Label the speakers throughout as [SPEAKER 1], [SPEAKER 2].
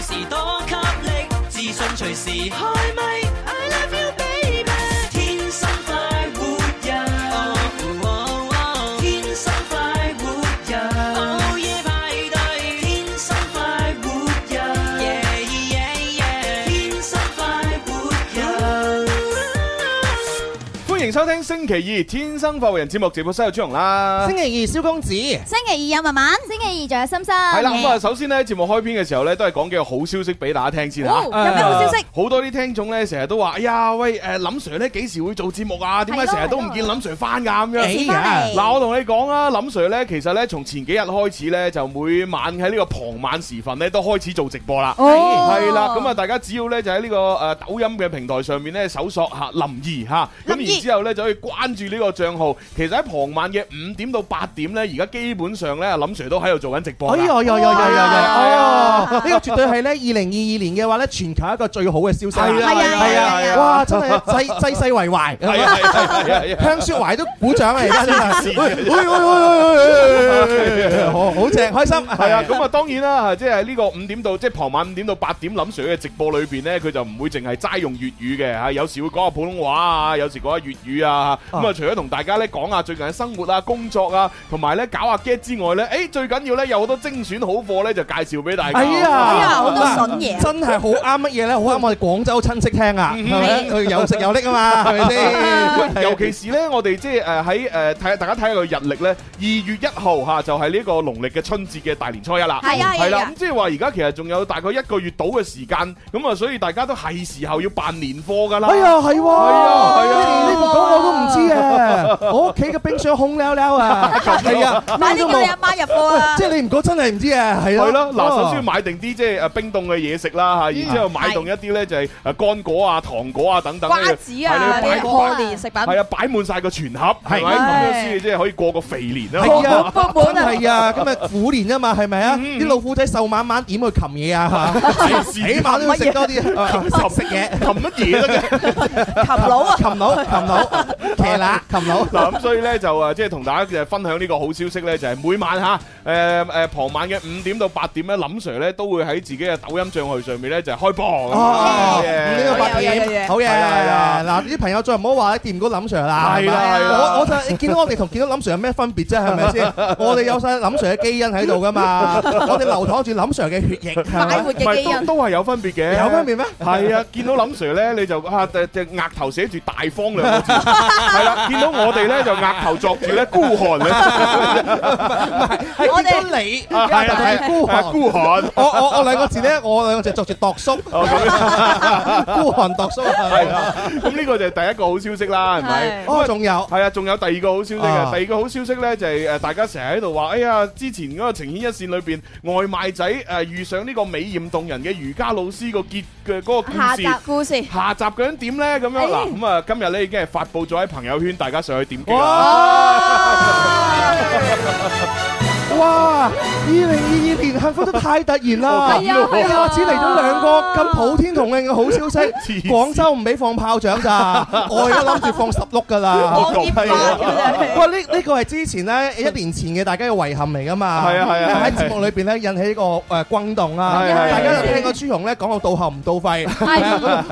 [SPEAKER 1] 時多給力，自信隨時開咪。I love you baby，天生快活人，哦哦天生快活人，Oh, 午夜派對，天生快活人，yeah yeah yeah，天生快活人。
[SPEAKER 2] 欢迎收听星期二《天生發育人》節目直播室有朱容啦。
[SPEAKER 3] 星期二有文文，星期二仲有心心。
[SPEAKER 2] 系啦，咁啊，首先咧，節目開篇嘅時候咧，都係講幾個好消息俾大家聽先吓。
[SPEAKER 3] 哦有咩好消息
[SPEAKER 2] 啊好多啲聽眾咧，成日都話：哎呀，喂，诶，林 Sir 咧幾時會做節目啊？點解
[SPEAKER 3] 係咯
[SPEAKER 2] 成日都唔見
[SPEAKER 3] 係咯哎
[SPEAKER 2] 林 Sir 翻㗎咁樣？
[SPEAKER 3] 遲返嚟。
[SPEAKER 2] 嗱，我同你講啊，林 Sir 咧，其實咧，從前幾日開始咧，就每晚喺呢個傍晚時分咧，都開始做直播啦。
[SPEAKER 3] 哦。
[SPEAKER 2] 係啦，咁啊，大家只要咧就喺呢個誒抖音嘅平台上面咧搜索嚇林兒嚇，
[SPEAKER 3] 林
[SPEAKER 2] 咁
[SPEAKER 3] 怡
[SPEAKER 2] 然之後咧就可以關注呢個帳號。其實喺傍晚嘅五點到八點咧，而家基本上咧林 Sir 都喺度做緊直播啦。係啊，
[SPEAKER 3] 係啊，
[SPEAKER 2] 係啊，
[SPEAKER 3] 係啊，
[SPEAKER 2] 係啊，
[SPEAKER 3] 係啊。係啊
[SPEAKER 2] 係啊，係啊係啊係啊 係啊，咁啊，當然啦，即係呢個五點到，即係傍晚五點到八點，林 Sir 嘅直播裏邊呢，佢就唔會淨係齋用粵語嘅嚇，有時會講下普通話啊，有時講下粵語啊，咁啊，除咗同大家咧講下最近嘅生活啊、工作啊，同埋咧搞下 get 之外呢，誒最緊要呢，有好多精選好貨呢，就介紹俾大家。
[SPEAKER 3] 哎呀，好多筍嘢。
[SPEAKER 2] 尤其是咧，我哋即係誒喺誒睇大家睇下個日曆咧，二月一號嚇就係呢個農曆嘅春節嘅大年初一啦。嗯
[SPEAKER 3] 係啊係啊
[SPEAKER 2] 係
[SPEAKER 3] 係
[SPEAKER 2] 啦，
[SPEAKER 3] 啊
[SPEAKER 2] 咁即係話而家其實仲有大概一個月到嘅時間，咁啊，所以大家都係時候要辦年貨㗎啦。
[SPEAKER 4] 哎
[SPEAKER 2] 係啊，係啊。
[SPEAKER 3] 快啲叫你阿媽入貨啊。
[SPEAKER 2] 係
[SPEAKER 4] 啊
[SPEAKER 2] 咯，嗱，首先買定啲即係誒冰凍嘅嘢食啦嚇，然之後買動一啲咧就係誒乾果啊、糖果啊等等咧，
[SPEAKER 3] 瓜子啊，
[SPEAKER 2] 係啦擺
[SPEAKER 3] 啲
[SPEAKER 2] 擺
[SPEAKER 3] 賀年食品。
[SPEAKER 2] 係啊，擺滿晒個全盒，係咪
[SPEAKER 3] 係
[SPEAKER 2] 咁樣先即係可以過個肥年啦。
[SPEAKER 3] 係 啊搏滿
[SPEAKER 4] 真
[SPEAKER 3] 啊。
[SPEAKER 4] 係啊，今日虎年啊嘛，係咪啊？
[SPEAKER 2] 嗯。
[SPEAKER 4] 啲老虎仔瘦蜢蜢點去擒嘢啊，嚇？起碼都要食多啲，
[SPEAKER 2] 琴 琴乜嘢得嘅？
[SPEAKER 3] 琴佬啊。
[SPEAKER 4] 食嘢。擒佬，擒佬，騎乸，擒佬。
[SPEAKER 2] 嗱咁所以咧就誒啊即係同大家誒呃分享呢個好消息咧，就係每晚嚇誒誒傍晚嘅五點到八點咧，林 Sir 咧都會喺自己嘅抖音帳號上面咧就係開播咁樣。啊
[SPEAKER 4] 哦，五
[SPEAKER 2] Yeah
[SPEAKER 4] 點到八點，
[SPEAKER 3] 有嘢，有嘢。
[SPEAKER 4] 好嘢。
[SPEAKER 2] 係啦，係啦。
[SPEAKER 4] 嗱，啲朋友再唔好話掂唔到林sir啦，
[SPEAKER 2] 係
[SPEAKER 4] 係
[SPEAKER 2] 啦，
[SPEAKER 4] 咪？
[SPEAKER 2] 係啦。
[SPEAKER 4] 我-我就見到林sir有咩分別啫，係咪先？我哋有晒林sir嘅基因喺度㗎嘛，我哋流淌住林sir嘅血液，係咪？
[SPEAKER 2] 唔係
[SPEAKER 3] 快活嘅基因。
[SPEAKER 2] 都都係有分別嘅。
[SPEAKER 4] 有分別咩？
[SPEAKER 2] 係啊，見到林 Sir 咧，你就啊隻隻額頭寫住大方兩個字，係啦。見到我哋咧就額頭作住咧孤寒嘅，
[SPEAKER 4] 係
[SPEAKER 3] 我哋-
[SPEAKER 4] 見到你，
[SPEAKER 2] 係啊係啊
[SPEAKER 4] 孤寒。
[SPEAKER 2] 啊孤寒。
[SPEAKER 4] 我我我兩個字咧，我兩個字作住度叔，
[SPEAKER 2] 哦咁樣
[SPEAKER 4] 孤寒度叔
[SPEAKER 2] 係啊
[SPEAKER 4] 係
[SPEAKER 2] 啦，咁呢個就係第一個好消息啦，係咪？
[SPEAKER 3] 係
[SPEAKER 4] 哦，仲有
[SPEAKER 2] 係啊，仲有第二個好消息
[SPEAKER 4] 啊
[SPEAKER 2] 嘅，第二個好消息呢，就係誒呃大家成日喺度話，哎呀，之前嗰個情牽一線裏邊外賣仔誒遇上呢個美豔動人嘅瑜伽老師個結嘅嗰個故事，
[SPEAKER 3] 下集故事。
[SPEAKER 2] 下集究竟點呢？咁樣
[SPEAKER 3] 哎
[SPEAKER 2] 嗱，咁啊今日呢已經係發布咗喺朋友圈，大家上去點擊啦。
[SPEAKER 4] 哇！哇！二零二二年幸福得太突然啦，
[SPEAKER 2] 係啊
[SPEAKER 4] 一下子嚟咗兩個咁普天同慶嘅好消息
[SPEAKER 2] 黐，線
[SPEAKER 4] 廣州唔俾放炮仗咋，我而家諗住放十碌噶
[SPEAKER 2] 哦
[SPEAKER 4] 啦。
[SPEAKER 3] 放煙花咁樣。
[SPEAKER 4] 喂，呢呢個係之前咧一年前嘅大家嘅遺憾嚟㗎嘛，
[SPEAKER 2] 係啊係啊係啊
[SPEAKER 4] 喺節目裏邊咧引起呢個誒轟動啦，
[SPEAKER 2] 係係
[SPEAKER 4] 大家
[SPEAKER 2] 係啊
[SPEAKER 4] 就聽過朱紅咧講到到喉唔到肺，啊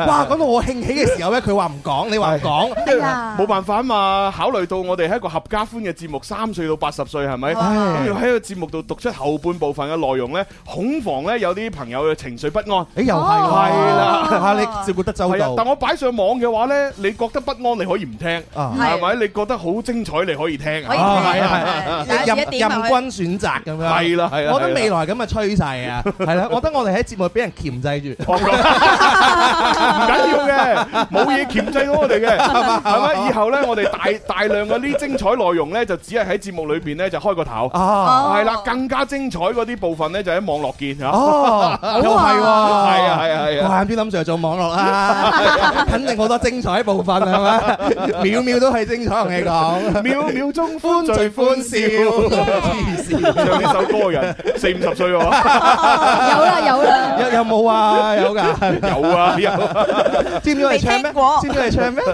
[SPEAKER 4] 哇講到我興起嘅時候咧，佢話唔講，你話唔講。
[SPEAKER 3] 哎呀。
[SPEAKER 2] 冇辦法啊嘛，考慮到我哋係一個合家歡嘅節目，三歲到八十歲係咪？咁要喺個節目度讀出後半部分嘅內容呢，恐防呢有啲朋友嘅情緒不安。
[SPEAKER 4] 誒又係
[SPEAKER 3] 哦
[SPEAKER 4] 喎
[SPEAKER 2] 係啦
[SPEAKER 4] 嚇你照顧得周
[SPEAKER 2] 係啊，但
[SPEAKER 4] 到
[SPEAKER 2] 我擺上網嘅話呢，你覺得不安你可以唔聽，
[SPEAKER 4] 啊，
[SPEAKER 3] 係
[SPEAKER 2] 係咪？你覺得好精彩你可以聽
[SPEAKER 3] 可以
[SPEAKER 2] 啊。
[SPEAKER 4] 啊
[SPEAKER 3] 聽
[SPEAKER 4] 係
[SPEAKER 3] 係
[SPEAKER 4] 啊
[SPEAKER 3] 係
[SPEAKER 4] 任
[SPEAKER 3] 有一點咪可以
[SPEAKER 4] 任君選擇咁樣，
[SPEAKER 2] 係啊啦係啦
[SPEAKER 4] 我覺
[SPEAKER 2] 係
[SPEAKER 4] 得
[SPEAKER 2] 啦
[SPEAKER 4] 未來咁嘅趨勢啊，係啦，我覺得我哋喺節目俾人鉗制 住，
[SPEAKER 2] 我講唔緊要嘅，冇嘢鉗制到我哋 嘅，係咪？以後呢，我哋大大量嘅呢精彩內容呢，就只係喺節目裏邊呢，就開個頭，
[SPEAKER 3] 哦
[SPEAKER 4] 啊，
[SPEAKER 2] 係啦，更加精彩嗰啲部分呢，就喺網絡見嚇。啊
[SPEAKER 4] 哦，又係喎，
[SPEAKER 2] 係啊係啊係啊
[SPEAKER 4] 怪唔知林 Sir 做網絡 啦，肯定好多精彩部分係嘛，秒秒都係精彩，同你講，
[SPEAKER 2] 秒秒鐘歡
[SPEAKER 4] 歡聚
[SPEAKER 2] 聚
[SPEAKER 4] 歡
[SPEAKER 2] 歡笑。
[SPEAKER 4] 笑，黐線，
[SPEAKER 2] 唱呢首歌嘅人四五十歲喎，
[SPEAKER 3] 有啦，有啦。
[SPEAKER 4] 有有冇啊？有㗎，
[SPEAKER 2] 有啊有啊。
[SPEAKER 4] 知唔知我哋唱咩
[SPEAKER 3] 未聽過？
[SPEAKER 4] 知唔知我哋唱咩？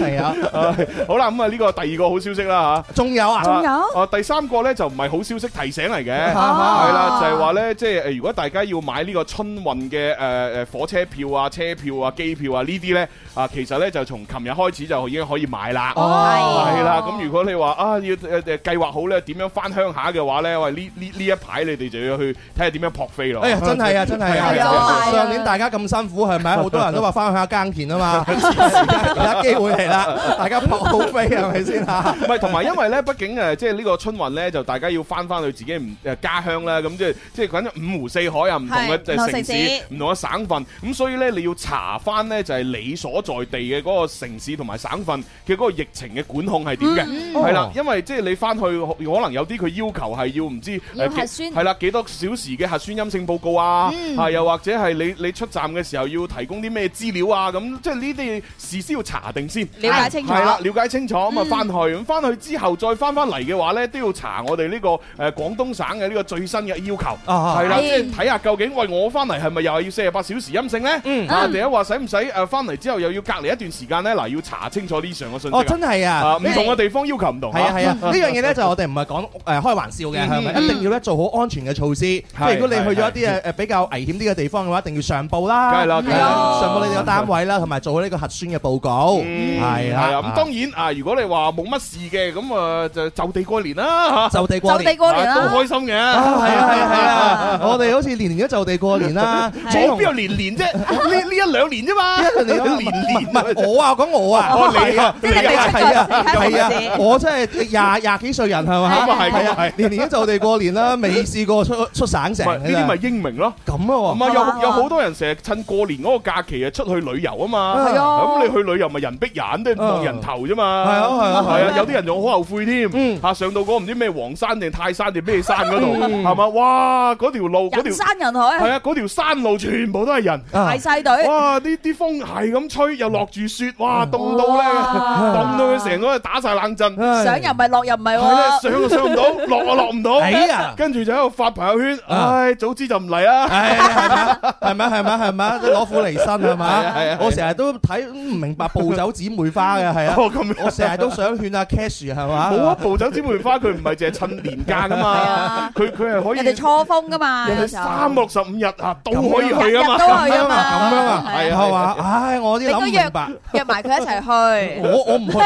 [SPEAKER 4] 係啊，
[SPEAKER 2] 唉好啦，咁啊呢個第二個好消息啦
[SPEAKER 4] 仲有
[SPEAKER 2] 嚇。
[SPEAKER 4] 啊？
[SPEAKER 3] 仲有哦
[SPEAKER 2] 啊，第三個咧就唔係好消息，提提醒嚟嘅，係
[SPEAKER 4] 啊
[SPEAKER 2] 啦，就係話呢，即係呃如果大家要買呢個春運嘅誒誒火車票啊、車票啊、機票啊呢啲呢，啊其實呢就從琴日開始就已經可以買啦。
[SPEAKER 4] 哦
[SPEAKER 2] 係啦，咁如果你話啊要誒誒計劃好呢點樣翻鄉下嘅話呢，喂呢呢呢一排你哋就要去睇下點樣撲飛咯。
[SPEAKER 4] 哎呀，真係啊，真係啊！
[SPEAKER 3] 係啊
[SPEAKER 4] 上年大家咁辛苦係咪？好多人都話翻去下耕田啊嘛，而家機會嚟啦，大家撲好飛係咪先嚇？
[SPEAKER 2] 唔係，同埋因為咧，畢竟誒，即係呢個春運咧，就大家要翻翻去自己唔誒家鄉啦，咁即係即係講緊五湖四海啊，唔同嘅
[SPEAKER 3] 係唔同
[SPEAKER 2] 城
[SPEAKER 3] 城
[SPEAKER 2] 市
[SPEAKER 3] 市、
[SPEAKER 2] 唔同嘅省份，咁所以咧，你要查翻咧就係你所在地嘅嗰個城市同埋省份嘅嗰個疫情嘅管控係點
[SPEAKER 3] 嗯
[SPEAKER 2] 嘅，係啦
[SPEAKER 4] 哦，
[SPEAKER 2] 因為即係你翻去可能有啲佢要求係要唔知
[SPEAKER 3] 要
[SPEAKER 2] 誒幾
[SPEAKER 3] 核酸嗯
[SPEAKER 2] 係啦幾多小時嘅核酸陰性報告啊，啊又或者係你你出站嘅時候要提供啲咩資料啊，咁即係呢啲事先要查定先。
[SPEAKER 3] 了解清楚嗯
[SPEAKER 2] 係啦，了解清楚咁啊，翻去咁翻去之後再翻翻嚟嘅話咧，都要查我哋呢個誒廣東省嘅呢個最新嘅要求。
[SPEAKER 4] 啊
[SPEAKER 2] 係啦，
[SPEAKER 3] 係
[SPEAKER 2] 即係睇下究竟喂我翻嚟係咪又係要四十八小時陰性
[SPEAKER 3] 嗯
[SPEAKER 2] 咧？啊，第一話使唔使誒翻嚟之後又要隔離一段時間咧？嗱，要查清楚呢上嘅信息
[SPEAKER 4] 哦，
[SPEAKER 2] 啊。
[SPEAKER 4] 真係
[SPEAKER 2] 啊，
[SPEAKER 4] 啊
[SPEAKER 2] 唔！同嘅地方要求唔同
[SPEAKER 4] 係啊
[SPEAKER 2] 啊。
[SPEAKER 4] 係啊，呢樣嘢咧就我哋唔係講誒開玩笑嘅，係咪？一定要咧做好安全嘅措施。即係如果你去咗一啲誒誒比較危險啲嘅地方嘅話，一定要上報啦。
[SPEAKER 2] 梗係啦
[SPEAKER 4] 係
[SPEAKER 2] 梗係
[SPEAKER 4] 啦
[SPEAKER 2] 啦
[SPEAKER 4] 上報你哋嘅單位啦，同埋做好呢個核酸嘅報告。嗯係
[SPEAKER 2] 嗯係
[SPEAKER 4] 啦，
[SPEAKER 2] 啊，咁當然啊，如果你話冇乜事嘅，咁啊就就地過年啦嚇，
[SPEAKER 4] 就地過年。
[SPEAKER 3] 就地過年啦。
[SPEAKER 2] 啊都開心嘅。
[SPEAKER 4] 啊，係啊，係啊，係 啊！我哋好似年年都就地過年啦。
[SPEAKER 2] 我邊有年年啫？呢呢一兩年啫嘛，
[SPEAKER 4] 一兩年啊
[SPEAKER 2] 年年
[SPEAKER 4] 唔係我啊，我講我啊，
[SPEAKER 2] 哦你啊
[SPEAKER 3] 即係你
[SPEAKER 4] 係啊
[SPEAKER 3] 未出過
[SPEAKER 4] 係啊
[SPEAKER 3] 世
[SPEAKER 4] 係
[SPEAKER 3] 界嗰陣
[SPEAKER 4] 啊，
[SPEAKER 3] 時
[SPEAKER 4] 我真係廿廿幾歲人係嘛？
[SPEAKER 2] 咁啊
[SPEAKER 4] 係
[SPEAKER 2] 係咁啊係
[SPEAKER 4] 年年都就地過年啦，未試過出出省城
[SPEAKER 2] 唔係呢啲咪英明咯。
[SPEAKER 4] 咁啊
[SPEAKER 2] 咁啊，
[SPEAKER 3] 係嘛
[SPEAKER 2] 有有好多人成日趁過年嗰個假期啊出去旅遊啊嘛，
[SPEAKER 4] 係嗯
[SPEAKER 3] 啊
[SPEAKER 2] 咁你去旅遊咪人逼人，都係望人頭啫嘛，
[SPEAKER 4] 係啊係啊
[SPEAKER 2] 係
[SPEAKER 4] 係
[SPEAKER 2] 啊，有啲人仲好後悔
[SPEAKER 4] 嗯
[SPEAKER 2] 添，嚇上到嗰個唔知咩黃山定泰山定咩山嗰度，
[SPEAKER 4] 嗯
[SPEAKER 2] 係嘛？哇！嗰條路嗰條
[SPEAKER 3] 人山人海，
[SPEAKER 2] 係啊，嗰條山路全部都係人。
[SPEAKER 4] 啊！
[SPEAKER 3] 排晒隊。
[SPEAKER 2] 哇！啲啲風係咁吹，又落住雪，哇！
[SPEAKER 4] 嗯
[SPEAKER 2] 凍到咧，
[SPEAKER 3] 哇
[SPEAKER 2] 凍到佢成個人打晒冷震。
[SPEAKER 4] 唉
[SPEAKER 3] 上又唔係，落又唔係喎。
[SPEAKER 2] 係啦，上又上唔到，落又落唔到，
[SPEAKER 4] 哎呀
[SPEAKER 2] 跟住就喺度發朋友圈，
[SPEAKER 4] 啊
[SPEAKER 2] 唉，早知就唔嚟啦。
[SPEAKER 4] 唉，係咪係咪係咪係咪都攞苦離身係
[SPEAKER 2] 係啊係
[SPEAKER 4] 嘛
[SPEAKER 2] 啊？
[SPEAKER 4] 我成日都睇唔明白暴走姊妹花嘅 係啊，
[SPEAKER 2] 哦咁樣
[SPEAKER 4] 我成日都想勸阿 Cash 係嘛？
[SPEAKER 2] 冇啊，暴走姊妹花佢唔係淨係趁年假噶
[SPEAKER 3] 係
[SPEAKER 2] 嘛
[SPEAKER 3] 啊，
[SPEAKER 2] 佢佢係可以
[SPEAKER 3] 人哋錯峰㗎嘛，
[SPEAKER 2] 人哋
[SPEAKER 3] 有時候。
[SPEAKER 2] 三六十五日啊都可以去啊嘛。
[SPEAKER 3] 日日都去㗎嘛。
[SPEAKER 4] 咁樣啊，
[SPEAKER 3] 係啊。
[SPEAKER 2] 係
[SPEAKER 4] 係嘛？唉，我啲諗唔
[SPEAKER 3] 你都約
[SPEAKER 4] 明白。
[SPEAKER 3] 約埋佢一齊去。
[SPEAKER 4] 我我唔去，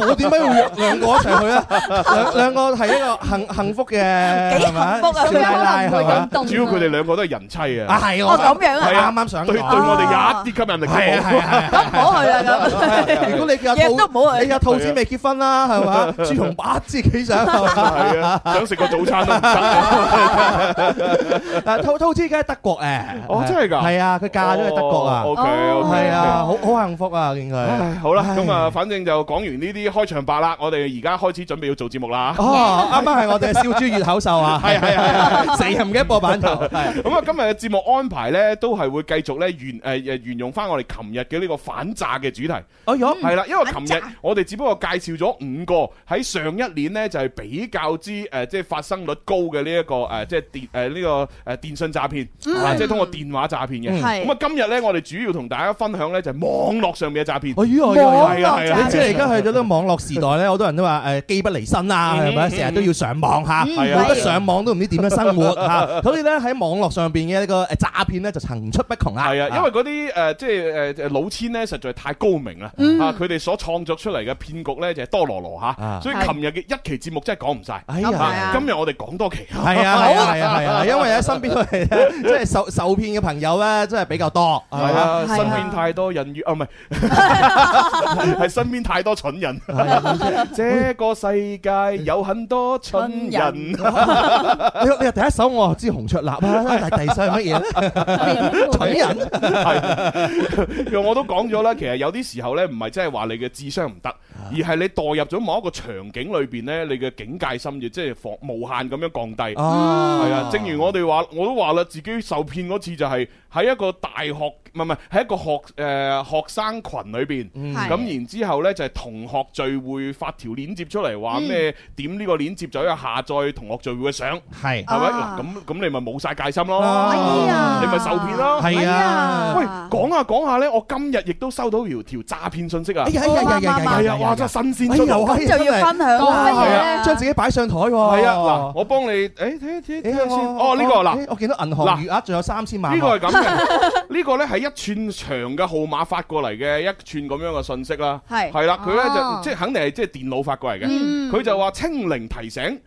[SPEAKER 4] 我點解要約兩個一齊去啊？兩兩個係一個幸幸福嘅，
[SPEAKER 3] 幾
[SPEAKER 4] 係咪
[SPEAKER 3] 幸福啊
[SPEAKER 4] 少奶奶係嘛？
[SPEAKER 3] 佢可能唔會咁凍啊。
[SPEAKER 2] 主要佢哋兩個都係人妻
[SPEAKER 4] 啊
[SPEAKER 2] 啊，
[SPEAKER 4] 係
[SPEAKER 3] 哦
[SPEAKER 4] 我
[SPEAKER 3] 咁樣啊
[SPEAKER 4] 係啱啱想
[SPEAKER 2] 對對
[SPEAKER 4] 講。
[SPEAKER 2] 我哋有一啲吸引力都
[SPEAKER 4] 係啊係啊
[SPEAKER 2] 冇。
[SPEAKER 3] 咁唔好去啦，咁。
[SPEAKER 4] 係啊！如果你叫阿
[SPEAKER 3] 約都唔好
[SPEAKER 4] 兔，
[SPEAKER 3] 去
[SPEAKER 4] 你阿兔子未結婚啦，係
[SPEAKER 2] 啊
[SPEAKER 4] 嘛？朱紅八知幾想係嘛
[SPEAKER 2] 係啊，想食個早餐都唔得。
[SPEAKER 4] 啊兔兔子梗係德國誒，
[SPEAKER 2] 哦真係㗎
[SPEAKER 4] 係啊，佢 嫁咗去德國啊，
[SPEAKER 2] 哦 OK
[SPEAKER 3] 哦
[SPEAKER 2] OK。
[SPEAKER 4] 係啊，好好幸福啊，見佢。
[SPEAKER 2] 哦唉，好啦，
[SPEAKER 4] 唉
[SPEAKER 2] 咁啊，反正就講完呢啲開場白啦，我哋而家開始準備要做節目啦。
[SPEAKER 4] 哦，啱啱係我哋嘅燒豬月口秀啊，
[SPEAKER 2] 係係
[SPEAKER 4] 係，死人唔記得播版頭，係
[SPEAKER 2] 咁啊，今日嘅節目安排咧，都係會繼續咧沿誒誒沿用翻我哋琴日嘅呢個反詐嘅主題，
[SPEAKER 4] 哎呦，
[SPEAKER 2] 係啦，因為琴
[SPEAKER 3] 反
[SPEAKER 2] 日
[SPEAKER 3] 詐
[SPEAKER 2] 我哋只不過介紹咗五個喺上一年咧就係比較之誒即係發生率高嘅呢一個誒即係電誒呢個誒電信詐騙，啊即係通過電話詐騙嘅。
[SPEAKER 4] 嗯
[SPEAKER 3] 係
[SPEAKER 2] 咁啊，今日咧我哋主要同大家分享咧就係網絡上面嘅詐騙。
[SPEAKER 4] 哎 呦，哎呦，哎呦
[SPEAKER 2] 係啦係啦
[SPEAKER 4] 你知啦，而家去到呢個網絡時代咧，好多人都話誒機不離身啊，係咪？
[SPEAKER 2] 嗯
[SPEAKER 4] 成日都要上網嚇，
[SPEAKER 2] 係啊
[SPEAKER 4] 冇得上網都唔知點樣生活嚇。所以咧喺網絡上邊嘅呢個誒詐騙咧就層出不窮啊。
[SPEAKER 2] 係啊，因為嗰啲誒即係誒老千咧，實在太高明啦！啊，佢哋所創作出嚟嘅騙局咧就係多羅羅
[SPEAKER 4] 啊
[SPEAKER 2] 嚇，所以琴日嘅一期節目真係講唔晒。
[SPEAKER 4] 哎
[SPEAKER 3] 係
[SPEAKER 4] 呀
[SPEAKER 3] 啊。
[SPEAKER 2] 今日我哋講多期。
[SPEAKER 4] 係啊係啊係啊 係啊，因為喺身邊都係咧，即係受受騙嘅朋友咧，真係比較多。係
[SPEAKER 2] 係
[SPEAKER 4] 嘛
[SPEAKER 2] 啊，
[SPEAKER 3] 係啊
[SPEAKER 2] 身邊太多人與啊，唔 係，係身邊太多蠢人。啊這個世界有很多蠢人。
[SPEAKER 4] 你你第一首我知紅雀立啊， 但係第二首係乜嘢咧？ 蠢人
[SPEAKER 2] 係，我都講咗啦。其實有啲時候呢，唔係真係話你嘅智商唔得，而係你墮入咗某一個場景裏邊呢，你嘅警戒心就即係防無限咁樣降低。啊
[SPEAKER 4] 哦
[SPEAKER 2] 係啊，正如我哋話，我都話啦，自己受騙嗰次就係喺一個大學唔係唔係，喺一個學誒學生群裏邊，
[SPEAKER 3] 係
[SPEAKER 2] 咁然之後呢，就係同學聚會發條鏈接出嚟，話
[SPEAKER 3] 嗯
[SPEAKER 2] 咩點呢個鏈接就有下載同學聚會嘅相，
[SPEAKER 4] 係
[SPEAKER 2] 係咪？
[SPEAKER 3] 啊
[SPEAKER 2] 嗱咁咁你咪冇晒戒心咯，
[SPEAKER 4] 哎呀
[SPEAKER 2] 你咪受騙咯。
[SPEAKER 4] 係啊
[SPEAKER 3] 哎
[SPEAKER 2] 喂，
[SPEAKER 3] 呀
[SPEAKER 2] 講下講下呢，我今日亦都收到條條詐騙信息啊！
[SPEAKER 4] 哎呀哎呀哎呀
[SPEAKER 2] 係
[SPEAKER 4] 哎
[SPEAKER 2] 啊，
[SPEAKER 4] 呀
[SPEAKER 2] 哇，真係新鮮出
[SPEAKER 4] 哎
[SPEAKER 2] 爐
[SPEAKER 4] 呀。
[SPEAKER 3] 咁就要分享
[SPEAKER 4] 哇
[SPEAKER 3] 啦乜
[SPEAKER 2] 係
[SPEAKER 3] 嘢
[SPEAKER 2] 啊
[SPEAKER 3] 咧？
[SPEAKER 4] 將自己擺上台喎。
[SPEAKER 2] 係啊，嗱，我幫你，誒睇睇睇下先。哦，呢個嗱。
[SPEAKER 4] 哎我哎見到銀行餘額仲有三千萬。
[SPEAKER 2] 呢個係咁嘅，呢個呢係一串長嘅號碼發過嚟嘅一串咁樣嘅信息啦，
[SPEAKER 3] 係
[SPEAKER 2] 係啦，佢呢
[SPEAKER 5] 哦
[SPEAKER 2] 就即係肯定係即係電腦發過嚟嘅，
[SPEAKER 5] 嗯
[SPEAKER 2] 佢就話清零提醒，誒、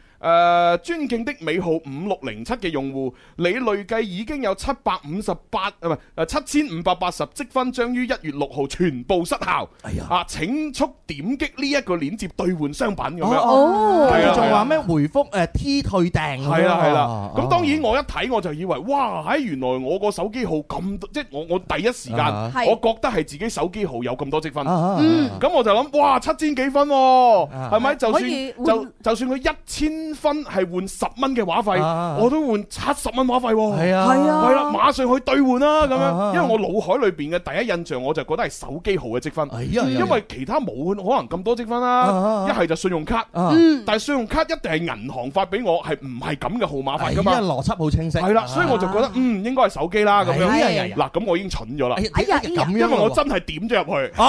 [SPEAKER 2] 尊敬的尾號五六零七嘅用戶，你累計已經有七百五十八，呃唔係誒七千五百八十積分將於一月六號全部失效，
[SPEAKER 4] 哎呀
[SPEAKER 2] 啊請速點擊呢一個鏈接兌換商品咁樣。
[SPEAKER 4] 哦，
[SPEAKER 2] 係啊
[SPEAKER 4] 佢仲話咩回覆誒 T 退訂咁樣啊？
[SPEAKER 2] 係啦係啦，咁當然
[SPEAKER 4] 我
[SPEAKER 2] 我一睇我就以為，哇！喺原來我個手機號咁多，即係我我第一時間
[SPEAKER 4] 啊
[SPEAKER 3] 係
[SPEAKER 2] 我覺得係自己手機號有咁多積分，
[SPEAKER 5] 嗯
[SPEAKER 2] 咁我就諗，哇！七千幾分喎，
[SPEAKER 4] 啊
[SPEAKER 2] 係咪？就
[SPEAKER 3] 可以
[SPEAKER 2] 算
[SPEAKER 3] 換
[SPEAKER 2] 就就算佢一千分係換十蚊嘅話
[SPEAKER 4] 啊
[SPEAKER 2] 費，我都換七十蚊話費喎。
[SPEAKER 4] 係啊
[SPEAKER 3] 係啊
[SPEAKER 2] 係啦，馬上去兌換啦咁樣，
[SPEAKER 4] 啊
[SPEAKER 2] 因為我腦海裏邊嘅第一印象我就覺得係手機號嘅積分，
[SPEAKER 4] 哎呀
[SPEAKER 2] 因為其他冇可能咁多積分啦，
[SPEAKER 4] 啊
[SPEAKER 2] 一係就信用卡。
[SPEAKER 4] 啊
[SPEAKER 2] 但係信用卡一定係銀行發俾我，係唔係咁嘅號碼發
[SPEAKER 4] 哎
[SPEAKER 2] 噶
[SPEAKER 4] 呀
[SPEAKER 2] 嘛？
[SPEAKER 4] 邏輯好清晰。
[SPEAKER 2] 係啦，所以我就覺得嗯應該係手機啦咁樣。
[SPEAKER 4] 哎
[SPEAKER 3] 呀呀呀
[SPEAKER 2] 嗱，咁我已經蠢咗啦
[SPEAKER 4] 哎，呀
[SPEAKER 3] 哎呀
[SPEAKER 4] 你咁樣
[SPEAKER 2] 因為我
[SPEAKER 4] 喎
[SPEAKER 2] 真係點咗入去，
[SPEAKER 3] 我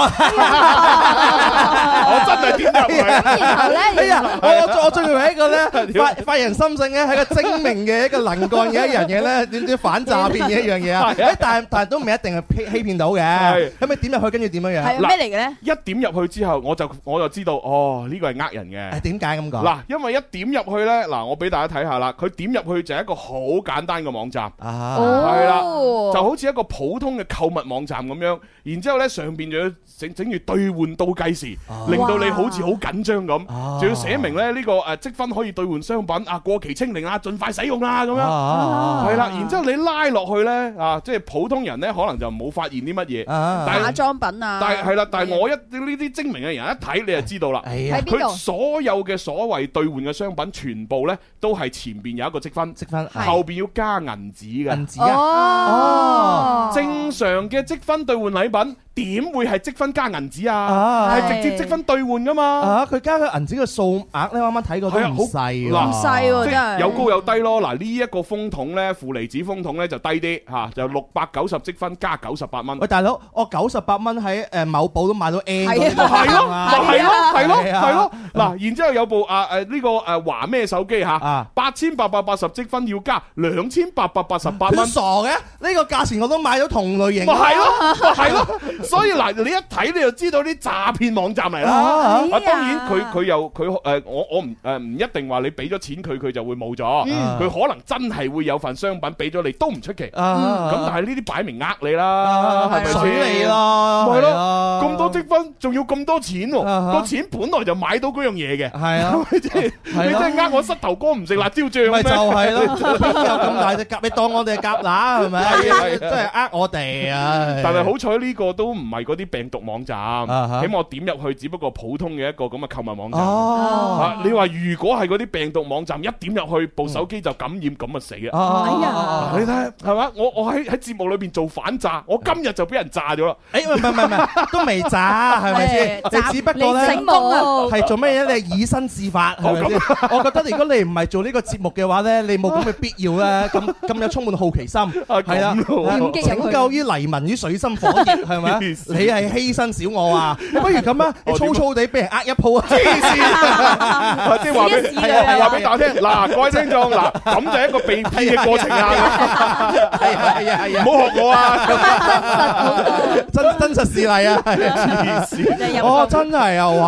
[SPEAKER 2] 我真係點咗入去。
[SPEAKER 5] 然後
[SPEAKER 4] 哎
[SPEAKER 5] 咧，
[SPEAKER 4] 呀，我我我最為一 個咧發發人心性咧，係個精明嘅一個能幹嘅一樣嘢咧， 點知反詐騙嘅一樣嘢啊？
[SPEAKER 2] 係啊
[SPEAKER 4] 哎但係但係都唔一定係欺 欺騙到
[SPEAKER 2] 係
[SPEAKER 4] 嘅。咁你點入去，跟住點樣
[SPEAKER 3] 係
[SPEAKER 4] 樣？
[SPEAKER 3] 啊咩嚟嘅咧？
[SPEAKER 2] 一點入去之後，我就我就知道哦，呢個係呃人
[SPEAKER 4] 誒
[SPEAKER 2] 嘅。
[SPEAKER 4] 點解咁講？
[SPEAKER 2] 嗱，因為一點入去呢，嗱，我俾大家睇下啦，佢點入去就係一個好簡單嘅網站。
[SPEAKER 4] 啊，
[SPEAKER 2] 係啦
[SPEAKER 3] 哦
[SPEAKER 2] 就好似一個普通嘅購物網站咁樣，然之後呢，上邊仲要整整住兌換倒計時，
[SPEAKER 4] 啊
[SPEAKER 2] 令到你好似好緊張咁，
[SPEAKER 4] 啊
[SPEAKER 2] 仲要寫明咧呢個誒積分可以兌換商品啊，過期清零啊，盡快使用啦咁樣。
[SPEAKER 4] 啊
[SPEAKER 2] 係啦，然之後你拉落去呢，啊，即係普通人呢，可能就冇發現啲乜嘢，
[SPEAKER 4] 啊
[SPEAKER 2] 但係
[SPEAKER 3] 化妝品啊，
[SPEAKER 2] 但係係啦，但係我一呢啲精明嘅人一睇你就知道啦。
[SPEAKER 4] 哎呀
[SPEAKER 3] 喺，邊
[SPEAKER 2] 佢
[SPEAKER 3] 度
[SPEAKER 2] 所有嘅所謂兌換嘅商品，全部呢都係前邊有一個積分，
[SPEAKER 4] 積分
[SPEAKER 3] 係
[SPEAKER 2] 後邊要加銀紙嘅。
[SPEAKER 4] 銀紙啊！
[SPEAKER 3] 哦
[SPEAKER 4] 哦，
[SPEAKER 2] 正常嘅積分兌換禮品點會係積分加銀紙啊？
[SPEAKER 4] 啊
[SPEAKER 2] 係直接積分兌換噶嘛？
[SPEAKER 4] 啊！佢加嘅銀紙嘅數額咧，我啱啱睇過都
[SPEAKER 2] 係啊
[SPEAKER 4] 唔
[SPEAKER 2] 好
[SPEAKER 4] 細喎，
[SPEAKER 2] 嗱
[SPEAKER 3] 唔細喎，
[SPEAKER 2] 即
[SPEAKER 3] 真
[SPEAKER 2] 係
[SPEAKER 3] 係
[SPEAKER 2] 有高有低咯。嗱，呢一個風筒呢，負離子風筒呢就低啲嚇，就六百九十積分加九十八蚊。
[SPEAKER 4] 喂，大佬，我九十八蚊喺誒某寶都買到 N 嗰啲
[SPEAKER 3] 係啊
[SPEAKER 2] 係咯，
[SPEAKER 4] 啊
[SPEAKER 2] 咪係咯，係咯，
[SPEAKER 4] 係啊
[SPEAKER 2] 係咯。嗱，然之後有部啊誒呢個誒華咩手機嚇
[SPEAKER 4] 啊，
[SPEAKER 2] 八千八百八十積分要加兩千八百八十八
[SPEAKER 4] 佢都
[SPEAKER 2] 蚊。
[SPEAKER 4] 傻嘅，呢個價錢我都買到同類型
[SPEAKER 2] 咪。係咯，咪係咯，所以嗱，你一睇你就知道啲詐騙網站嚟啦。
[SPEAKER 4] 啊
[SPEAKER 6] 哎
[SPEAKER 2] 啊，當然佢佢又佢誒，我我唔誒唔一定話你俾咗錢佢，佢就會冇咗。
[SPEAKER 4] 嗯
[SPEAKER 2] 佢可能真係會有份商品俾咗你，都唔出奇。
[SPEAKER 4] 啊
[SPEAKER 2] 咁但係呢啲擺明呃你啦，
[SPEAKER 4] 啊
[SPEAKER 2] 係咪
[SPEAKER 4] 水你
[SPEAKER 2] 先？
[SPEAKER 4] 咯，
[SPEAKER 2] 咪係
[SPEAKER 4] 係
[SPEAKER 2] 咯
[SPEAKER 4] 啊，
[SPEAKER 2] 咁多積分，仲要咁多錢
[SPEAKER 4] 啊
[SPEAKER 2] 喎，
[SPEAKER 4] 哈
[SPEAKER 2] 個錢本來就買到嗰樣嘢嘅。
[SPEAKER 4] 係 啊，
[SPEAKER 2] 你真係你
[SPEAKER 4] 係
[SPEAKER 2] 真
[SPEAKER 4] 咯
[SPEAKER 2] 係呃我膝頭哥唔食辣椒醬
[SPEAKER 4] 咪
[SPEAKER 2] 咩？
[SPEAKER 4] 就係咯，邊有咁大隻鴿？你當我哋係鴿乸係咪？
[SPEAKER 2] 係啊係啊
[SPEAKER 4] 真係呃我哋啊！
[SPEAKER 2] 但係好彩呢個都唔係嗰啲病毒網站，
[SPEAKER 4] 哈
[SPEAKER 2] 起碼我點入去只不過普通嘅一個咁嘅購物網站。
[SPEAKER 4] 哦，
[SPEAKER 2] 啊！你話如果係嗰啲病毒網站一點入去，部手機就感染，咁啊死啦！
[SPEAKER 4] 哎
[SPEAKER 3] 呀
[SPEAKER 2] 你睇下係嘛？我我喺喺節目裏邊做反詐，我今日就俾人炸咗啦！
[SPEAKER 4] 誒唔係唔係唔係，都未渣係咪先？
[SPEAKER 3] 誒
[SPEAKER 4] 你只不過
[SPEAKER 3] 你
[SPEAKER 4] 咧
[SPEAKER 3] 醒目啊
[SPEAKER 4] 係做咩嘢？你以身試法係咪先？我覺得如果你唔係做呢個節目嘅話咧，你冇咁嘅必要咧，咁咁有充滿好奇心係啊啦
[SPEAKER 2] 啊咁，咯
[SPEAKER 4] 係
[SPEAKER 3] 點擊入
[SPEAKER 4] 拯
[SPEAKER 3] 去
[SPEAKER 4] 救於黎民於水深火熱係 咪啊？
[SPEAKER 2] 黐線
[SPEAKER 4] 你係犧牲小我啊！ 你不如咁啊，你
[SPEAKER 2] 哦
[SPEAKER 4] 粗粗地俾人呃一 鋪啊！
[SPEAKER 2] 啊即係話俾
[SPEAKER 3] 試一試
[SPEAKER 2] 係啊
[SPEAKER 3] 啦
[SPEAKER 2] 話俾大家聽，嗱各位聽眾，嗱咁就係一個被騙嘅過程啊！
[SPEAKER 4] 係啊係啊係
[SPEAKER 2] 唔
[SPEAKER 4] 啊，
[SPEAKER 2] 好學我啊！
[SPEAKER 4] 真真實事例 啊！係啊
[SPEAKER 2] 黐線
[SPEAKER 3] 你入
[SPEAKER 4] 哦，
[SPEAKER 3] 去
[SPEAKER 4] 真係啊！ 哇，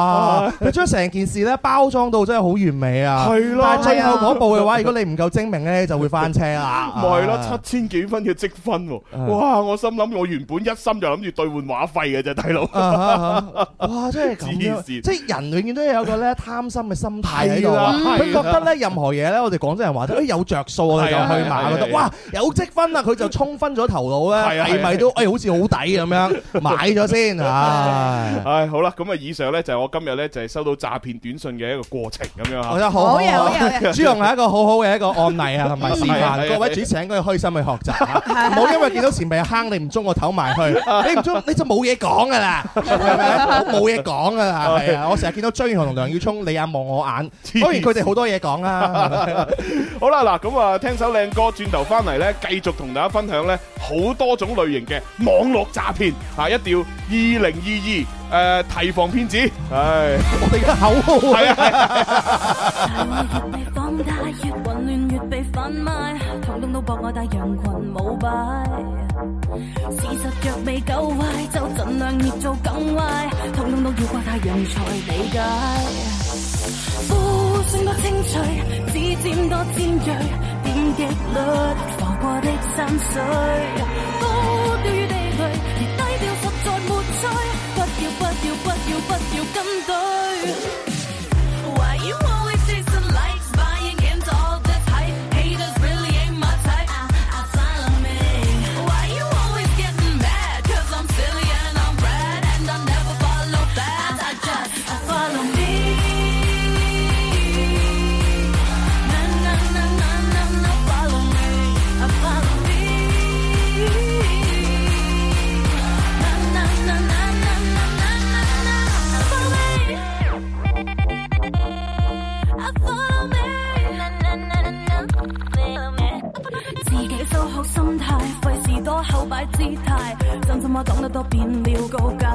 [SPEAKER 4] 佢將成件事咧包裝到真係好完美啊！
[SPEAKER 2] 係咯
[SPEAKER 4] 但係最後嗰步嘅話，如果你唔夠精明咧，就會翻車啦。 啊
[SPEAKER 2] 咪係咯，七千幾分嘅積分喎！哇！我心諗我原本一心就諗住兌換換話費嘅啫，大佬。
[SPEAKER 4] 啊哇！真係咁樣，
[SPEAKER 2] 黐線
[SPEAKER 4] 即係人永遠都有個咧貪心嘅心態喺度
[SPEAKER 2] 係啦
[SPEAKER 4] 啊。
[SPEAKER 2] 係啦
[SPEAKER 4] 佢覺得咧任何嘢咧，我哋廣州人話齋，誒有着數我哋就
[SPEAKER 2] 係啊
[SPEAKER 4] 去
[SPEAKER 2] 係啊
[SPEAKER 4] 買，覺
[SPEAKER 2] 係
[SPEAKER 4] 得
[SPEAKER 2] 啊
[SPEAKER 4] 哇有積分啊，佢就衝昏咗頭腦
[SPEAKER 2] 係
[SPEAKER 4] 咧，
[SPEAKER 2] 啊係啊
[SPEAKER 4] 係咪都哎誒好似好抵咁樣買咗先唉，
[SPEAKER 2] 唉，好啦，咁啊，以上呢就係我今日呢就係收到詐騙短信嘅一個過程咁樣
[SPEAKER 4] 我覺
[SPEAKER 2] 嚇。
[SPEAKER 4] 得好
[SPEAKER 3] 好嘢好嘢好嘢
[SPEAKER 4] 朱紅係一個好好嘅一個案例啊，同埋示
[SPEAKER 2] 係啊
[SPEAKER 4] 範。
[SPEAKER 2] 係啊
[SPEAKER 4] 各位主持人應該要開心去學習 嚇，唔好因為見到前面嘅坑你唔中我唞埋去，你唔中你就冇嘢講噶啦，係咪？冇嘢講 噶啦，係啊！我成日見到張宇航同梁耀聰你眼望我眼，
[SPEAKER 2] 黐
[SPEAKER 4] 當然佢哋好多嘢講 啦。
[SPEAKER 2] 好啦，嗱，咁啊，聽首靚歌，轉頭翻嚟呢，繼續同大家分享呢好多種類型嘅網絡詐騙嚇，一定要二零二二誒提防騙子，唉。
[SPEAKER 4] 我哋嘅口號啊！
[SPEAKER 5] 大愛越被放大，越混亂越被販賣，統統都博我大羊群冇擺。事實若被狗壞，就盡量捏造更壞，統統都要怪太陽才理解。呼聲多清脆，指尖多尖鋭，點擊率浮過的山水，高調與地雷，而低調實在沒趣，不要不要不要不要跟隊。Why you always chasing likes, buying into all this hype? Haters really ain't my type. I, I follow me. Why you always getting mad? Cause I'm silly and I'm rad and I never follow that. I, I just I follow me. Na na na na na na, follow me. I follow me. Na na na na na na na na na, follow me. I follow me. Na, na, na, na, na. Follow me. 自己收好心態，費事多口擺姿態，真心話講得多變了告解。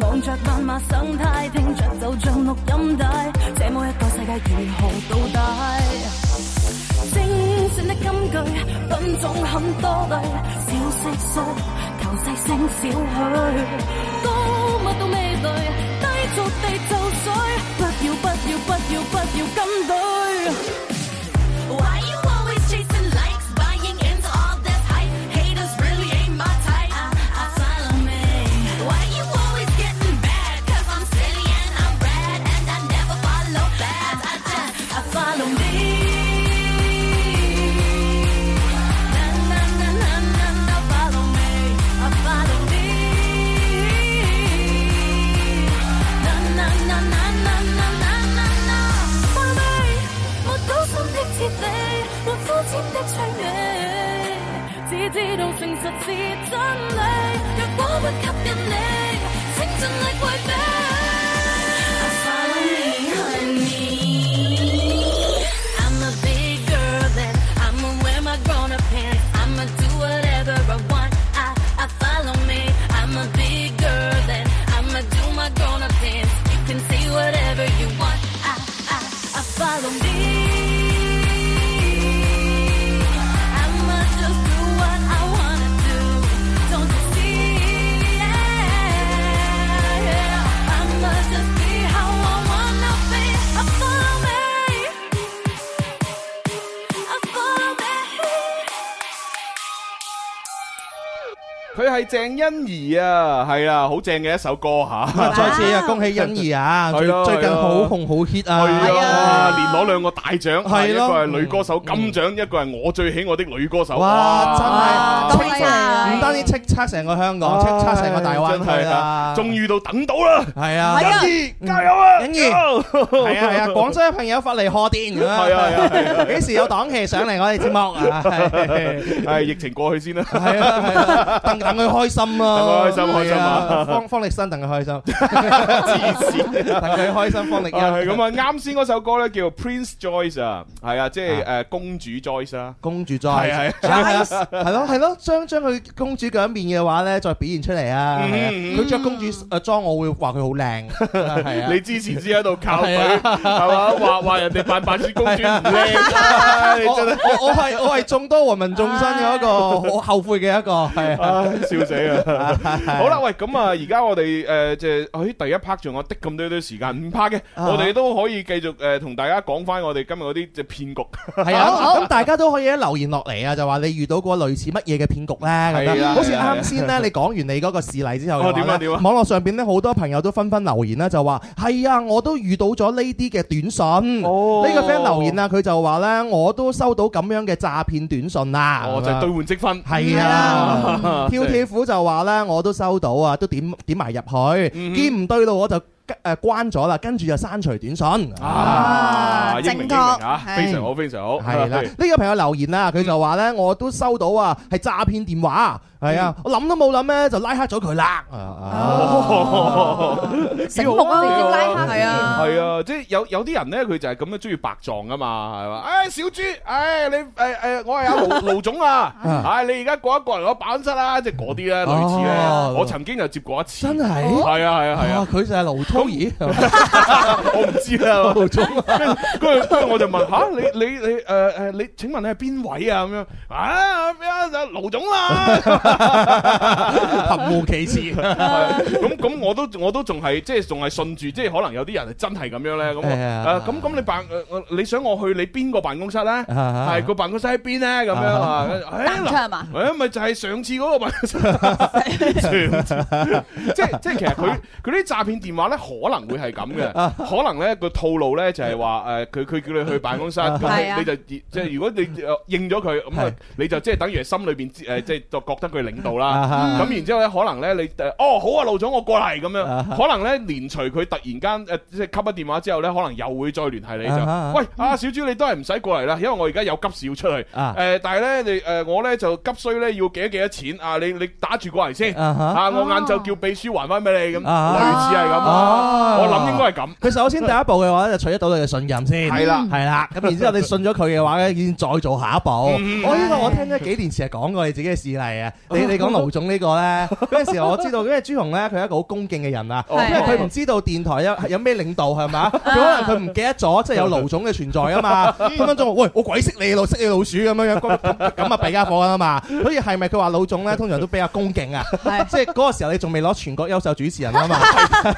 [SPEAKER 5] 望着萬馬生態，聽着就像錄音帶，這麼一個世界如何到底？精選的金句，品種很多類，小色素，求細聲少許，高密到味蕾，低俗地就水，不要不要不要不要跟隊。Why you always chasing likes, buying into all that hype? Haters really ain't my type. I, I follow me. Why you always getting bad? Cause I'm silly and I'm rad, and I never follow back. I just, I follow me. Na na na na na na, follow me. I follow me. Na na na na na na na na na, follow me. 沒高深的哲理，沒膚淺的趣味，只知道誠實是真理。若果不吸引你，請盡力為避。Follow me, honey. I'm a big girl and I'ma wear my grown-up pants. I'ma do whatever I want. I, I follow me. I'm a big girl and I'ma do my grown-up dance. You can say whatever you want. I, I, I follow me. I'ma just do what I wanna do. Don't you see? Yeah, yeah. I'ma just be how I wanna be. I follow me. I follow me.
[SPEAKER 2] 佢係鄭欣宜啊，係啦，好正嘅一首歌
[SPEAKER 4] 咁
[SPEAKER 2] 吓
[SPEAKER 4] 啊，再次啊，恭喜欣宜啊！
[SPEAKER 2] 係
[SPEAKER 4] 最
[SPEAKER 2] 咯
[SPEAKER 4] 最近
[SPEAKER 2] 係咯
[SPEAKER 4] 好紅好 hit
[SPEAKER 2] 係
[SPEAKER 3] 係
[SPEAKER 2] 啊，
[SPEAKER 3] 啊
[SPEAKER 2] 連攞兩個大獎，
[SPEAKER 4] 係
[SPEAKER 2] 一
[SPEAKER 4] 咯
[SPEAKER 2] 個係女歌手金獎，一個係我最喜愛的女歌手。 아,
[SPEAKER 4] 哇！
[SPEAKER 3] 哇
[SPEAKER 4] 真
[SPEAKER 3] 恭
[SPEAKER 4] 係
[SPEAKER 3] 喜
[SPEAKER 6] 아,
[SPEAKER 3] 啊
[SPEAKER 4] 唔單止叱咤成個香港，叱咤成個大灣
[SPEAKER 2] 真
[SPEAKER 4] 區
[SPEAKER 2] 係
[SPEAKER 4] 啦，
[SPEAKER 2] 終於到等到啦，
[SPEAKER 4] 係啊
[SPEAKER 3] 係。啊
[SPEAKER 2] 欣宜加油啊！
[SPEAKER 4] 欣宜
[SPEAKER 2] 係
[SPEAKER 4] 係 啊係啊，廣州嘅朋友發嚟賀電咁
[SPEAKER 2] 係啊係啊係啊
[SPEAKER 4] 幾時有檔期上嚟我哋節目 啊？係
[SPEAKER 2] 係疫情過去先啦。
[SPEAKER 4] 係啊係啊，等等佢開心啊！
[SPEAKER 2] 等佢開心開心啊
[SPEAKER 4] 係方方力申等佢開心，
[SPEAKER 2] 黐線
[SPEAKER 4] 等佢開心，方力
[SPEAKER 2] 啊係
[SPEAKER 4] 申
[SPEAKER 2] 咁啊！啱先嗰首歌咧叫 Prince 아, Joyce 啊，係啊，即係誒公主 Joyce 啦。
[SPEAKER 4] 公主再
[SPEAKER 2] 係係
[SPEAKER 4] 係咯係咯，將將佢公主嘅一面嘅話咧，再表現出嚟啊！係啊
[SPEAKER 2] 嗯
[SPEAKER 4] 佢着公主誒裝，我會話佢好 靚，係啊
[SPEAKER 2] 你。之前先喺度靠佢，
[SPEAKER 4] 係
[SPEAKER 2] 係嘛？話話人哋扮白雪公主唔靚啊，你
[SPEAKER 4] 我
[SPEAKER 2] 真係。
[SPEAKER 4] 我我係我係眾多和民眾生嘅一個好後悔嘅一個係啊
[SPEAKER 2] 唉笑死啊！ 好啦，喂，咁啊，而家我哋诶即係喺第一 part 仲有的咁多啲時間，唔怕嘅，
[SPEAKER 4] 啊
[SPEAKER 2] 我哋都可以繼續诶同大家講翻我哋今日嗰啲即係騙局。
[SPEAKER 4] 係啊，咁大家都可以留言落嚟啊，就話你遇到過類似乜嘢嘅騙局咧咁
[SPEAKER 2] 係
[SPEAKER 4] 樣。
[SPEAKER 2] 啊
[SPEAKER 4] 好似
[SPEAKER 2] 係啊
[SPEAKER 4] 啱先咧，你講完你嗰個事例之後
[SPEAKER 2] 哦
[SPEAKER 4] 嘅
[SPEAKER 2] 點啊
[SPEAKER 4] 話咧，
[SPEAKER 2] 點啊
[SPEAKER 4] 網絡上邊咧好多朋友都紛紛留言啦，就話係啊，我都遇到咗呢啲嘅短信。呢
[SPEAKER 2] 哦
[SPEAKER 4] 個 friend 留言啊，佢就話咧，我都收到咁樣嘅詐騙短信啦。
[SPEAKER 2] 哦，就係兑換積分。
[SPEAKER 4] 啊係啊，跳跳虎就話咧，我都收到啊，都點點埋入去，
[SPEAKER 2] 嗯哼
[SPEAKER 4] 見唔對路我就誒關咗啦，跟住就刪除短信。
[SPEAKER 2] 啊，英明英明啊，
[SPEAKER 3] 正確
[SPEAKER 2] 非常好，非常好，
[SPEAKER 4] 哦係嗯啦，呢個朋友留言啦，佢就話咧，我都收到啊，係詐騙電話，係啊，我諗都冇諗咧，就拉黑咗佢啦。啊啊
[SPEAKER 2] 哦
[SPEAKER 3] 醒目啊，
[SPEAKER 2] 幾好啊
[SPEAKER 3] 直接拉黑係啊，
[SPEAKER 2] 係啊，即係有有啲人咧，佢就係咁樣中意白撞噶嘛，係嘛？唉，小豬，唉，你誒誒，我係阿盧盧總啊，唉，你而家過一過嚟我辦公室啦，啊即係嗰啲咧，類似咧
[SPEAKER 4] 哦，
[SPEAKER 2] 我曾經就接過一次，
[SPEAKER 4] 真係
[SPEAKER 2] 係啊，係啊，係
[SPEAKER 4] 啊
[SPEAKER 2] 啊，，
[SPEAKER 4] 佢就係盧聰兒，
[SPEAKER 2] 我唔知啦，盧總，跟住跟住我就問吓，你你你誒誒，你請問你係邊位啊？咁樣啊，咩啊，盧總啦。
[SPEAKER 4] 含糊其辭。
[SPEAKER 2] 咁咁我都我都仲係即係仲係信住，即係可能有啲人係真係咁樣咧。咁我
[SPEAKER 4] 係啊
[SPEAKER 2] 誒咁咁你辦誒誒你想我去你邊個辦公室咧？
[SPEAKER 4] 啊
[SPEAKER 2] 係個辦公室喺邊咧？咁樣啊？誒
[SPEAKER 3] 彈
[SPEAKER 2] 嗱
[SPEAKER 3] 出係嘛？
[SPEAKER 2] 誒咪就係上次嗰個辦公室， 上次即係即係其實佢佢啲詐騙電話咧可能會係咁
[SPEAKER 4] 啊
[SPEAKER 2] 嘅，可能咧個套路咧就係話誒佢佢叫你去辦公室，
[SPEAKER 3] 係
[SPEAKER 2] 咁
[SPEAKER 3] 啊
[SPEAKER 2] 你就即係如果你誒應咗佢，咁啊
[SPEAKER 4] 係
[SPEAKER 2] 你就即係等於係心裏邊知誒即係就覺得佢領導啦
[SPEAKER 4] 啊。哈
[SPEAKER 2] 咁然之後咧，可能咧你誒哦好啊，老總我過嚟咁
[SPEAKER 4] 啊
[SPEAKER 2] 樣，可能咧連隨佢突然間誒呃即係吸咗電話之後咧，可能又會再聯繫你
[SPEAKER 4] 啊哈
[SPEAKER 2] 就，喂啊小朱你都係唔使過嚟啦，因為我而家有急事要出去，
[SPEAKER 4] 啊
[SPEAKER 2] 誒但係咧你誒我咧就急需咧要幾多幾多錢啊，你你打住過嚟先，
[SPEAKER 4] 啊哈
[SPEAKER 2] 啊我晏晝叫秘書還翻俾你咁，
[SPEAKER 4] 啊
[SPEAKER 2] 類似係咁，
[SPEAKER 4] 哦
[SPEAKER 2] 我諗應該係咁，
[SPEAKER 4] 佢首先第一步嘅話咧，就取得到你嘅信任先，
[SPEAKER 2] 係啦
[SPEAKER 4] 係啦。咁然之後你信咗佢嘅話咧，已經再做下一步。我呢個我聽咗幾年前係講過你自己嘅事例啊。你你講盧總呢個咧，嗰陣時我知道，因為朱紅咧佢係一個好恭敬嘅人啊，因
[SPEAKER 2] 哦
[SPEAKER 4] 為佢唔知道電台有有咩領導係嘛，佢可能佢唔記得咗，即係有盧總嘅存在啊嘛。分分鐘喂，我鬼識你老識你老鼠咁樣樣，咁咁咁啊弊家伙啊嘛。所以係咪佢話老總咧通常都比較恭敬啊？
[SPEAKER 3] 係
[SPEAKER 4] 即係嗰個時候你仲未攞全國優秀主持人啊嘛。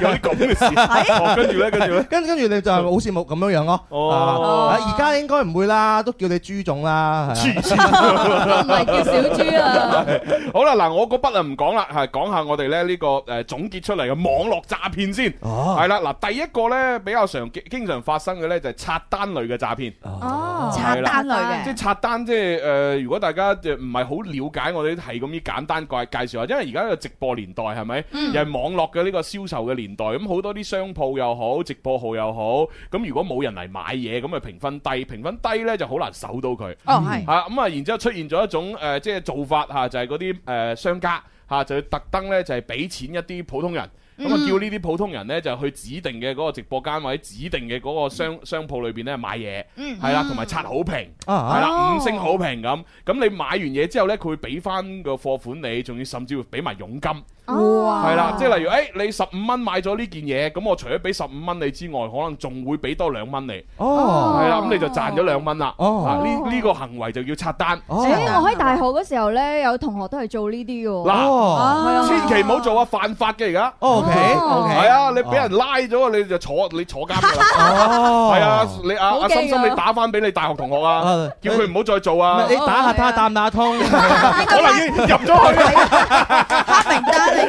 [SPEAKER 2] 有啲咁嘅事，哦跟住咧跟住 咧。
[SPEAKER 4] 跟跟住你就係好似冇咁樣樣咯。
[SPEAKER 2] 哦
[SPEAKER 4] 啊而家應該唔會啦，都叫你朱總啦。係啊
[SPEAKER 2] 黐線
[SPEAKER 3] 唔係叫小豬
[SPEAKER 6] à.
[SPEAKER 3] 啊，
[SPEAKER 2] 好啦，嗱，我嗰筆啊唔講啦，係講下我哋咧呢個誒總結出嚟嘅網絡詐騙先。
[SPEAKER 4] 哦，
[SPEAKER 2] 係啦，嗱，第一個咧比較常經常發生嘅咧就係刷單類嘅詐騙，
[SPEAKER 6] Ờ.
[SPEAKER 3] 哦，
[SPEAKER 2] 係啦
[SPEAKER 3] 刷單類
[SPEAKER 2] 即係
[SPEAKER 3] 嘅，
[SPEAKER 2] 刷單，即係誒，如果大家就唔係好了解，我哋係咁樣簡單介介紹下，啊因為而家個直播年代係咪，又係網絡嘅呢個銷售嘅年代，咁好多啲商鋪又好，直播號又好，咁如果冇人嚟買嘢，咁咪評分低，評分低咧就好難搜到佢。
[SPEAKER 3] 哦係，
[SPEAKER 2] 啊咁啊，然之後出現咗一種誒、呃即係做法嚇、就係嗰啲誒商家嚇、就特登咧就係俾錢一啲普通人。咁啊，叫呢啲普通人咧就去指定嘅嗰個直播間或者指定嘅嗰個商商鋪裏邊咧買嘢，係啦，同埋刷好評，
[SPEAKER 4] 啊
[SPEAKER 2] 係
[SPEAKER 4] 啊
[SPEAKER 2] 啦，五星好評咁。咁你買完嘢之後咧，佢會俾翻個貨款你，仲要甚至會俾埋佣金，
[SPEAKER 3] 哇
[SPEAKER 2] 係啦。
[SPEAKER 6] 哦
[SPEAKER 2] 即係例如，誒你十五蚊買咗呢件嘢，咁我除咗俾十五蚊你之外，可能仲會俾多兩蚊你，
[SPEAKER 4] 哦
[SPEAKER 2] 係啦，咁你就賺咗兩蚊啦。
[SPEAKER 4] 哦
[SPEAKER 2] 啊，呢呢個行為就叫刷單。
[SPEAKER 4] 哦
[SPEAKER 7] 誒，我喺大學嗰時候咧，有同學都係做呢啲嘅喎。
[SPEAKER 4] 哦
[SPEAKER 6] Ờ.
[SPEAKER 2] 嗱，
[SPEAKER 3] 係啊
[SPEAKER 2] 千祈唔好做啊，犯法嘅而家。
[SPEAKER 4] ，OK
[SPEAKER 2] 係
[SPEAKER 4] OK，
[SPEAKER 2] 啊，你俾人拉咗，你就坐你坐監㗎啦。
[SPEAKER 4] 哦，
[SPEAKER 2] 係啊，你阿
[SPEAKER 7] 好
[SPEAKER 2] 阿
[SPEAKER 7] 驚
[SPEAKER 2] 心心，
[SPEAKER 7] 啊
[SPEAKER 2] 你打翻俾你大學同學啊
[SPEAKER 4] 啊，
[SPEAKER 2] 叫佢唔好再做啊
[SPEAKER 4] 唔係。你打下睇下打唔打得通，
[SPEAKER 2] 可能已經入咗去啦，
[SPEAKER 3] 黑名單嚟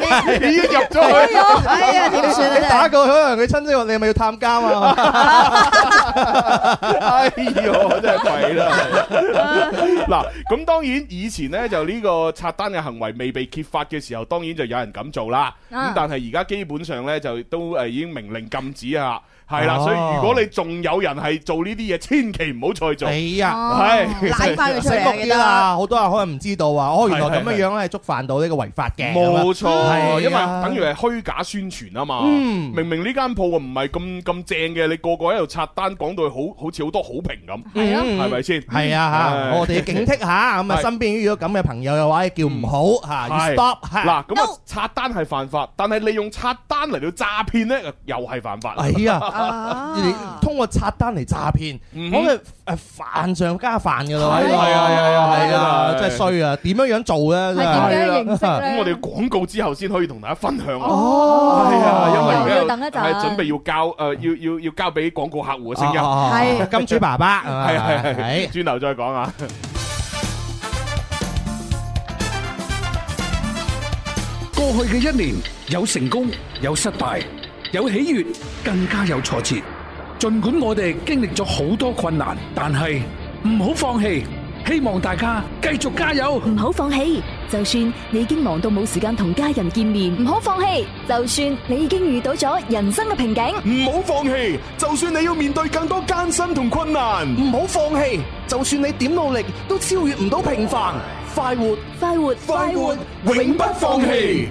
[SPEAKER 2] 已
[SPEAKER 3] 嘅，
[SPEAKER 2] 經入 咗
[SPEAKER 4] 啊
[SPEAKER 2] 去。
[SPEAKER 3] 哎呀點算
[SPEAKER 4] 你打
[SPEAKER 3] 啊
[SPEAKER 4] 過去可能佢親戚話你係咪要探監 啊？
[SPEAKER 2] 哎呦，真係弊 啦！嗱，咁當然以前呢，就呢個刷單嘅行為未被揭發嘅時候，當然就有人咁做啦。咁
[SPEAKER 7] 啊
[SPEAKER 2] 但係而家基本上呢，就都誒已經明令禁止啊。係啦，
[SPEAKER 4] 哦
[SPEAKER 2] 所以如果你仲有人係做呢啲嘢，千祈唔好再做。
[SPEAKER 4] 哎呀！
[SPEAKER 5] Ờ,
[SPEAKER 7] 哦
[SPEAKER 2] 係
[SPEAKER 3] 真係，拉翻佢出
[SPEAKER 4] 醒
[SPEAKER 3] 嚟
[SPEAKER 4] 目
[SPEAKER 3] 啊記
[SPEAKER 4] 啲
[SPEAKER 3] 得
[SPEAKER 4] 啦，好多人可能唔知道啊！哦，原來
[SPEAKER 2] 係係
[SPEAKER 4] 咁樣樣咧，觸犯到呢個違法嘅。
[SPEAKER 2] 冇錯，
[SPEAKER 4] 係啊
[SPEAKER 2] 因為等於係虛假宣傳啊嘛。
[SPEAKER 4] 嗯
[SPEAKER 2] 啊明明呢間鋪唔係咁咁正嘅，你個個喺度刷單講講到好好似好多好評咁，
[SPEAKER 3] 係咯
[SPEAKER 2] 嗯係咪先？
[SPEAKER 4] 係啊
[SPEAKER 2] 唉
[SPEAKER 4] 嚇，我哋警惕下，咁啊
[SPEAKER 2] 係嗯
[SPEAKER 4] 身邊遇到咁嘅朋友嘅話，叫唔好嚇，要
[SPEAKER 2] 係
[SPEAKER 4] stop 嚇。
[SPEAKER 2] 嗱，咁
[SPEAKER 3] No
[SPEAKER 2] 啊刷單係犯法，但係利用刷單嚟到詐騙咧，又係犯法。
[SPEAKER 4] 哎呀！
[SPEAKER 3] 啊
[SPEAKER 4] 你通過刷單嚟詐騙，
[SPEAKER 2] 嗯
[SPEAKER 4] 我係誒犯上加犯㗎啦，
[SPEAKER 2] 係啊係啊係啊
[SPEAKER 4] 係啊，
[SPEAKER 2] 真係
[SPEAKER 4] 真係衰啊！點樣樣做咧？真
[SPEAKER 7] 係
[SPEAKER 4] 係
[SPEAKER 7] 點樣認識
[SPEAKER 2] 咁我哋
[SPEAKER 7] 咧
[SPEAKER 2] 要？廣告之後先可以同大家分享啊。
[SPEAKER 7] 哦
[SPEAKER 2] 係啊，因為而
[SPEAKER 7] 又
[SPEAKER 2] 家
[SPEAKER 7] 要等一陣
[SPEAKER 2] 係準備要交誒，要要要交俾廣告客戶嘅聲音。
[SPEAKER 4] 係
[SPEAKER 3] 係
[SPEAKER 4] 啊金主爸爸係
[SPEAKER 2] 係
[SPEAKER 4] 嘛
[SPEAKER 2] 係啊係，轉頭再講啊。
[SPEAKER 8] 过去嘅一年，有成功，有失败，有喜悦，更加有挫折。尽管我哋经历咗好多困难，但系唔好放弃，希望大家继续加油。
[SPEAKER 5] 唔好放棄，就算你已經忙到冇時間同家人見面，唔好放棄，就算你已經遇到咗人生嘅瓶頸，
[SPEAKER 2] 唔好放棄，就算你要面對更多艱辛同困難。
[SPEAKER 4] 唔好放棄，就算你點努力都超越唔到平凡，快活
[SPEAKER 5] 快活，快活。
[SPEAKER 2] 永不放
[SPEAKER 4] 棄。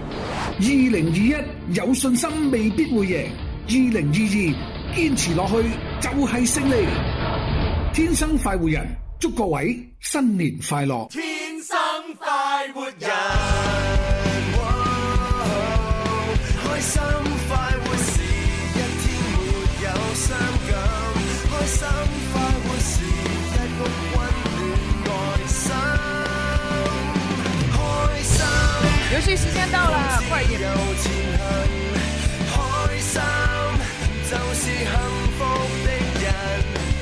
[SPEAKER 8] 二零二一有信心未必會贏，二零二二堅持落去就係勝利。天生快活人，祝各位新年快樂！
[SPEAKER 1] 天生快活人，开心快活是一天沒有傷感，開心快活是一屋温暖愛心，開心
[SPEAKER 6] 游戏时间到了，快点！
[SPEAKER 1] 有前行，開心就是幸福的人，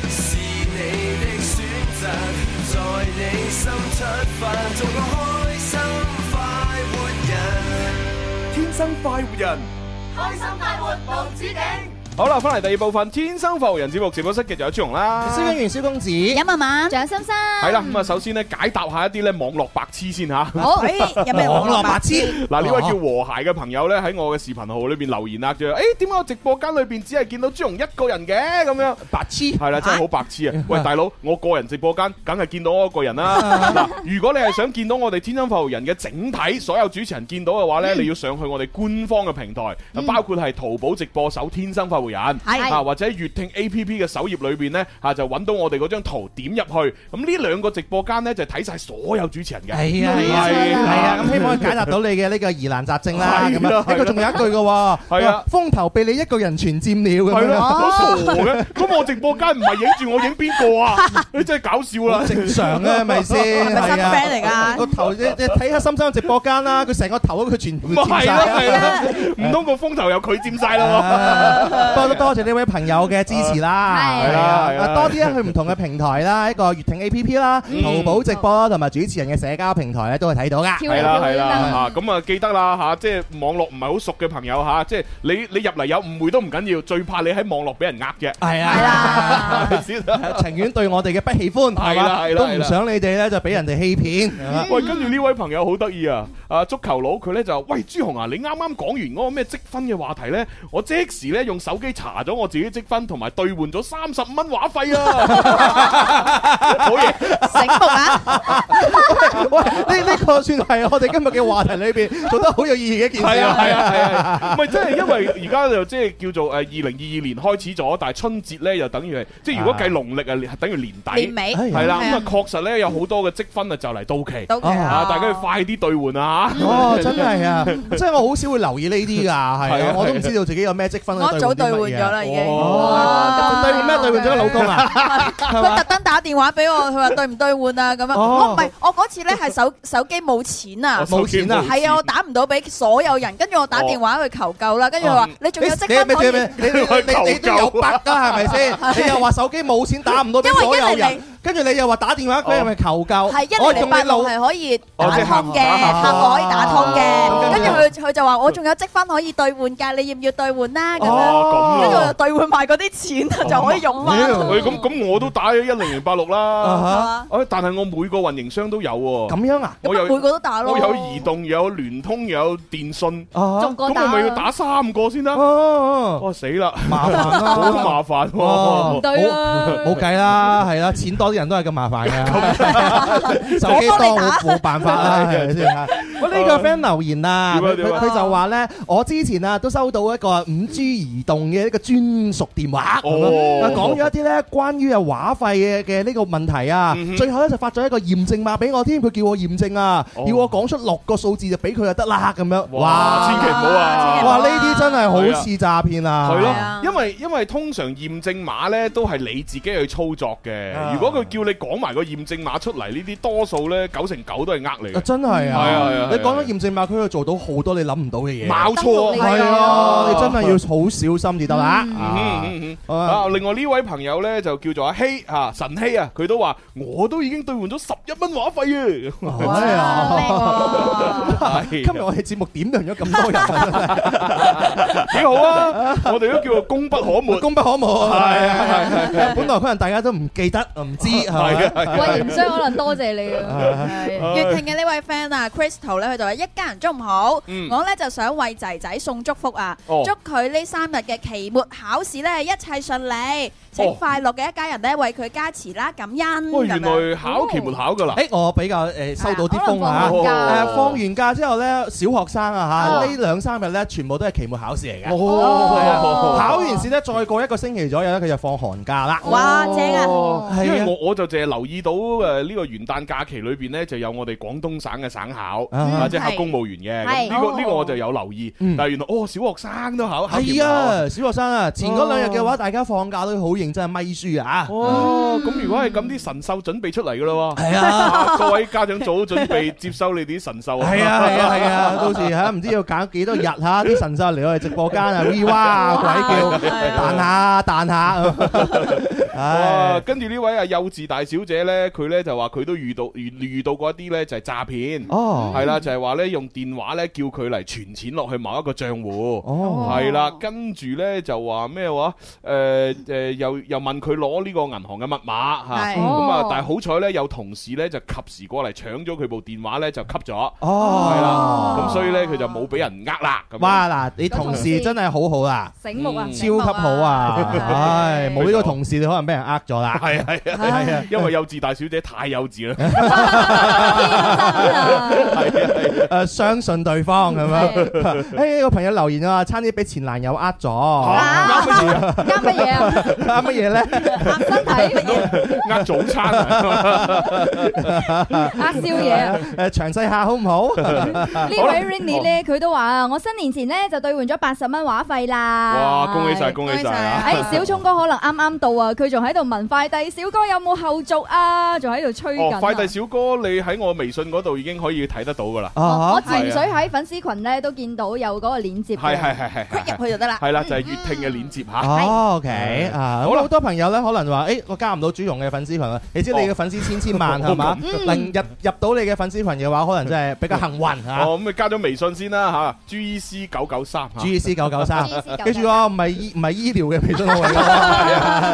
[SPEAKER 1] 是你的選擇，在你心出發，做個開心快活人，天生快活人，開心快活無止境。
[SPEAKER 2] 好啦，翻嚟第二部分《天生浮人》節目直播室嘅就有朱紅啦。
[SPEAKER 4] 蕭敬元、蕭公子，
[SPEAKER 6] Dạ,
[SPEAKER 3] 飲啊嘛，
[SPEAKER 7] 蒋心生
[SPEAKER 2] 係啦，咁啊，首先咧解答下一啲咧網絡白痴先吓。
[SPEAKER 3] 好，
[SPEAKER 6] 有咩
[SPEAKER 4] 網
[SPEAKER 6] 網
[SPEAKER 4] 絡
[SPEAKER 6] 絡
[SPEAKER 4] 白
[SPEAKER 6] 白
[SPEAKER 4] 痴
[SPEAKER 2] 嗱，呢位叫和諧嘅朋友咧喺我嘅視頻號裏邊留言啦，就誒點解我直播間裏邊只係見到朱紅一個人嘅咁樣？
[SPEAKER 4] 白痴。
[SPEAKER 2] 係啦，真係好白痴啊！喂，大佬，我個人直播間梗係見到我一個人啦。 嗱，如果你係想見到我哋天生發號人嘅整體所有主持人見到嘅
[SPEAKER 4] 嗯
[SPEAKER 2] 話呢，你要上去我哋官方嘅平台，包括係淘寶直播搜天生發號人，
[SPEAKER 3] 係
[SPEAKER 2] 啊或者喺粵聽 A P P 嘅首頁裏邊呢，啊就揾到我哋嗰張圖點入去。咁呢兩個直播間呢，就睇晒所有主持人嘅。
[SPEAKER 4] 係啊係啊
[SPEAKER 2] 係啊
[SPEAKER 4] 係啊，咁希望解答到你嘅呢個疑難雜症啦。
[SPEAKER 2] 係
[SPEAKER 4] 咁
[SPEAKER 2] 啦
[SPEAKER 4] 樣呢個仲有一句嘅喎，
[SPEAKER 2] 係啊
[SPEAKER 4] 風頭被你一個人傳佔了
[SPEAKER 2] 係
[SPEAKER 4] 咁
[SPEAKER 2] 咯，
[SPEAKER 4] 樣，
[SPEAKER 2] 我傻嘅，咁我直播間唔係影住我影邊個 啊？你真係搞笑啦！
[SPEAKER 4] 正常嘅 咪先？
[SPEAKER 6] 咪新
[SPEAKER 4] 係
[SPEAKER 6] friend 嚟
[SPEAKER 4] 啊，
[SPEAKER 6] 㗎
[SPEAKER 4] 個頭你你睇下深深直播間啦，佢成個頭都佢全
[SPEAKER 2] 唔
[SPEAKER 4] 部佔晒
[SPEAKER 2] 係啦，。係啊啦，唔通個風頭由佢佔晒啦？
[SPEAKER 4] 啊不過都多謝呢位朋友嘅支持啦，
[SPEAKER 7] 係
[SPEAKER 2] 係啊係啊嗯
[SPEAKER 4] 啊多啲去唔同嘅平台啦，一個粵聽 A P P 啦、淘寶直播啦，同埋主持人嘅社交平台咧都係睇到噶。
[SPEAKER 7] 跳
[SPEAKER 2] 係
[SPEAKER 7] 嚟
[SPEAKER 2] 啦
[SPEAKER 7] 跳
[SPEAKER 2] 係
[SPEAKER 7] 去
[SPEAKER 2] 啦
[SPEAKER 7] 啦，
[SPEAKER 2] 嚇，咁啊記得啦嚇，即係網絡唔係好熟嘅朋友嚇，即係你你入嚟有誤會都唔緊要，最怕你喺網絡俾人呃啫，
[SPEAKER 4] 係
[SPEAKER 3] 係
[SPEAKER 4] 啊，
[SPEAKER 3] 啦，
[SPEAKER 2] 係咪先啊
[SPEAKER 4] 情願對我哋嘅不喜歡，
[SPEAKER 2] 係啦
[SPEAKER 4] 係嘛
[SPEAKER 2] 係啦
[SPEAKER 4] 都
[SPEAKER 2] 係
[SPEAKER 4] 唔
[SPEAKER 2] 啦
[SPEAKER 4] 想你哋咧就俾人哋欺騙。
[SPEAKER 2] 喂，跟住呢位朋友好得意啊！啊，足球佬佢咧就話喂朱紅啊，你啱啱講完嗰個咩積分嘅話題咧，我即時咧用手機查咗我自己積分，同埋兌換咗三十蚊話費啊！好嘢，
[SPEAKER 3] 醒目啊，
[SPEAKER 4] 喂，呢呢個算係我哋今日嘅話題裏邊做得好有意義嘅一件事。
[SPEAKER 2] 係啊係啊係啊，唔係即係因為而家就即係叫做誒二零二二年開始咗，但係春節咧又等於係即係如果計農曆啊，等於年底
[SPEAKER 6] 年。尾
[SPEAKER 4] 哎呀
[SPEAKER 2] 係啦，
[SPEAKER 6] 係
[SPEAKER 2] 咁
[SPEAKER 6] 啊
[SPEAKER 2] 啊確實咧有好多嘅積分啊就嚟到期，
[SPEAKER 6] 到期
[SPEAKER 2] 啊
[SPEAKER 6] 啦，
[SPEAKER 2] 大家要快啲兑換啊嚇！
[SPEAKER 4] 哦，真係啊！即係我好少會留意呢啲㗎，係
[SPEAKER 2] 係啊
[SPEAKER 4] 啊，我都唔知道自己有咩積分啊
[SPEAKER 6] 我一早兑換
[SPEAKER 4] à.
[SPEAKER 6] 咗。啦，已經。
[SPEAKER 4] 哦，兌換咩？兌換咗個老公啊！係嘛
[SPEAKER 6] 佢特登打電話俾我，佢話兑唔兑換啊咁樣。
[SPEAKER 4] 哦
[SPEAKER 6] 我唔係，我嗰次咧係手手機冇錢啊
[SPEAKER 2] 我。手機
[SPEAKER 4] 冇錢啊
[SPEAKER 6] 係啊，我打唔到俾所有人，跟住我打電話去求救啦，跟住佢話
[SPEAKER 2] 哦
[SPEAKER 6] 你仲有
[SPEAKER 4] 你
[SPEAKER 6] 積分可以，
[SPEAKER 4] 你你你你你都有白噶係咪先？你又話手機冇錢打唔到俾所有人，跟住你又話打電話佢係咪求救？
[SPEAKER 6] 係一
[SPEAKER 4] 我
[SPEAKER 6] 零零
[SPEAKER 4] 仲你
[SPEAKER 6] 八
[SPEAKER 4] 老
[SPEAKER 6] 六係可以
[SPEAKER 2] 哦
[SPEAKER 6] 打
[SPEAKER 2] 即係
[SPEAKER 6] 通嘅，
[SPEAKER 2] 客服
[SPEAKER 6] 客服可以打通
[SPEAKER 4] 哦
[SPEAKER 6] 嘅，跟住佢佢就話我仲有積分可以兑換㗎，你要唔要兑換啦？咁樣，
[SPEAKER 2] 哦
[SPEAKER 6] 跟住我
[SPEAKER 2] 咁
[SPEAKER 6] 就
[SPEAKER 2] 啊，
[SPEAKER 6] 兑換埋嗰啲錢啊，就可以用翻。
[SPEAKER 2] 喂咁咁我都打咗一零零八六啦，
[SPEAKER 4] 啊
[SPEAKER 2] 哎但係我每個運營商都有喎，
[SPEAKER 4] 咁樣啊？
[SPEAKER 2] 我
[SPEAKER 6] 咁啊每
[SPEAKER 2] 有
[SPEAKER 6] 個都打咯。
[SPEAKER 2] 我有移動有聯通有電信，
[SPEAKER 4] 啊
[SPEAKER 7] 逐個
[SPEAKER 2] 咁我咪要打三個先啦，
[SPEAKER 4] 哦，
[SPEAKER 2] 哇死啦，
[SPEAKER 4] 麻煩啦，
[SPEAKER 2] 好麻煩
[SPEAKER 4] 哦
[SPEAKER 2] 喎。
[SPEAKER 7] 對啦
[SPEAKER 4] 冇計啦，係啦，
[SPEAKER 2] 啊
[SPEAKER 4] 錢多啲人都係咁麻煩嘅，手機
[SPEAKER 6] 我幫
[SPEAKER 4] 多
[SPEAKER 6] 你打
[SPEAKER 4] 冇冇辦法啦，係咪先啊？喂，呢個 friend 留言啊，
[SPEAKER 2] 點啊
[SPEAKER 4] 佢
[SPEAKER 2] 點啊
[SPEAKER 4] 佢就話咧，我之前啊都收到一個五 G 移動嘅一個專屬電話，
[SPEAKER 2] 哦
[SPEAKER 4] 咁樣啊講咗一啲咧關於啊話費嘅嘅呢個問題啊
[SPEAKER 2] 嗯哼，
[SPEAKER 4] 最後咧就發咗一個驗證碼俾我添，佢叫我驗證啊
[SPEAKER 2] 哦，
[SPEAKER 4] 要我講出六個數字就俾佢就得啦咁樣，
[SPEAKER 2] 哇，千祈唔好啊！
[SPEAKER 4] 哇呢啲真係好似詐騙啊，
[SPEAKER 2] 係
[SPEAKER 6] 係啊
[SPEAKER 2] 咯，因為因為通常驗證碼咧都係你自己去操作嘅
[SPEAKER 4] 啊。
[SPEAKER 2] 如果佢叫你講埋個驗證碼出嚟，呢啲多數咧九成九都係呃你
[SPEAKER 4] 啊
[SPEAKER 2] 嘅，
[SPEAKER 4] 真係
[SPEAKER 2] 係啊係
[SPEAKER 4] 啊
[SPEAKER 2] 啊，
[SPEAKER 4] 你
[SPEAKER 2] 係啊
[SPEAKER 4] 講咗驗證碼，佢可以做到好多你諗唔到嘅嘢，
[SPEAKER 2] 冇錯。
[SPEAKER 4] 係啊，你真係要好小心至得啦。
[SPEAKER 2] 嗯
[SPEAKER 4] 啊
[SPEAKER 2] 嗯嗯嗯
[SPEAKER 4] 啊
[SPEAKER 2] 啊！另外呢位朋友咧就叫做阿希啊，神希啊，佢都話我都已經兌換咗十一蚊話費啊！
[SPEAKER 4] 哎呀！ 今
[SPEAKER 2] 係
[SPEAKER 4] 日我哋節目點亮咗咁多 人，
[SPEAKER 2] 幾好啊！我哋都叫做 功不可沒。
[SPEAKER 4] 功不可沒。
[SPEAKER 2] 係係係係
[SPEAKER 4] 本來可能大家都唔記得、唔 知係
[SPEAKER 2] 係
[SPEAKER 4] 咪
[SPEAKER 2] 啊？係啊
[SPEAKER 7] 喂，唔商可能多謝你
[SPEAKER 2] À.
[SPEAKER 7] 啊，
[SPEAKER 6] Ờ,
[SPEAKER 7] 係
[SPEAKER 2] Ờ.
[SPEAKER 6] 粵聽嘅呢位 friend 啊，Crystal 咧，佢就話一家人中午好，
[SPEAKER 2] 嗯
[SPEAKER 6] 我咧就想為仔仔送祝福啊，
[SPEAKER 2] 哦
[SPEAKER 6] 祝佢呢三日嘅期末考試咧一切順利，請
[SPEAKER 2] 哦
[SPEAKER 6] 快樂嘅一家人咧為佢加持啦，感恩咁
[SPEAKER 2] 喂，原
[SPEAKER 6] 樣。
[SPEAKER 2] 來考期末考㗎啦。
[SPEAKER 4] 誒，我比較誒收到啲風啊
[SPEAKER 7] 可能放！
[SPEAKER 2] 假
[SPEAKER 4] 誒，放完假之後咧，小學生啊
[SPEAKER 2] 哦
[SPEAKER 4] 嚇，呢兩三日咧，全部都係期末考試嚟嘅。
[SPEAKER 2] 哦
[SPEAKER 4] 考完試咧，再過一個星期左右咧，佢就放寒假啦。
[SPEAKER 6] 哇，正啊！
[SPEAKER 2] 因
[SPEAKER 4] 係
[SPEAKER 2] 為
[SPEAKER 4] 啊
[SPEAKER 2] 我我就淨係留意到誒呢個元旦假期裏邊咧，就有我哋廣東省嘅省考，
[SPEAKER 4] 啊
[SPEAKER 2] 啊即係考公務員嘅。咁
[SPEAKER 7] 係
[SPEAKER 2] 呢個
[SPEAKER 6] 哦
[SPEAKER 2] 呢個我就有留意，
[SPEAKER 4] 嗯
[SPEAKER 2] 但係原來哦小學生都考，考
[SPEAKER 4] 係
[SPEAKER 2] 檢考。
[SPEAKER 4] 啊，小學生啊，前嗰兩日嘅話，大家放假都好認真係咪書啊！
[SPEAKER 2] 哦，咁如果係咁，啲神獸準備出嚟噶啦喎。
[SPEAKER 4] 係啊。
[SPEAKER 2] 啊各位家長做好準備接收你啲神獸 啊！
[SPEAKER 4] 係啊係啊係啊！到時嚇唔知要搞幾多日 嚇，啲神獸嚟我哋直播間 啊，V 哇啊鬼叫彈下彈 下，
[SPEAKER 2] 哇！
[SPEAKER 4] 唉，
[SPEAKER 2] 跟住呢位啊幼稚大小姐呢，佢呢就話佢都遇到遇遇到過一啲呢，就係詐騙，
[SPEAKER 4] 哦
[SPEAKER 2] 係啦，就係話呢，用電話呢叫佢嚟存錢落去某一個賬戶。
[SPEAKER 4] 哦，
[SPEAKER 2] 係啦，跟住呢就話咩話？誒誒，又又問佢攞呢個銀行嘅密碼嚇，
[SPEAKER 6] 係
[SPEAKER 2] 咁啊
[SPEAKER 7] 哦！
[SPEAKER 2] 但係好彩呢，有同事呢就及時過嚟搶咗佢部電話呢，就吸咗，
[SPEAKER 4] 哦，
[SPEAKER 2] 係啦，
[SPEAKER 4] 哦
[SPEAKER 2] 咁所以呢，佢就冇俾人呃啦。咁樣
[SPEAKER 4] 哇嗱，你同事真係好好啦，
[SPEAKER 7] 醒目啊，
[SPEAKER 2] 嗯
[SPEAKER 4] 超級好啊！唉，冇呢個
[SPEAKER 2] 佢就
[SPEAKER 4] 同事你可能俾人呃咗啦，
[SPEAKER 2] 係係啊，係啊， 因為幼稚大小姐太幼稚啦，
[SPEAKER 7] Ờ,
[SPEAKER 4] 誒呃相信對方咁樣。 誒個朋友留言啊，差啲俾前男友呃咗，
[SPEAKER 7] à,
[SPEAKER 2] 嚇啱乜
[SPEAKER 7] 啱乜
[SPEAKER 2] 嘢啊？
[SPEAKER 7] 嘢啊？
[SPEAKER 4] 呃乜嘢咧？
[SPEAKER 7] 壓身體乜嘢？
[SPEAKER 2] 呃早餐 啊！
[SPEAKER 7] 壓宵夜啊？
[SPEAKER 4] 誒詳細下好唔好？
[SPEAKER 7] 呢位 Rainy 咧，佢都話啊，我新年前咧就兑換咗八十蚊話費啦。
[SPEAKER 2] 哇，恭喜晒，！恭喜晒啊！
[SPEAKER 7] 誒，小聰哥可能啱啱到啊，佢仲喺度問快遞，小哥有冇後續啊？仲喺度吹緊
[SPEAKER 2] 哦，
[SPEAKER 7] 啊。
[SPEAKER 2] 快遞小哥，你喺我微信嗰度已經可以睇得到噶啦，
[SPEAKER 4] 啊
[SPEAKER 7] 我潛水喺粉絲群咧都見到有嗰個鏈接嘅。
[SPEAKER 2] 係係係係
[SPEAKER 6] 入
[SPEAKER 2] 係
[SPEAKER 6] 去就啊得啦。
[SPEAKER 2] 係啦，就係粵聽嘅鏈接吓。
[SPEAKER 4] 哦
[SPEAKER 2] 係
[SPEAKER 4] ，OK 啊，
[SPEAKER 2] 好
[SPEAKER 4] 好
[SPEAKER 2] 啦
[SPEAKER 4] 好多朋友咧，可能話，誒，哎我加唔到朱容嘅粉絲群啊，你知你嘅粉絲千千萬
[SPEAKER 2] 哦
[SPEAKER 4] 係嘛，能入入到你嘅粉絲群嘅話，可能真係比較幸運啊嚇。
[SPEAKER 2] 哦，咁你加咗微信先啦吓，G E C 九九三吓，
[SPEAKER 4] G C 九九三，
[SPEAKER 7] GEC993
[SPEAKER 4] 記住啊，唔係醫唔係醫療嘅微信號嚟 㗎，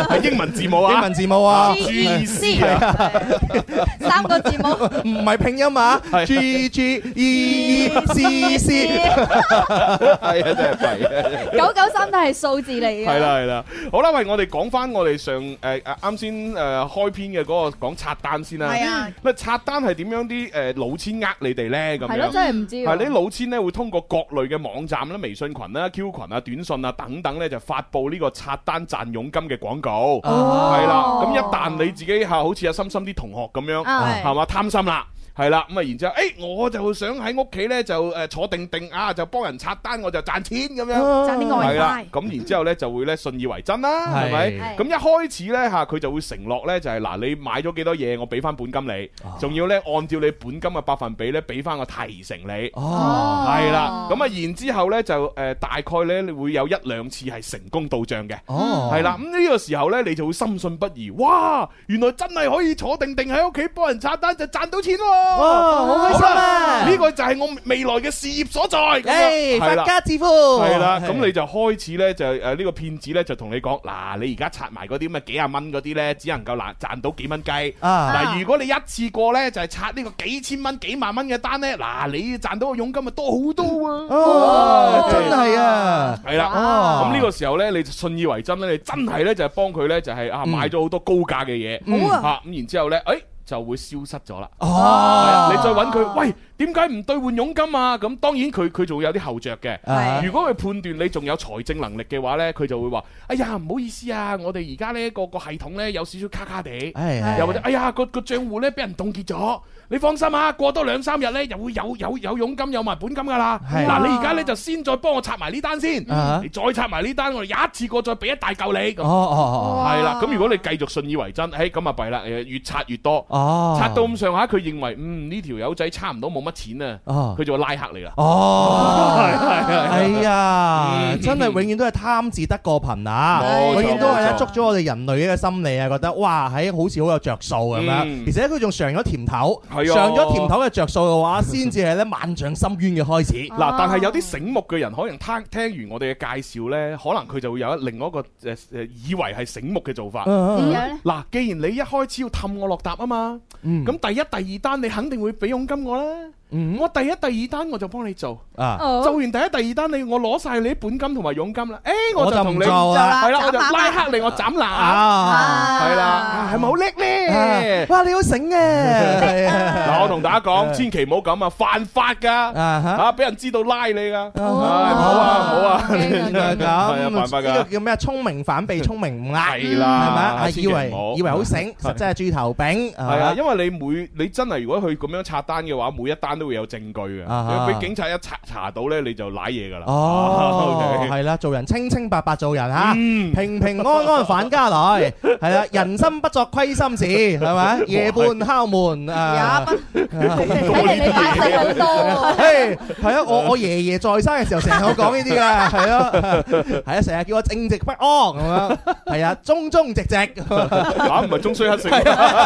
[SPEAKER 2] 係英文字母
[SPEAKER 4] 英
[SPEAKER 2] 啊
[SPEAKER 4] 文字母啊，
[SPEAKER 2] ，G E C 啊，
[SPEAKER 7] 三個 字母。
[SPEAKER 4] 唔係拼音啊
[SPEAKER 2] 係
[SPEAKER 4] ，G G E E C C，
[SPEAKER 2] 係啊，真係弊啊！
[SPEAKER 7] 九九三都係數字嚟嘅。
[SPEAKER 2] 係啦係啦，好啦，喂，我哋講翻我哋上誒誒啱先誒開篇嘅嗰個講刷單先啦。
[SPEAKER 6] 係啊，
[SPEAKER 2] 咁啊刷單係點樣啲誒老千呃你哋咧？咁
[SPEAKER 7] 係咯，
[SPEAKER 2] 樣。
[SPEAKER 7] 真係唔知喎。
[SPEAKER 2] 係呢老千咧會通過各類嘅網站啦、微信群啦、Q 群啊、短信啊等等咧，就發布呢個刷單賺佣金嘅廣告。
[SPEAKER 4] 哦
[SPEAKER 2] 係啦，咁一旦你自己嚇好似阿心心啲同學咁樣，
[SPEAKER 7] 啊
[SPEAKER 2] 係嘛貪心啦。係啦，咁啊，然之後，誒、我就想喺屋企咧就誒、坐定定啊，就幫人刷單，我就賺錢咁樣。
[SPEAKER 6] 賺啲外
[SPEAKER 2] 係啦
[SPEAKER 6] 快，。
[SPEAKER 2] 咁然之後咧就會咧信以為真啦，
[SPEAKER 4] 係
[SPEAKER 2] 係咪？
[SPEAKER 7] 係
[SPEAKER 2] 咁一開始咧嚇，佢就會承諾咧就係嗱，你買咗幾多嘢，我俾翻本金你，哦仲要咧按照你本金嘅百分比咧俾翻個提成你。
[SPEAKER 4] 哦，
[SPEAKER 2] 係啦，咁啊，然之後咧就誒大概咧，你會有一兩次係成功到帳嘅，
[SPEAKER 4] 哦，
[SPEAKER 2] 係啦。咁呢個時候咧，你就會深信不疑，哇！原來真係可以坐定定喺屋企幫人刷單就賺到錢喎！
[SPEAKER 4] 哇，好開心啊！
[SPEAKER 2] 呢個就係我未來嘅事業所在。咁
[SPEAKER 4] 誒，
[SPEAKER 2] 樣係
[SPEAKER 4] 發
[SPEAKER 2] 啦。
[SPEAKER 4] 家致富，
[SPEAKER 2] 係
[SPEAKER 4] 係
[SPEAKER 2] 啦，咁你就開始咧就誒呢個騙子咧就同你講嗱，你而家刷埋嗰啲咁嘅幾廿蚊嗰啲咧，只能夠嗱賺到幾蚊雞。
[SPEAKER 4] 啊
[SPEAKER 2] 嗱，如果你一次過咧就係刷呢個幾千蚊、幾萬蚊嘅單咧，嗱你賺到嘅佣金咪多好多啊！
[SPEAKER 4] 哦，真係啊！
[SPEAKER 2] 系啦，
[SPEAKER 4] 哦
[SPEAKER 2] 咁呢個時候咧，你就信以為真咧，你真係咧就係幫佢咧，就係啊買咗好多高價嘅嘢，啊
[SPEAKER 4] 嗯
[SPEAKER 2] 哎吓咁然之後咧，诶就會消失咗啦。係
[SPEAKER 4] 哦
[SPEAKER 2] 啊，你再揾佢，喂，點解唔兑換佣金啊？咁當然佢佢仲有啲後着嘅。
[SPEAKER 4] 啊
[SPEAKER 2] 如果佢判斷你仲有財政能力嘅話呢，佢就會話：哎呀，唔好意思啊，我哋而家呢個個系統呢，有少少卡卡地，
[SPEAKER 4] 唉
[SPEAKER 2] 又或者哎呀個個賬户呢，俾人凍結咗。你放心啊，過多兩三日呢，又會有有有佣金有埋本金噶啦。
[SPEAKER 4] 係
[SPEAKER 2] 嗱，你而家呢，就先再幫我拆埋呢單先，
[SPEAKER 4] 啊
[SPEAKER 2] 你再拆埋呢單，我哋一次過再俾一大嚿你
[SPEAKER 4] 哦
[SPEAKER 2] 咁。
[SPEAKER 4] 哦
[SPEAKER 2] 係啦，咁如果你繼續信以為真，誒咁啊弊啦，誒越拆越多
[SPEAKER 4] 哦，哦，
[SPEAKER 2] 拆到咁上下，佢認為嗯呢條友仔差唔多冇乜錢啊，
[SPEAKER 4] 哦
[SPEAKER 2] 佢就會拉黑你啦。
[SPEAKER 4] 哦，
[SPEAKER 2] 係係係
[SPEAKER 4] 係啊，
[SPEAKER 2] 嗯
[SPEAKER 4] 真係永遠都係貪字得過貧啊！
[SPEAKER 2] 冇
[SPEAKER 4] 永
[SPEAKER 2] 錯
[SPEAKER 4] 遠都係
[SPEAKER 2] 冇錯
[SPEAKER 4] 咧捉咗我哋人類嘅心理啊，覺得哇喺好似好有着數咁
[SPEAKER 2] 嗯
[SPEAKER 4] 樣，而且佢仲上咗甜頭，
[SPEAKER 2] 係啊
[SPEAKER 4] 上咗甜頭嘅着數嘅話，先至係咧 萬丈深淵嘅開始。
[SPEAKER 2] 嗱，但係有啲醒目嘅人，可能聽聽完我哋嘅介紹呢，可能佢就會有一另外一個誒誒，以為係醒目嘅做法。
[SPEAKER 4] 嗯
[SPEAKER 7] 樣咧？
[SPEAKER 2] 嗱，既然你一開始要氹我落答啊嘛，
[SPEAKER 4] 嗯
[SPEAKER 2] 咁第一、第二單你肯定會俾佣金我啦。
[SPEAKER 4] 嗯
[SPEAKER 2] 我第一、第二單我就幫你做，
[SPEAKER 4] 啊，
[SPEAKER 7] 哦，
[SPEAKER 2] 做完第一、第二單你我攞晒你啲本金同埋佣金啦。誒，
[SPEAKER 4] 我
[SPEAKER 2] 就
[SPEAKER 4] 就
[SPEAKER 2] 同
[SPEAKER 4] 唔
[SPEAKER 2] 你
[SPEAKER 4] 做啦
[SPEAKER 2] 係啦，我就
[SPEAKER 6] 斬
[SPEAKER 2] 拉黑你，我斬
[SPEAKER 4] À.
[SPEAKER 2] 啦，
[SPEAKER 6] Ờ.
[SPEAKER 4] 啊，
[SPEAKER 2] 係啦，啊係咪好叻呢？
[SPEAKER 4] 哇你好醒嘅，係啊
[SPEAKER 2] 嗱，我同大家講，千祈唔好咁啊，犯法㗎，
[SPEAKER 4] 啊嚇。
[SPEAKER 2] 啊，俾人知道拉你㗎，唉，唔
[SPEAKER 4] 哦
[SPEAKER 2] 好啊，唔好啊。
[SPEAKER 4] 原來咁，
[SPEAKER 2] 係啊辦法㗎
[SPEAKER 4] 呢個叫咩？聰明反被聰明誤呃，
[SPEAKER 2] 係
[SPEAKER 4] 係咪
[SPEAKER 2] 啦，
[SPEAKER 4] 啊？
[SPEAKER 2] 千
[SPEAKER 4] 以
[SPEAKER 2] 祈
[SPEAKER 4] 為
[SPEAKER 2] 唔好
[SPEAKER 4] 以為好醒，實質係豬頭餅，係
[SPEAKER 2] 係啊，
[SPEAKER 4] 嘛？
[SPEAKER 2] 因為你每你真係如果佢咁樣拆單嘅話，每一單都會有證據
[SPEAKER 4] 啊哈
[SPEAKER 2] 嘅，俾警察一查查到咧，你就賴嘢噶啦。
[SPEAKER 4] 哦，
[SPEAKER 2] Ờ, 啊，OK Ừ.
[SPEAKER 4] 係啦，做人清清白白做人吓，
[SPEAKER 2] 嗯
[SPEAKER 4] 平平安安返家來，係啦，人心不作虧心事，係咪？夜半敲門
[SPEAKER 6] Dạ,
[SPEAKER 4] 啊，
[SPEAKER 7] 睇嚟你擺細好多喎。
[SPEAKER 4] 嘿，係啊，我我爺爺在生嘅時候成日講呢啲 嘅，係啊，係啊，成日叫我正直不安咁樣，係啊，忠忠 直直，真
[SPEAKER 2] 啊唔係終須乞食，
[SPEAKER 4] 啊
[SPEAKER 2] 黐線嘅啫。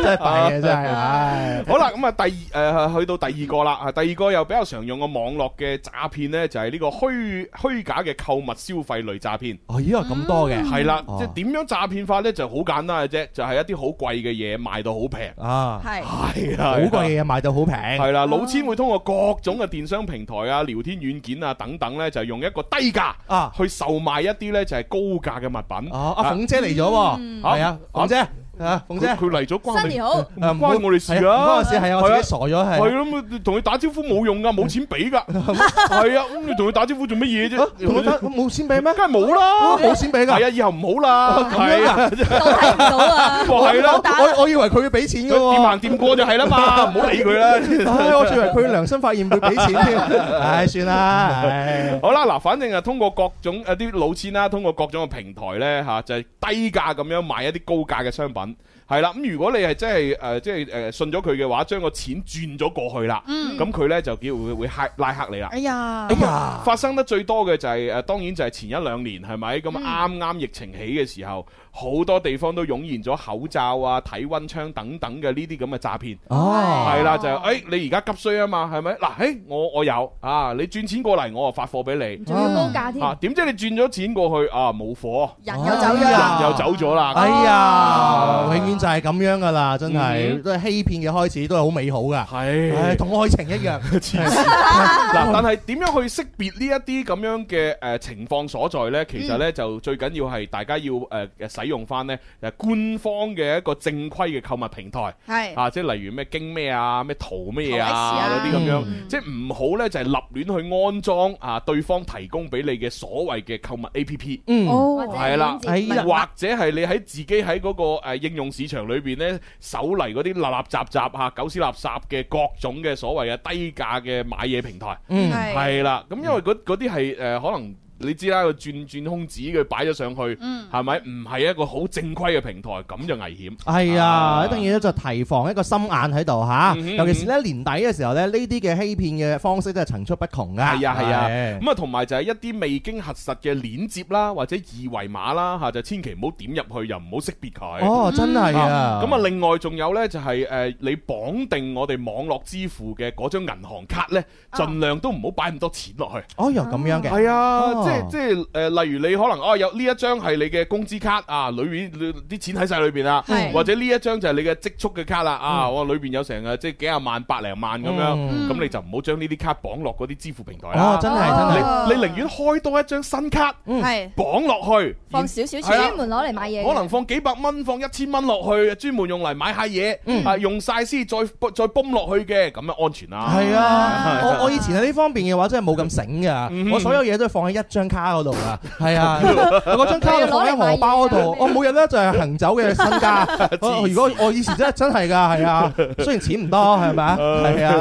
[SPEAKER 4] 係弊嘅真係，唉。
[SPEAKER 2] 好啦，咁啊第誒去到第二個啦，啊第二個又比較常用嘅網絡嘅詐騙咧，就係呢個虛虛假嘅購物消費類詐騙。
[SPEAKER 4] 哦，依個咁多嘅，
[SPEAKER 2] 係啦，
[SPEAKER 4] 哦
[SPEAKER 2] 即係點樣詐騙法咧，就好簡單嘅啫，就係一啲好貴嘅嘢賣到好平。
[SPEAKER 4] 啊，
[SPEAKER 2] 係啊，
[SPEAKER 4] 好貴嘅嘢賣到好平，
[SPEAKER 2] 系啦，老千會通過各種嘅電商平台啊、聊天軟件啊等等呢，就用一個低價
[SPEAKER 4] 啊
[SPEAKER 2] 去售賣一啲呢就係高價嘅物品。
[SPEAKER 4] 哦，阿鳳姐嚟咗喎，係啊，鳳姐，啊，鳳
[SPEAKER 2] 佢
[SPEAKER 4] 姐，
[SPEAKER 2] 佢嚟咗關
[SPEAKER 7] 新
[SPEAKER 2] 你
[SPEAKER 7] 年好，
[SPEAKER 2] 唔關我哋事
[SPEAKER 4] 係唔關
[SPEAKER 2] 啊
[SPEAKER 4] 我！事，係啊，我自己傻咗係。
[SPEAKER 2] 係咁，同佢打招呼冇用噶，冇錢 俾噶。係啊，咁你同佢打招呼做乜嘢
[SPEAKER 4] 啊同佢
[SPEAKER 2] 啫？
[SPEAKER 4] 打冇錢俾咩？
[SPEAKER 2] 梗係冇
[SPEAKER 4] 啊
[SPEAKER 2] 啦，
[SPEAKER 4] 冇錢俾
[SPEAKER 2] 係
[SPEAKER 4] 㗎。
[SPEAKER 2] 啊，以後唔好啦。
[SPEAKER 4] 咁樣
[SPEAKER 2] 係啊，
[SPEAKER 7] 都睇唔到啊！
[SPEAKER 2] 哇係啦
[SPEAKER 7] 唔好，打
[SPEAKER 4] 我我以為佢要俾錢嘅
[SPEAKER 2] 佢掂
[SPEAKER 4] 喎。
[SPEAKER 2] 行掂過就係啦嘛，唔好理佢啦。
[SPEAKER 4] 唉，我以為佢良心發現會俾錢 添。唉，算啦。唉
[SPEAKER 2] 好啦，嗱，反正啊，通過各種誒啲老千啦，通過各種嘅平台咧嚇、就係、低價咁樣買一啲高價嘅商品。係啦，咁如果你係真係誒，即係誒信咗佢嘅話，將個錢轉咗過去啦，咁佢咧就叫會會黑拉黑你 啦。
[SPEAKER 6] 哎呀
[SPEAKER 4] 哎，呀，
[SPEAKER 2] 發生得最多嘅就係、誒，當然就係前一兩年係咪？咁啱啱疫情起嘅時候，好多地方都湧現咗口罩啊、體温槍等等嘅呢啲咁嘅詐騙。
[SPEAKER 4] 哦，
[SPEAKER 2] 係啦，就係誒、你而家急需啊嘛，係咪？嗱、誒，我我有啊，你轉錢過嚟，我啊發貨俾你。
[SPEAKER 7] 仲要高價添，
[SPEAKER 2] 啊，點知你轉咗錢過去啊，冇貨，
[SPEAKER 6] 人又走
[SPEAKER 4] 哎
[SPEAKER 6] 咗
[SPEAKER 4] 呀
[SPEAKER 6] 啦，
[SPEAKER 2] 人又走咗啦。
[SPEAKER 4] 哎呀，永遠就係咁樣噶啦，真係
[SPEAKER 2] 嗯
[SPEAKER 4] 都係欺騙嘅開始，都係好美好噶。唉，
[SPEAKER 2] 係
[SPEAKER 4] 同愛情一樣。
[SPEAKER 2] 嗱，但係點樣去識別呢一啲咁樣嘅誒情況所在呢？其實呢，就最緊要係大家要誒誒使用翻呢誒官方嘅一個正規嘅購物平台
[SPEAKER 6] 係
[SPEAKER 2] 啊，即係例如咩京咩啊、咩淘咩嘢
[SPEAKER 6] 淘 S
[SPEAKER 2] 啊
[SPEAKER 6] 啊
[SPEAKER 2] 嗰啲咁樣，
[SPEAKER 4] 嗯
[SPEAKER 2] 即係唔好呢，就係立亂去安裝啊對方提供俾你嘅所謂嘅購物 A P P。
[SPEAKER 4] 嗯。
[SPEAKER 7] 或者
[SPEAKER 6] 哦，
[SPEAKER 2] 係啦
[SPEAKER 7] 鏈接
[SPEAKER 4] 哎呀
[SPEAKER 2] 或者係你喺自己喺嗰個誒應用市場裏邊呢，搜嚟嗰啲垃垃雜雜嚇、狗屎垃圾嘅各種嘅所謂嘅低價嘅買嘢平台，
[SPEAKER 4] 嗯
[SPEAKER 2] 係嗯啦。咁因為嗰嗰啲係誒可能。你知啦，佢轉轉空子佢擺咗上去，係咪、唔係一個好正規嘅平台，咁就危險。
[SPEAKER 4] 係
[SPEAKER 2] 啊
[SPEAKER 4] 啊，一定要就提防一個心眼喺度嚇，
[SPEAKER 2] 嗯哼
[SPEAKER 4] 尤其是咧年底嘅時候咧，呢啲嘅欺騙嘅方式都係層出不窮噶。
[SPEAKER 2] 係啊係啊
[SPEAKER 4] 係，
[SPEAKER 2] 咁啊同埋就係一啲未經核實嘅鏈接啦，或者二維碼啦嚇，就千祈唔好點入去，又唔好識別佢。
[SPEAKER 4] 哦，真係啊，
[SPEAKER 2] 咁啊，另外仲有呢，就係誒，你綁定我哋網絡支付嘅嗰張銀行卡呢，盡量都唔好擺咁多錢落去。
[SPEAKER 4] 哦又咁樣嘅，
[SPEAKER 2] 係啊，
[SPEAKER 4] 哦
[SPEAKER 2] 即係即係誒，例如你可能哦有呢一張係你嘅工資卡啊，裏邊啲錢喺晒裏邊啊，
[SPEAKER 6] 係
[SPEAKER 4] 嗯
[SPEAKER 2] 或者呢一張就係你嘅積蓄嘅卡啦啊，我裏邊有成誒即係幾廿萬、百零萬咁樣，
[SPEAKER 4] 嗯
[SPEAKER 2] 咁你就唔好將呢啲卡綁落嗰啲支付平台
[SPEAKER 4] 哦
[SPEAKER 2] 啦。
[SPEAKER 4] 真係真係
[SPEAKER 2] 你你寧願開多一張新卡。
[SPEAKER 6] 係
[SPEAKER 2] 綁落去，而
[SPEAKER 6] 放少少
[SPEAKER 2] 係啊
[SPEAKER 6] 錢，
[SPEAKER 7] 專門攞嚟買嘢嘅。
[SPEAKER 2] 可能放幾百蚊，放一千蚊落去，專門用嚟買下嘢，
[SPEAKER 6] 嗯
[SPEAKER 2] 啊用晒先再再泵落去嘅，咁啊安全啦。
[SPEAKER 4] 係啊，我我以前喺呢方面嘅話真係冇咁醒㗎，我所有嘢都係放喺一張卡嗰度㗎，係啊，嗰張卡就放喺荷包嗰度，我每日咧就係行走嘅身家。我如果我以前真係真係㗎，係啊，雖然錢唔多係咪啊，係啊，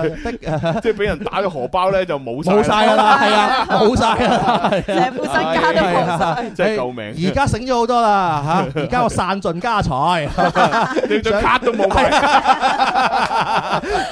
[SPEAKER 4] 的
[SPEAKER 2] 即係俾人打咗荷包咧，就冇
[SPEAKER 4] 冇晒㗎啦， 係啊，冇晒㗎啦，
[SPEAKER 6] 成副身家都
[SPEAKER 4] 係
[SPEAKER 6] 冇
[SPEAKER 4] 啊
[SPEAKER 6] 晒。
[SPEAKER 2] 真係救命
[SPEAKER 4] 而家醒咗好多啦嚇，而家我散盡家財。
[SPEAKER 2] 你張卡都冇埋，
[SPEAKER 4] 啊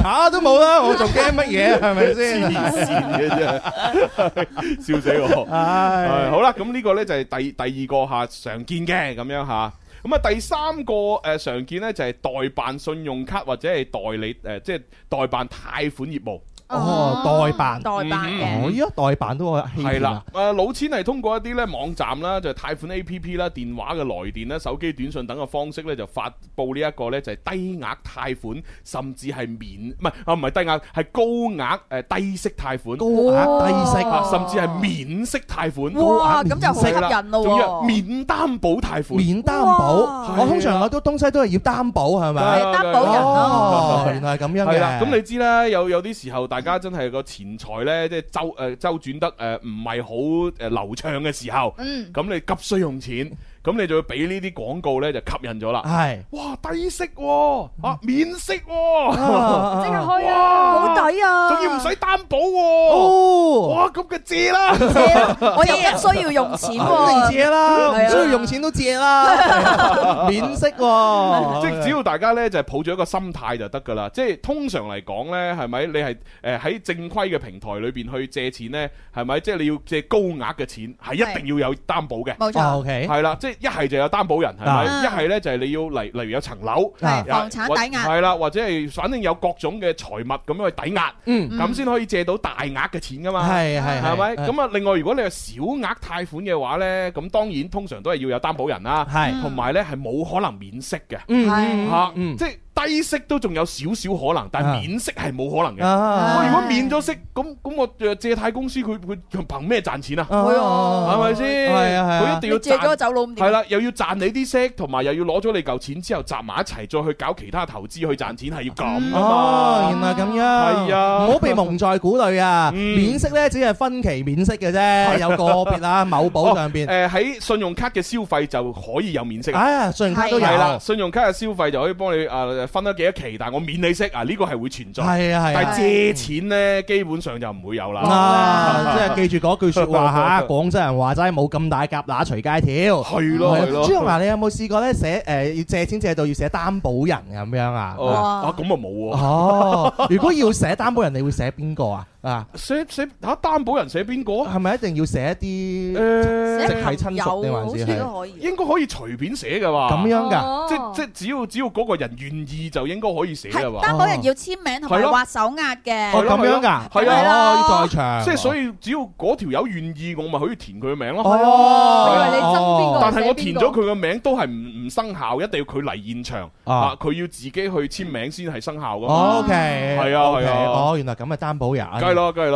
[SPEAKER 4] 卡都冇啦，我仲驚乜嘢？係咪
[SPEAKER 2] 黐
[SPEAKER 4] 先？
[SPEAKER 2] 線嘅
[SPEAKER 4] 啊
[SPEAKER 2] 啫，笑死我。
[SPEAKER 4] 唉
[SPEAKER 2] 係，好啦，咁呢個呢就係第第二個吓常見嘅咁樣吓。咁啊，第三個誒常見呢，就係代辦信用卡或者係代理誒，即係代辦貸款業務。嗯
[SPEAKER 4] 哦，代辦，
[SPEAKER 6] 代辦嘅，
[SPEAKER 4] 我依家代辦都可以欺
[SPEAKER 2] 係
[SPEAKER 4] 騙啊
[SPEAKER 2] 啦，，誒老錢係通過一啲咧網站啦，就係貸款 A P P 啦、電話嘅來電啦、手機短信等嘅方式咧，就發布呢一個咧就係低額貸款，甚至係免唔係啊唔係低額，係高額誒低息貸款，
[SPEAKER 4] 高額低息
[SPEAKER 2] 啊甚至係免息貸款，
[SPEAKER 6] 哇，咁就好吸
[SPEAKER 2] 係啦
[SPEAKER 6] 引
[SPEAKER 2] 仲要
[SPEAKER 6] 咯
[SPEAKER 2] 係
[SPEAKER 6] 喎。
[SPEAKER 2] 免擔保貸款。
[SPEAKER 4] 免擔保
[SPEAKER 6] 哇。
[SPEAKER 4] 我通常我都東西都係要擔保，係咪？
[SPEAKER 2] 係
[SPEAKER 6] 係擔保人
[SPEAKER 4] 哦，
[SPEAKER 6] 咯
[SPEAKER 4] 原，來係咁樣
[SPEAKER 2] 係啦，
[SPEAKER 4] 嘅。
[SPEAKER 2] 咁你知啦，有有啲時候大家真係個錢財咧，即係周誒周轉得誒唔係好誒呃流暢嘅時候，
[SPEAKER 7] 嗯，
[SPEAKER 2] 咁你急需用錢，咁你就會俾呢啲廣告咧就吸引咗 啦。
[SPEAKER 4] 係
[SPEAKER 2] 哇，低息喎，啊免息喎，
[SPEAKER 4] 嗯啊
[SPEAKER 7] 即刻開啊！
[SPEAKER 2] 哇，
[SPEAKER 6] 好抵啊！
[SPEAKER 2] 仲要唔使擔保喎，
[SPEAKER 4] 哦，
[SPEAKER 2] 哇咁嘅借啦，
[SPEAKER 6] 借啦，我又急需要用錢
[SPEAKER 4] 肯定
[SPEAKER 6] 喎。
[SPEAKER 4] 借啦，
[SPEAKER 6] 係
[SPEAKER 4] 唔
[SPEAKER 6] 啊
[SPEAKER 4] 需要用錢都借啦，免息喎。
[SPEAKER 2] 即係只要大家咧就係抱住一個心態就得噶啦。即係通常嚟講咧，係咪你係誒喺正規嘅平台裏邊去借錢咧，係咪即係你要借高額嘅錢，係一定要有擔保嘅。
[SPEAKER 6] 冇
[SPEAKER 4] 哦
[SPEAKER 6] 錯，
[SPEAKER 4] OK，
[SPEAKER 2] 係啦，即係一係就有擔保人，係咪？
[SPEAKER 6] 啊
[SPEAKER 2] 一係咧就係你要嚟，例如有層樓，
[SPEAKER 4] 啊
[SPEAKER 6] 係房
[SPEAKER 2] Ờ,
[SPEAKER 6] 產抵押，
[SPEAKER 2] 係啦，或者係反正有各種嘅財物咁樣去抵押，
[SPEAKER 4] 嗯，
[SPEAKER 2] 咁先可以借到大額嘅錢噶嘛。
[SPEAKER 4] 係係
[SPEAKER 2] 係咪？咁啊，另外如果你係小額貸款嘅話呢，咁當然通常都係要有擔保人啦，
[SPEAKER 4] 係
[SPEAKER 2] 同埋呢係冇可能免息嘅，
[SPEAKER 4] 嗯
[SPEAKER 6] 係
[SPEAKER 2] 嚇，
[SPEAKER 4] 嗯
[SPEAKER 2] 啊即係低息都仲有少少可能，但
[SPEAKER 4] 啊
[SPEAKER 2] 係免息係冇可能嘅。
[SPEAKER 4] 啊
[SPEAKER 2] 我如果免咗息，咁咁我誒借貸公司佢佢佢憑咩賺錢啊？
[SPEAKER 4] 哦
[SPEAKER 2] 係咪先？
[SPEAKER 4] 係啊係啊
[SPEAKER 2] 佢一定要
[SPEAKER 6] 你借咗
[SPEAKER 2] 賺
[SPEAKER 6] 我。走佬咁
[SPEAKER 2] 係
[SPEAKER 6] 點？
[SPEAKER 2] 啦，又要賺你啲息，同埋又要攞咗你嚿錢之後集埋一齊，再去搞其他投資去賺錢，係要咁
[SPEAKER 4] 哦，
[SPEAKER 2] 啊
[SPEAKER 4] 原
[SPEAKER 2] 嘛。
[SPEAKER 4] 來咁樣，
[SPEAKER 2] 係啊
[SPEAKER 4] 唔好被蒙在鼓裏啊！
[SPEAKER 2] 嗯
[SPEAKER 4] 免息咧，只係分期免息嘅啫，有個別啦，某
[SPEAKER 2] Ờ.
[SPEAKER 4] 寶上邊，
[SPEAKER 2] 哦誒喺信用卡嘅消費就可以有免息啊。
[SPEAKER 4] 啊，信用卡都有，
[SPEAKER 2] 係啦，
[SPEAKER 4] 係
[SPEAKER 2] 信用卡嘅消費就可以幫你誒分咗幾多期，但係我免你息啊，呢個係會存在。
[SPEAKER 4] 啊係
[SPEAKER 2] 但
[SPEAKER 4] 啊
[SPEAKER 2] 係借錢呢，基本上就唔會有啦。
[SPEAKER 4] 啊，即係記住嗰句説話嚇，廣州人話齋冇咁大夾乸隨街跳。
[SPEAKER 2] 係咯係咯
[SPEAKER 4] 朱。紅華，啊你有冇試過咧寫誒要借錢借到要寫擔保人咁樣啊？
[SPEAKER 2] 哦啊咁啊冇喎。
[SPEAKER 4] 哦，如果要寫擔保人，你會寫邊個啊？啊，
[SPEAKER 2] 寫寫嚇擔保人寫邊個啊？
[SPEAKER 4] 係咪一定要寫一啲
[SPEAKER 2] 誒
[SPEAKER 4] 直係親屬定
[SPEAKER 6] 有，
[SPEAKER 4] 還
[SPEAKER 6] 好
[SPEAKER 4] 是
[SPEAKER 6] 似
[SPEAKER 4] 係
[SPEAKER 6] 都可以。
[SPEAKER 2] 應該可以隨便寫嘅話。
[SPEAKER 4] 咁樣㗎？
[SPEAKER 2] 即即只要只要嗰個人願意就應該可以寫
[SPEAKER 6] 係
[SPEAKER 2] 啦嘛。
[SPEAKER 6] 擔保人要簽名同埋
[SPEAKER 2] 係咯
[SPEAKER 6] 畫手押
[SPEAKER 4] 哦，
[SPEAKER 6] 嘅，
[SPEAKER 4] 咁樣㗎？
[SPEAKER 2] 係
[SPEAKER 6] 啊
[SPEAKER 4] 哦，要在場。
[SPEAKER 2] 即係所以只要嗰條友願意，我咪可以填佢嘅名咯。
[SPEAKER 4] 哦，
[SPEAKER 7] 我以為你憎邊個
[SPEAKER 2] 但係
[SPEAKER 7] 寫邊個
[SPEAKER 2] 我填咗佢嘅名都係唔唔生效，一定要佢嚟現場
[SPEAKER 4] 啊
[SPEAKER 2] 啊！佢要自己去簽名先係生效噶嘛。
[SPEAKER 4] 哦，OK，係
[SPEAKER 2] 係啊
[SPEAKER 4] OK，
[SPEAKER 2] 係啊
[SPEAKER 4] 哦，原來咁係擔保人，
[SPEAKER 2] 梗係咯，梗係
[SPEAKER 4] 啊，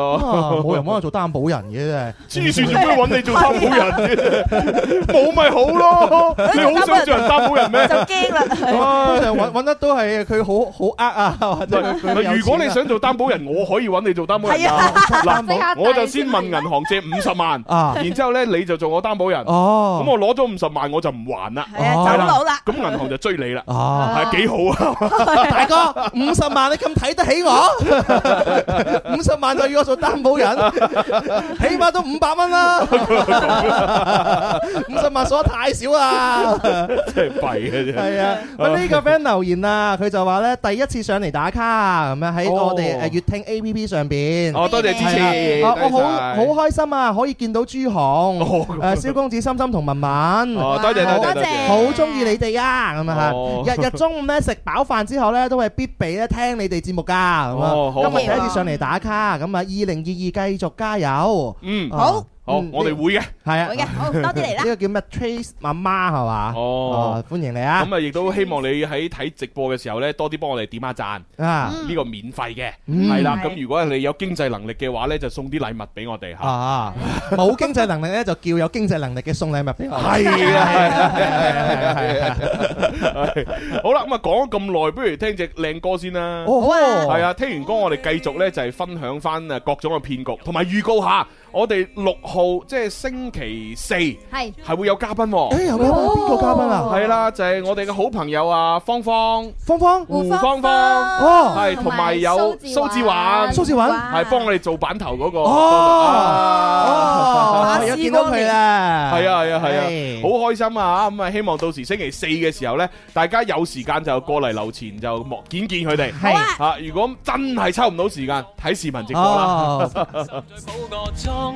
[SPEAKER 2] 咯，
[SPEAKER 4] 冇人揾我做擔保人嘅真係。
[SPEAKER 2] 黐線點解揾你
[SPEAKER 4] 啊
[SPEAKER 2] 做擔保人嘅？冇咪好 咯，你好想做人擔保人咩？
[SPEAKER 6] 就驚啦。
[SPEAKER 4] 通常揾揾得都係佢好好呃啊，或者佢佢有錢啊
[SPEAKER 2] 如果你想做擔保人，我可以揾你做擔保人
[SPEAKER 6] 係
[SPEAKER 2] 啊！
[SPEAKER 7] 即刻
[SPEAKER 2] 嗱，
[SPEAKER 7] 遞
[SPEAKER 2] 我就先問銀行借五十萬，
[SPEAKER 4] 啊
[SPEAKER 2] 然之後咧你就做我擔保人，咁
[SPEAKER 4] 哦，
[SPEAKER 2] 我攞咗五十萬我就唔還啦，
[SPEAKER 6] 係啊，
[SPEAKER 4] 哦
[SPEAKER 6] 走佬啦。
[SPEAKER 2] 咁銀行就追你啦，
[SPEAKER 4] 哦，
[SPEAKER 2] 係幾好啊！
[SPEAKER 4] 大哥五十萬你咁睇得起我，五十萬就要我 做擔保人， 起碼都五百蚊啦。 五十萬數得太少啊啦。
[SPEAKER 2] 真係弊嘅啫。
[SPEAKER 4] 係 啊，喂呢個 friend 留言啊，佢就話咧第一次上嚟打卡啊咁樣喺
[SPEAKER 2] 哦
[SPEAKER 4] 我哋呃誒粵聽 A P P 上邊。
[SPEAKER 2] 哦，多謝支持，
[SPEAKER 4] 啊我
[SPEAKER 2] 多
[SPEAKER 4] 好
[SPEAKER 2] 謝晒
[SPEAKER 4] 好開心啊，可以見到朱紅、呃
[SPEAKER 2] 哦
[SPEAKER 4] 誒蕭公子、心心同文文。
[SPEAKER 2] 哦，多謝
[SPEAKER 4] 好
[SPEAKER 2] 多
[SPEAKER 6] 多
[SPEAKER 2] 謝多
[SPEAKER 6] 謝
[SPEAKER 2] 謝。
[SPEAKER 4] 好中意你哋啊，咁啊
[SPEAKER 2] 哦
[SPEAKER 4] 嚇！日日中午咧食飽飯之後咧，都係必備咧聽你哋節目㗎，咁
[SPEAKER 2] 哦好
[SPEAKER 4] 啊啊！今日第一次上嚟打卡，咁啊，二零二二繼續加油！
[SPEAKER 2] 嗯，
[SPEAKER 4] 好，
[SPEAKER 2] 好，
[SPEAKER 4] 嗯
[SPEAKER 2] 我哋會嘅。
[SPEAKER 4] 系啊，
[SPEAKER 6] 會嘅好多啲嚟啦
[SPEAKER 4] 呢個叫咩？Trace 媽媽係嘛？啊，
[SPEAKER 2] 哦
[SPEAKER 4] 歡迎你啊！
[SPEAKER 2] 咁啊，亦都希望你喺睇直播嘅時候呢，多啲幫我哋點下讚，
[SPEAKER 4] 啊
[SPEAKER 2] 呢個免費嘅，
[SPEAKER 4] 嗯
[SPEAKER 2] 係啦。
[SPEAKER 6] 係
[SPEAKER 2] 咁如果你有經濟能力嘅話呢，就送啲禮物俾我哋 吓。
[SPEAKER 4] 啊，冇經濟能力咧就叫有經濟能力嘅送禮物俾我。
[SPEAKER 2] 係啊
[SPEAKER 4] 係啊，
[SPEAKER 2] 係好啦，咁啊講咗咁耐，不如聽只靚歌先啦。
[SPEAKER 4] 哦，
[SPEAKER 2] 係
[SPEAKER 4] 係啊，
[SPEAKER 2] 啊，聽完歌我哋繼續呢，就係分享翻啊各種嘅騙局，同埋預告下我哋六號即係星期四係
[SPEAKER 7] 係
[SPEAKER 2] 會有嘉賓喎。
[SPEAKER 4] 誒有嘉賓邊個嘉賓啊？
[SPEAKER 2] 係啦，就係我哋嘅好朋友啊，芳芳。
[SPEAKER 4] 芳芳，
[SPEAKER 2] 胡
[SPEAKER 7] 芳
[SPEAKER 2] 芳芳
[SPEAKER 4] 哦
[SPEAKER 2] 係同埋有蘇志華
[SPEAKER 4] 蘇志華
[SPEAKER 2] 係幫我哋做版頭嗰個。啊
[SPEAKER 4] 哦，
[SPEAKER 6] 馬
[SPEAKER 4] 有
[SPEAKER 6] 斯
[SPEAKER 4] 見到佢啦，
[SPEAKER 2] 係啊係啊係啊
[SPEAKER 4] 係，
[SPEAKER 2] 好開心啊！咁啊，希望到時星期四嘅時候呢，大家有時間就過嚟樓前就莫見見佢哋。
[SPEAKER 4] 係好啊
[SPEAKER 2] 啊，如果真係抽唔到時間，睇視頻直播啦。
[SPEAKER 4] 哦，
[SPEAKER 1] 补个妆，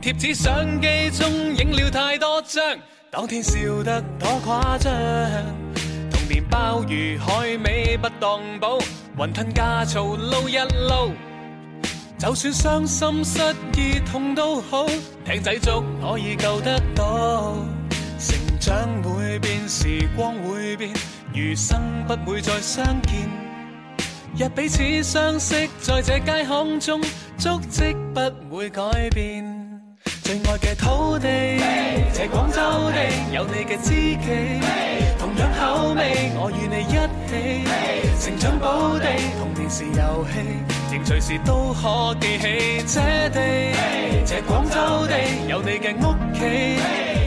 [SPEAKER 1] 贴纸相机中影了太多张，当天笑得多夸张。童年鲍鱼海味不当补，云吞加醋捞一捞。就算伤心失意痛都好，艇仔粥可以救得到。成長會變，時光會變，餘生不會再相見。若彼此相識，在這街巷中，足跡不會改變。最愛嘅土地，這廣州地，有你嘅知己，同樣口味，我與你一起，成長寶地，童年時遊戲，仍隨時都可記起。這地，這廣州地，有你嘅屋企，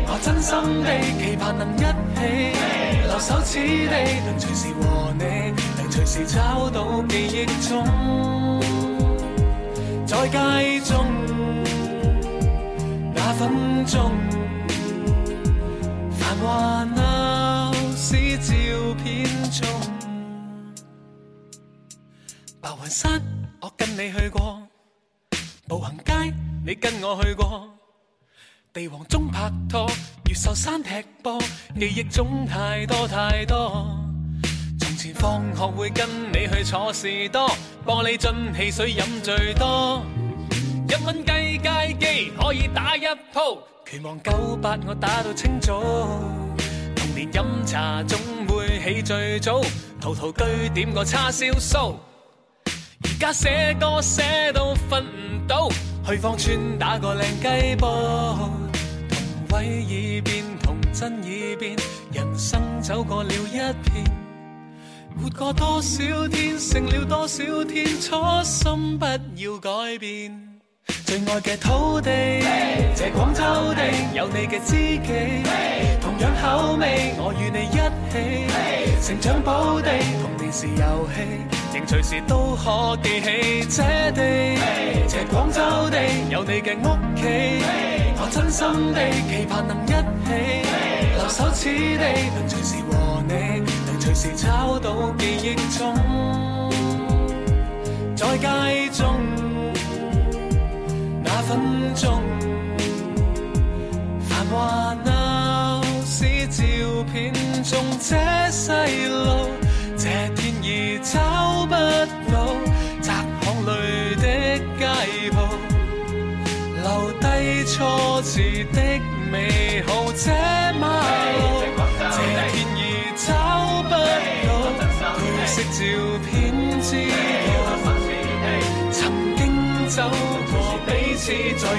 [SPEAKER 1] 我真心地期盼能一起。留守此地，能隨時和你，能隨時找到記憶中，在街中那分鐘，繁華鬧市照片中，白雲山我跟你去過，步行街你跟我去過。地王中拍拖，越秀山踢波，記憶中太多太多。從前放學會跟你去坐士多，玻璃樽汽水飲最多。一蚊雞街機可以打一鋪，拳王九八我打到清早。童年飲茶總會起最早，陶陶居點個叉燒酥。而家寫歌寫到瞓唔到，去芳村打個靚雞煲，同位已變，童真已變，人生走過了一遍，活過多少天，成了多少天，初心不要改變。最愛嘅土地，這廣州地，有你嘅知己，同樣口味，我與你一起，成長寶地，童年時遊戲，仍隨時都可記起。這地，這廣州地，有你嘅屋企，我真心地期盼能一起，留守此地，能隨時和你，能隨時找到記憶中，在街中。那分鐘，繁華鬧市照片中，這細路，這天已找不到，窄巷裏的街鋪，留低初次的美好，這馬路，這天已找不到，褪色照片之友。曾經走過，彼此再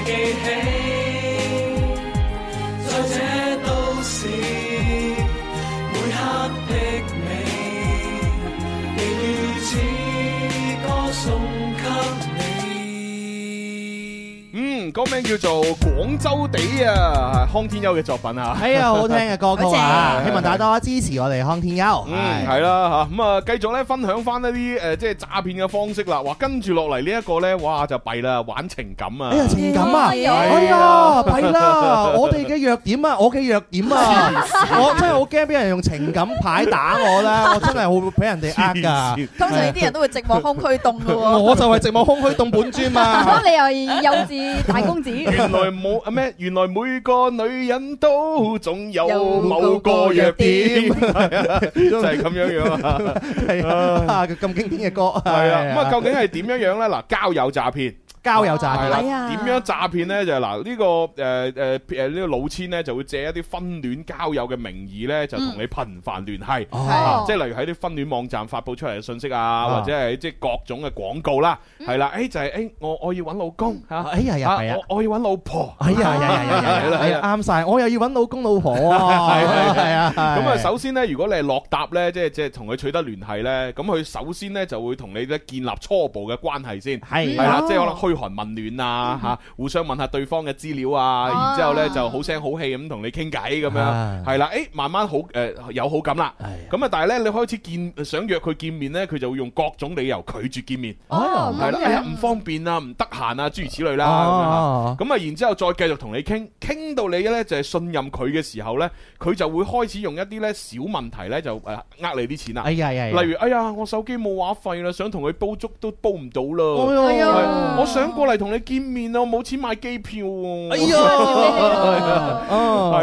[SPEAKER 1] 記起，在這都市每刻的美，寄於此歌送給你。
[SPEAKER 2] 嗯，歌名叫做《廣州地》啊，係康天庥嘅作品啊。
[SPEAKER 4] 係啊，好聽嘅歌曲啊，希望大家多支持我哋康天庥，
[SPEAKER 2] 嗯，係啦吓，咁啊，繼續咧分享翻一啲誒，即係詐騙嘅方式啦。哇，跟住落嚟呢一個咧，哇就弊啦，玩情感啊
[SPEAKER 4] 哎。呀，情感啊！哎
[SPEAKER 7] 係
[SPEAKER 4] 呀
[SPEAKER 7] 啊，
[SPEAKER 4] 弊啦！我哋嘅弱點啊，我嘅弱 點啊，我真係好驚俾人用情感牌打我啦！我真係會俾人哋呃 㗎。
[SPEAKER 2] 線
[SPEAKER 6] 通常呢啲人都會寂寞空虛凍嘅喎。
[SPEAKER 4] 我就係寂寞空虛凍本 尊嘛。
[SPEAKER 7] 咁你又幼稚大公子。
[SPEAKER 2] 原來冇啊咩？原來每個女人都總有某個弱點，係啊 就係咁樣樣啊。
[SPEAKER 4] 係啊，咁經典嘅歌。
[SPEAKER 2] 係啊，咁啊，究竟係點樣樣咧？嗱，交友詐騙。
[SPEAKER 4] 交友詐
[SPEAKER 2] 係
[SPEAKER 4] 騙
[SPEAKER 2] 啦，
[SPEAKER 6] 係啊
[SPEAKER 2] 點樣詐騙咧？就係嗱，呢呃個誒誒誒呢個老千咧就會借一啲婚戀交友嘅名義咧，就同你頻繁聯繫。啊即係例如喺啲婚戀網站發布出嚟嘅信息啊，或者係即係各種嘅廣告啦，係啦，誒就係誒我我要揾老公嚇，
[SPEAKER 4] 哎呀呀
[SPEAKER 2] 啊
[SPEAKER 4] 係啊
[SPEAKER 2] 我我要揾老婆。
[SPEAKER 4] 哎呀呀呀呀呀呀！係啊啱晒，我又要揾老公老婆 啊， 係啊，
[SPEAKER 2] 咁啊，首先咧，如果你係落搭咧，即係即係同佢取得聯繫咧，咁佢首先咧就會同你咧建立初步嘅關係先。
[SPEAKER 4] 係
[SPEAKER 2] 係啦，
[SPEAKER 6] 哦
[SPEAKER 2] 即係可能噓寒問
[SPEAKER 4] 嗯
[SPEAKER 2] 暖啊，吓互相問下對方嘅資料啊，
[SPEAKER 7] 啊
[SPEAKER 2] 然之後咧就好聲好氣咁同你傾偈咁
[SPEAKER 4] 哦啊
[SPEAKER 2] 樣，係啦，誒慢慢好誒有好感啦，咁啊但係咧你開始見想約佢見面咧，佢就會用各種理由拒絕見面，
[SPEAKER 4] 哦
[SPEAKER 2] 係啦，哎呀唔方便啊，唔得閒啊，諸如此類啦。咁樣啊
[SPEAKER 4] 哦，
[SPEAKER 2] 咁啊，然之後再繼續同你傾，傾到你咧就係信任佢嘅時候咧，佢就會開始用一啲咧小問題咧就誒呃你啲錢啦
[SPEAKER 4] 哎，呀呀，呀
[SPEAKER 2] 例如哎呀我手機冇話費啦，想同佢煲粥都煲唔到啦。
[SPEAKER 4] 哎呀
[SPEAKER 2] 係我想過嚟同你見面啊，我冇錢買機票喎。
[SPEAKER 4] 哎 呀，
[SPEAKER 2] 係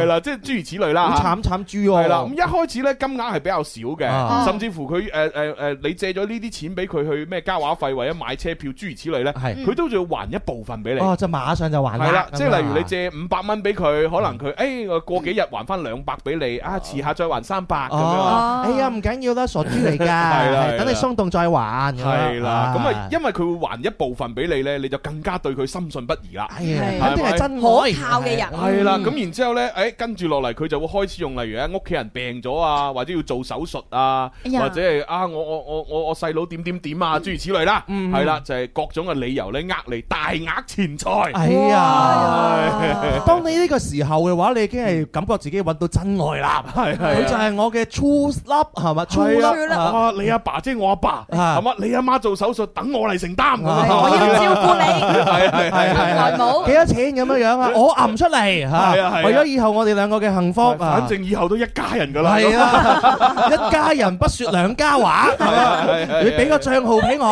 [SPEAKER 4] 係啦，
[SPEAKER 2] 啦，即係諸如此類啦。
[SPEAKER 4] 好
[SPEAKER 2] 嚇
[SPEAKER 4] 慘慘豬喎，
[SPEAKER 2] 係啦，咁一開始咧金額係比較少嘅，
[SPEAKER 4] 啊
[SPEAKER 2] 甚至乎佢誒誒誒，你借咗呢啲錢俾佢去咩交話費或者買車票諸如此類咧，
[SPEAKER 4] 係
[SPEAKER 2] 佢都仲要還一部分俾你。
[SPEAKER 4] 哦，就馬上就還
[SPEAKER 2] 係啦，
[SPEAKER 4] 咁
[SPEAKER 2] 即係
[SPEAKER 4] 樣
[SPEAKER 2] 例如你
[SPEAKER 4] 啊嗯
[SPEAKER 2] 借五百蚊俾佢，可能佢誒我過幾日還翻兩百俾你，啊遲下再還三百咁樣。啊
[SPEAKER 4] 哦，哎呀，唔緊要啦，傻豬嚟㗎，
[SPEAKER 2] 啦 係
[SPEAKER 4] 係
[SPEAKER 2] 啦
[SPEAKER 4] 等你鬆動再還咁樣。
[SPEAKER 2] 係啦，咁啊，因為佢會還一部分俾你咧，你就更加對佢深信不疑啦。
[SPEAKER 4] 因
[SPEAKER 6] 係
[SPEAKER 4] 哎呀，肯定係真愛
[SPEAKER 6] 可靠嘅人
[SPEAKER 2] 系啦，咁然之後呢，誒跟住落嚟佢就會開始用，例如咧屋企人病咗啊，或者要做手術啊，
[SPEAKER 6] 哎呀
[SPEAKER 2] 或者係啊我我我我我細佬點點點啊，諸如此類啦，
[SPEAKER 4] 嗯
[SPEAKER 2] 係啦，就係各種嘅理由呢，呃你大額錢財，
[SPEAKER 4] 哎呀
[SPEAKER 6] 哇！
[SPEAKER 4] 當你呢個時候嘅話，你已經係感覺自己揾到真愛啦，係
[SPEAKER 2] 係
[SPEAKER 4] 佢就係我嘅 true love 係嘛
[SPEAKER 2] 係
[SPEAKER 4] ？true
[SPEAKER 2] 啊
[SPEAKER 4] love 啊
[SPEAKER 2] 啊你阿爸即係我阿爸，
[SPEAKER 4] 啊
[SPEAKER 2] 係嘛？你阿媽做手術等我嚟承擔，
[SPEAKER 4] 啊
[SPEAKER 6] 我要照顧你，
[SPEAKER 2] 係係
[SPEAKER 4] 係
[SPEAKER 2] 係，
[SPEAKER 4] 係
[SPEAKER 7] 外母
[SPEAKER 4] 幾多錢咁樣樣啊？我揞出嚟
[SPEAKER 2] 係啊係
[SPEAKER 4] 嚇，
[SPEAKER 2] 啊
[SPEAKER 4] 為咗以後我哋兩個嘅幸福啊！
[SPEAKER 2] 反正以後都一家人噶啦，
[SPEAKER 4] 係啊， 一家人不說兩家話，係
[SPEAKER 2] 係係
[SPEAKER 4] 啊
[SPEAKER 2] 係
[SPEAKER 4] 你俾個帳號俾我。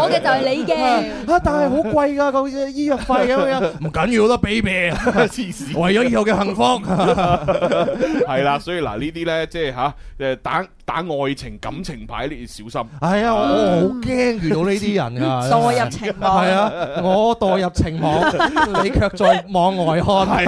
[SPEAKER 7] 我嘅就係你嘅。
[SPEAKER 4] 啊！但係好貴㗎個醫藥費咁樣， 唔緊要啦，baby，
[SPEAKER 2] 黐線。
[SPEAKER 4] 為咗以後嘅幸福。
[SPEAKER 2] 系啦，所以嗱呢啲咧，即係吓诶打打愛情感情牌，你要小心。
[SPEAKER 4] 係啊，我我好驚遇到呢啲人㗎。
[SPEAKER 6] 墮入情網
[SPEAKER 4] 係，啊，我墮入情 網，你卻在網外看。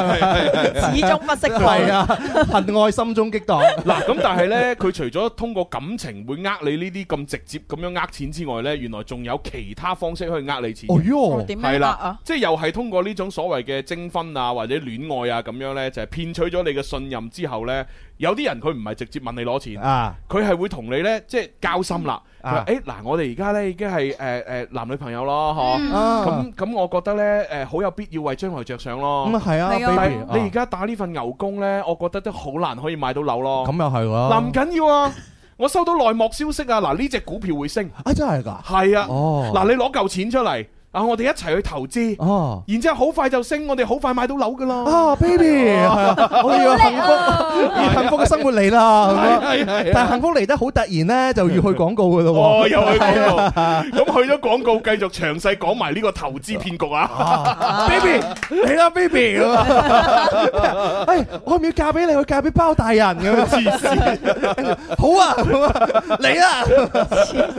[SPEAKER 6] 始終不釋放。
[SPEAKER 4] 係啊，恨愛心中激盪。
[SPEAKER 2] 嗱，咁但係咧，佢除咗通過感情會呃你呢啲咁直接咁樣呃錢之外咧，原來仲有其他方式可以呃你錢。
[SPEAKER 4] 哦哟，
[SPEAKER 6] 點
[SPEAKER 2] 係
[SPEAKER 6] 樣答
[SPEAKER 2] 啦
[SPEAKER 6] 啊？，
[SPEAKER 2] 即係又係通過呢種所謂嘅徵婚啊，或者戀愛啊咁樣咧，就係騙取咗你嘅信任之後咧，有啲人佢唔係直接問你攞錢，
[SPEAKER 4] 啊！
[SPEAKER 2] 佢係會同你咧即係交心啦。佢
[SPEAKER 4] 啊
[SPEAKER 2] 話：誒嗱，我哋而家咧已經係誒誒男女朋友咯，嗬。
[SPEAKER 4] 啊
[SPEAKER 2] 咁咁，我覺得咧誒好有必要為將來着想咯。
[SPEAKER 4] 咁啊係啊
[SPEAKER 6] 係啊
[SPEAKER 2] 但
[SPEAKER 4] ，baby，
[SPEAKER 2] 係你而家打呢份牛工呢，我覺得都好難可以買到樓
[SPEAKER 4] 啊
[SPEAKER 2] 咯。
[SPEAKER 4] 咁又係
[SPEAKER 2] 嗱
[SPEAKER 4] 喎。
[SPEAKER 2] 唔緊要啊，我收到內幕消息啊，嗱呢只股票會升，
[SPEAKER 4] 啊真係㗎。
[SPEAKER 2] 係啊，
[SPEAKER 4] 哦。
[SPEAKER 2] 嗱你攞嚿錢出嚟啊，我哋一齊去投資，
[SPEAKER 4] 哦。
[SPEAKER 2] 然之後好快就升，我哋好快買到樓噶啦。
[SPEAKER 4] 啊，baby，係啊我哋要幸福，要幸福嘅生活嚟啦。咁樣
[SPEAKER 2] 係係
[SPEAKER 4] 但係幸福嚟得好突然咧，就要去廣告噶咯
[SPEAKER 2] 哦，又去廣告， 咁去咗廣告，繼續詳細講埋呢個投資騙局啊！
[SPEAKER 4] 喎。Baby，你啦，baby 咁樣。哎，我唔要嫁俾你，我嫁俾包大人咁樣。
[SPEAKER 2] 黐線，
[SPEAKER 4] 好啊，咁啊嚟啦！